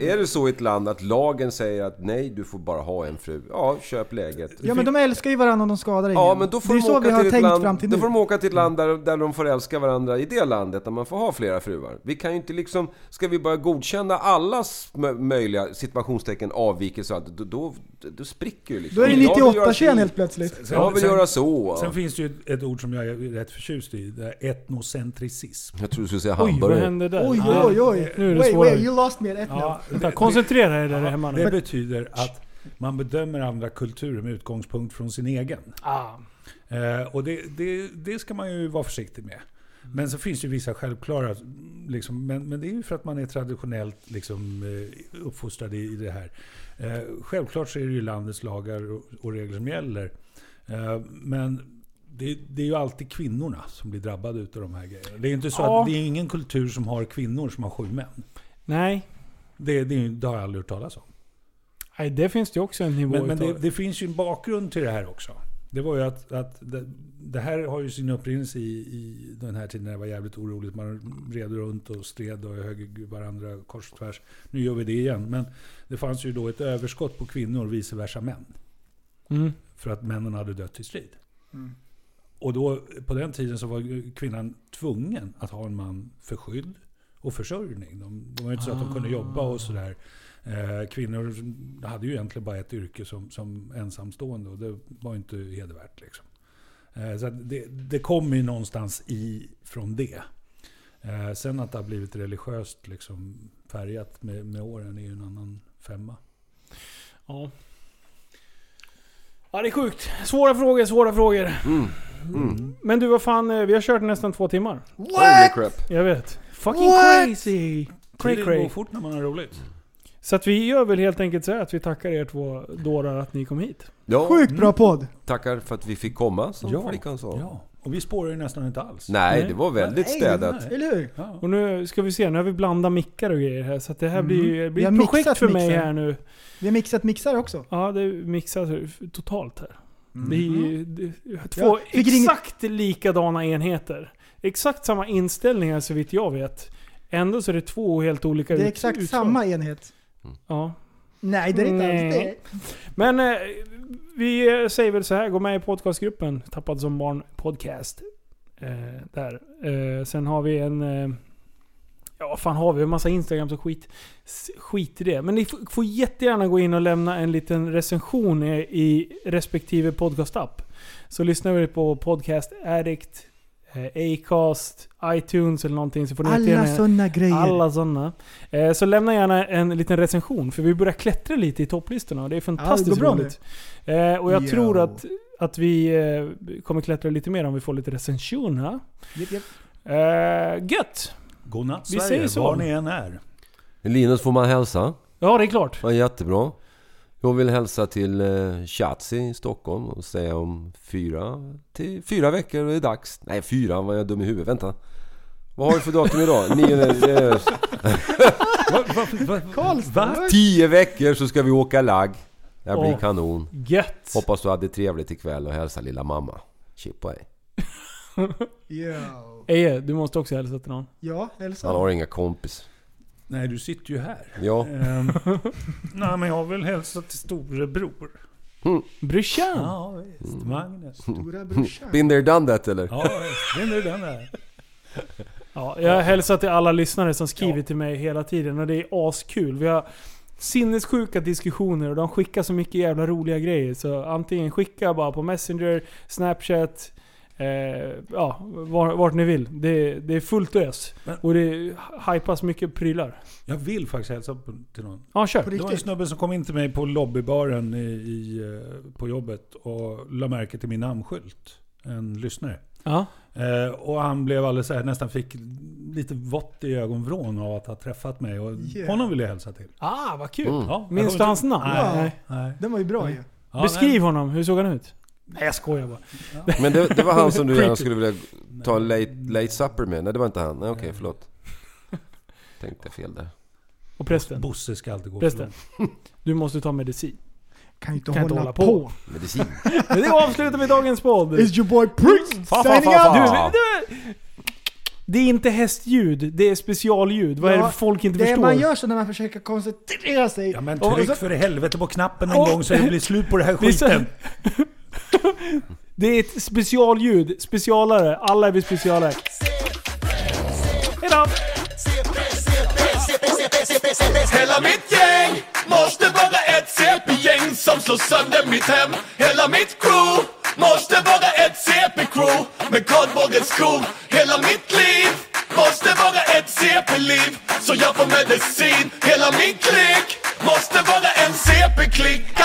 Speaker 5: Är det så i ett land att lagen säger att nej, du får bara ha en fru. Ja, köp läget.
Speaker 3: Ja men de älskar ju varandra och de skadar ingen.
Speaker 5: Ja, men då får,
Speaker 3: det
Speaker 5: de
Speaker 3: är så vi
Speaker 5: åka
Speaker 3: har
Speaker 5: till
Speaker 3: tänkt
Speaker 5: ett land,
Speaker 3: fram till
Speaker 5: då
Speaker 3: nu.
Speaker 5: får de åka till ett land där, där de får älska varandra i det landet, där man får ha flera fruar. Vi kan ju inte liksom... Ska vi börja godkänna allas mö- möjliga situationstecken avvikelser och allt, då, då, då spricker ju liksom.
Speaker 3: Då är det
Speaker 5: Jag vill göra
Speaker 3: 98
Speaker 5: si,
Speaker 3: kön helt plötsligt.
Speaker 5: Jag vill
Speaker 4: Sen-
Speaker 5: göra så.
Speaker 4: Sen finns det ju ett ord som jag är rätt förtjust i. Det är etnocentricism.
Speaker 5: Jag tror du skulle säga
Speaker 2: Oj, vad
Speaker 5: hamburgare.
Speaker 2: hände där?
Speaker 3: Oj
Speaker 2: Ah.
Speaker 3: oj oj.
Speaker 2: Nu är det
Speaker 3: wait,
Speaker 2: svårare.
Speaker 3: wait, you lost me at ett
Speaker 4: Ja,
Speaker 2: Vänta, Koncentrera er där
Speaker 4: Ja,
Speaker 2: hemma nu.
Speaker 4: det betyder att man bedömer andra kulturer med utgångspunkt från sin egen.
Speaker 2: ah.
Speaker 4: Eh, och det, det, det ska man ju vara försiktig med. Men så finns det ju vissa självklara, liksom, men, men det är ju för att man är traditionellt liksom, eh, uppfostrad i, i det här. Eh, självklart så är det ju landets lagar och, och regler som gäller. Eh, men det, det är ju alltid kvinnorna som blir drabbade utav de här grejerna. Det är ju inte så
Speaker 2: Ja.
Speaker 4: att det är ingen kultur som har kvinnor som har sju män.
Speaker 2: Nej.
Speaker 4: Det, det, är ju- det har jag aldrig hört talas om.
Speaker 2: Nej, det finns det ju också en nivå
Speaker 4: Men, men det,
Speaker 2: utav.
Speaker 4: det finns ju en bakgrund till det här också. Det var ju att, att det, det här har ju sin upprinnelse i, i den här tiden när det var jävligt oroligt. Man red runt och stred och högg varandra kors och tvärs. Nu gör vi det igen. Men det fanns ju då ett överskott på kvinnor och vice versa män.
Speaker 2: Mm.
Speaker 4: För att männen hade dött i strid. Och då, på den tiden så var ju kvinnan tvungen att ha en man för skydd och försörjning. De, det var ju inte så att de kunde jobba
Speaker 2: Ah.
Speaker 4: och sådär. Eh, kvinnor hade ju egentligen bara ett yrke som, som ensamstående och det var ju inte hedervärt. Liksom. Eh, så att det, det kommer ju någonstans ifrån det. Eh, sen att det har blivit religiöst liksom, färgat med, med åren är ju en annan femma.
Speaker 2: Ja. ja, det är sjukt. Svåra frågor, svåra frågor. Men du, vad fan. eh, Vi har kört nästan två timmar.
Speaker 5: Holy crap.
Speaker 2: Jag vet. Fucking
Speaker 3: What?
Speaker 2: crazy! Cray
Speaker 4: Det går
Speaker 2: cray.
Speaker 4: fort när man har roligt.
Speaker 2: Så att vi gör väl helt enkelt så här att vi tackar er två dårar att ni kom hit.
Speaker 5: Ja,
Speaker 3: Sjukt bra podd.
Speaker 5: tackar för att vi fick komma, som
Speaker 4: Ja,
Speaker 5: flickan sa.
Speaker 4: Ja. Och vi spårar ju nästan inte alls.
Speaker 5: Nej,
Speaker 2: Nej.
Speaker 5: det var väldigt
Speaker 3: Nej,
Speaker 5: städat.
Speaker 4: nej.
Speaker 3: Eller hur?
Speaker 4: Ja.
Speaker 2: Och nu ska vi se, nu har vi blandat mickar och grejer här så att det här
Speaker 3: Mhm.
Speaker 2: blir ju det
Speaker 3: Vi
Speaker 2: blir
Speaker 3: har
Speaker 2: ett projekt
Speaker 3: mixat
Speaker 2: för mig
Speaker 3: mixen.
Speaker 2: här nu.
Speaker 3: Vi har mixat mixar också.
Speaker 2: Ja, det mixas totalt här.
Speaker 4: Mm.
Speaker 2: Det är ju det, två
Speaker 3: Jag fick ringa-
Speaker 2: exakt likadana enheter. Exakt samma inställningar så vitt jag vet. Ändå så är det två helt olika
Speaker 3: Det är
Speaker 2: ut-
Speaker 3: exakt
Speaker 2: utslag.
Speaker 3: samma enhet.
Speaker 2: Ja.
Speaker 3: Nej det är inte alls det.
Speaker 2: Nej. Men eh, vi eh, säger väl så här, gå med i podcastgruppen Tappad som barn podcast. Eh, där. Eh, sen har vi en... Eh, ja, vad fan har vi? En massa Instagrams och skit. S- Skit i det. Men ni f- får jättegärna gå in och lämna en liten recension i, i respektive podcastapp. Så lyssnar vi på Podcast Addict, eh, Acast, iTunes eller någonting så får ni
Speaker 3: Alla
Speaker 2: jättegärna-
Speaker 3: sådana grejer.
Speaker 2: alla sådana. Eh, så lämna gärna en liten recension, för vi börjar klättra lite i topplistorna och det är fantastiskt
Speaker 3: går bra
Speaker 2: roligt. Eh, och jag
Speaker 3: Yo.
Speaker 2: tror att, att vi eh, kommer klättra lite mer om vi får lite recensioner.
Speaker 3: Japp, japp.
Speaker 2: Eh, gött!
Speaker 4: Godnatt
Speaker 2: Vi
Speaker 4: Sverige,
Speaker 2: säger så.
Speaker 4: var ni än är.
Speaker 5: Linus får man hälsa.
Speaker 2: Ja, det är klart.
Speaker 5: Ja, jättebra. Jag vill hälsa till eh, Chatsi i Stockholm och säga om fyra, till fyra veckor är det dags. Nej, fyra, vad jag är dum i huvudet. Vänta. Vad har vi för datum idag? Nionde, eh,
Speaker 4: Va, va, va, va?
Speaker 5: tio veckor så ska vi åka lagg. Det här blir
Speaker 2: Åh.
Speaker 5: kanon.
Speaker 2: Gött!
Speaker 5: Hoppas du hade trevligt ikväll och hälsa lilla mamma. Chip på dig.
Speaker 3: Yo.
Speaker 2: Eje, du måste också hälsa till någon.
Speaker 3: Ja, hälsa.
Speaker 5: Han har inga kompis.
Speaker 4: Nej, du sitter ju här.
Speaker 5: Ja,
Speaker 4: Ehm, nej, men jag vill hälsa till storebror.
Speaker 2: Brorsan!
Speaker 4: Ja, visst.
Speaker 5: Mm.
Speaker 4: Magnus.
Speaker 3: Stora brorsan.
Speaker 5: been there done that eller?
Speaker 4: Ja, visst. Det är nu den där.
Speaker 2: Ja, jag hälsar till alla lyssnare som skriver till mig hela tiden och det är askul. Vi har sinnessjuka diskussioner och de skickar så mycket jävla roliga grejer. Så antingen skicka bara på Messenger, Snapchat, eh, ja, var, vart ni vill. Det, det är fullt ös.
Speaker 4: Men-
Speaker 2: Och det hypas mycket prylar.
Speaker 4: Jag vill faktiskt hälsa på- till någon.
Speaker 2: Ja,
Speaker 3: På
Speaker 2: kör.
Speaker 4: Det var en
Speaker 3: riktigt.
Speaker 4: snubbe som kom in till mig på lobbybaren i, i, eh, på jobbet och la märke till min namnskylt. En lyssnare.
Speaker 2: Ja.
Speaker 4: Eh, och han blev alldeles så här, nästan fick lite vått i ögonvrån av att ha träffat mig. Och
Speaker 3: Yeah.
Speaker 4: honom vill jag hälsa till.
Speaker 2: Ah, vad kul.
Speaker 5: Mm.
Speaker 4: Ja, jag
Speaker 2: Minns
Speaker 4: kommer
Speaker 2: du
Speaker 4: till-
Speaker 2: hans namn?
Speaker 4: Nej.
Speaker 2: Nej.
Speaker 4: Nej.
Speaker 3: Den var ju bra ju.
Speaker 4: Ja,
Speaker 2: Beskriv honom, hur såg han ut? Nej jag skojar bara.
Speaker 5: Men det, det var han som du gärna
Speaker 2: Creepy.
Speaker 5: skulle vilja ta en late, late supper med? Nej, det var inte han. Nej, okej, förlåt. Tänkte fel där.
Speaker 2: Och
Speaker 4: nej.
Speaker 2: prästen.
Speaker 4: Bosse ska alltid gå
Speaker 2: Prästen. Du måste ta medicin.
Speaker 3: Kan ju inte
Speaker 2: Kan
Speaker 3: hålla,
Speaker 2: inte hålla
Speaker 3: på.
Speaker 2: på.
Speaker 5: Medicin.
Speaker 2: Men det avslutar vi dagens podd.
Speaker 3: It's your boy Priest!
Speaker 5: Fa, fa,
Speaker 3: Signing
Speaker 5: fa,
Speaker 3: out!
Speaker 5: fa.
Speaker 2: Du,
Speaker 5: Ja.
Speaker 2: du, det är inte hästljud, det är specialljud. Vad är
Speaker 3: Ja,
Speaker 2: det folk inte
Speaker 3: Det
Speaker 2: förstår?
Speaker 3: man gör så när man försöker koncentrera sig.
Speaker 4: Ja men
Speaker 2: Och-
Speaker 4: tryck
Speaker 2: och så-
Speaker 4: för i helvete på knappen en
Speaker 2: Och-
Speaker 4: gång så det blir slut på det här
Speaker 2: Det är så-
Speaker 4: skiten.
Speaker 2: Det är ett specialljud, specialare. Alla är vi specialare. Hejdå!
Speaker 1: Hela mitt gäng måste vara ett CP-gäng som slår sönder mitt hem Hela mitt crew måste vara ett CP-crew med kardborrens skor Hela mitt liv måste vara ett CP-liv så jag får medicin Hela min klick måste vara en CP-klick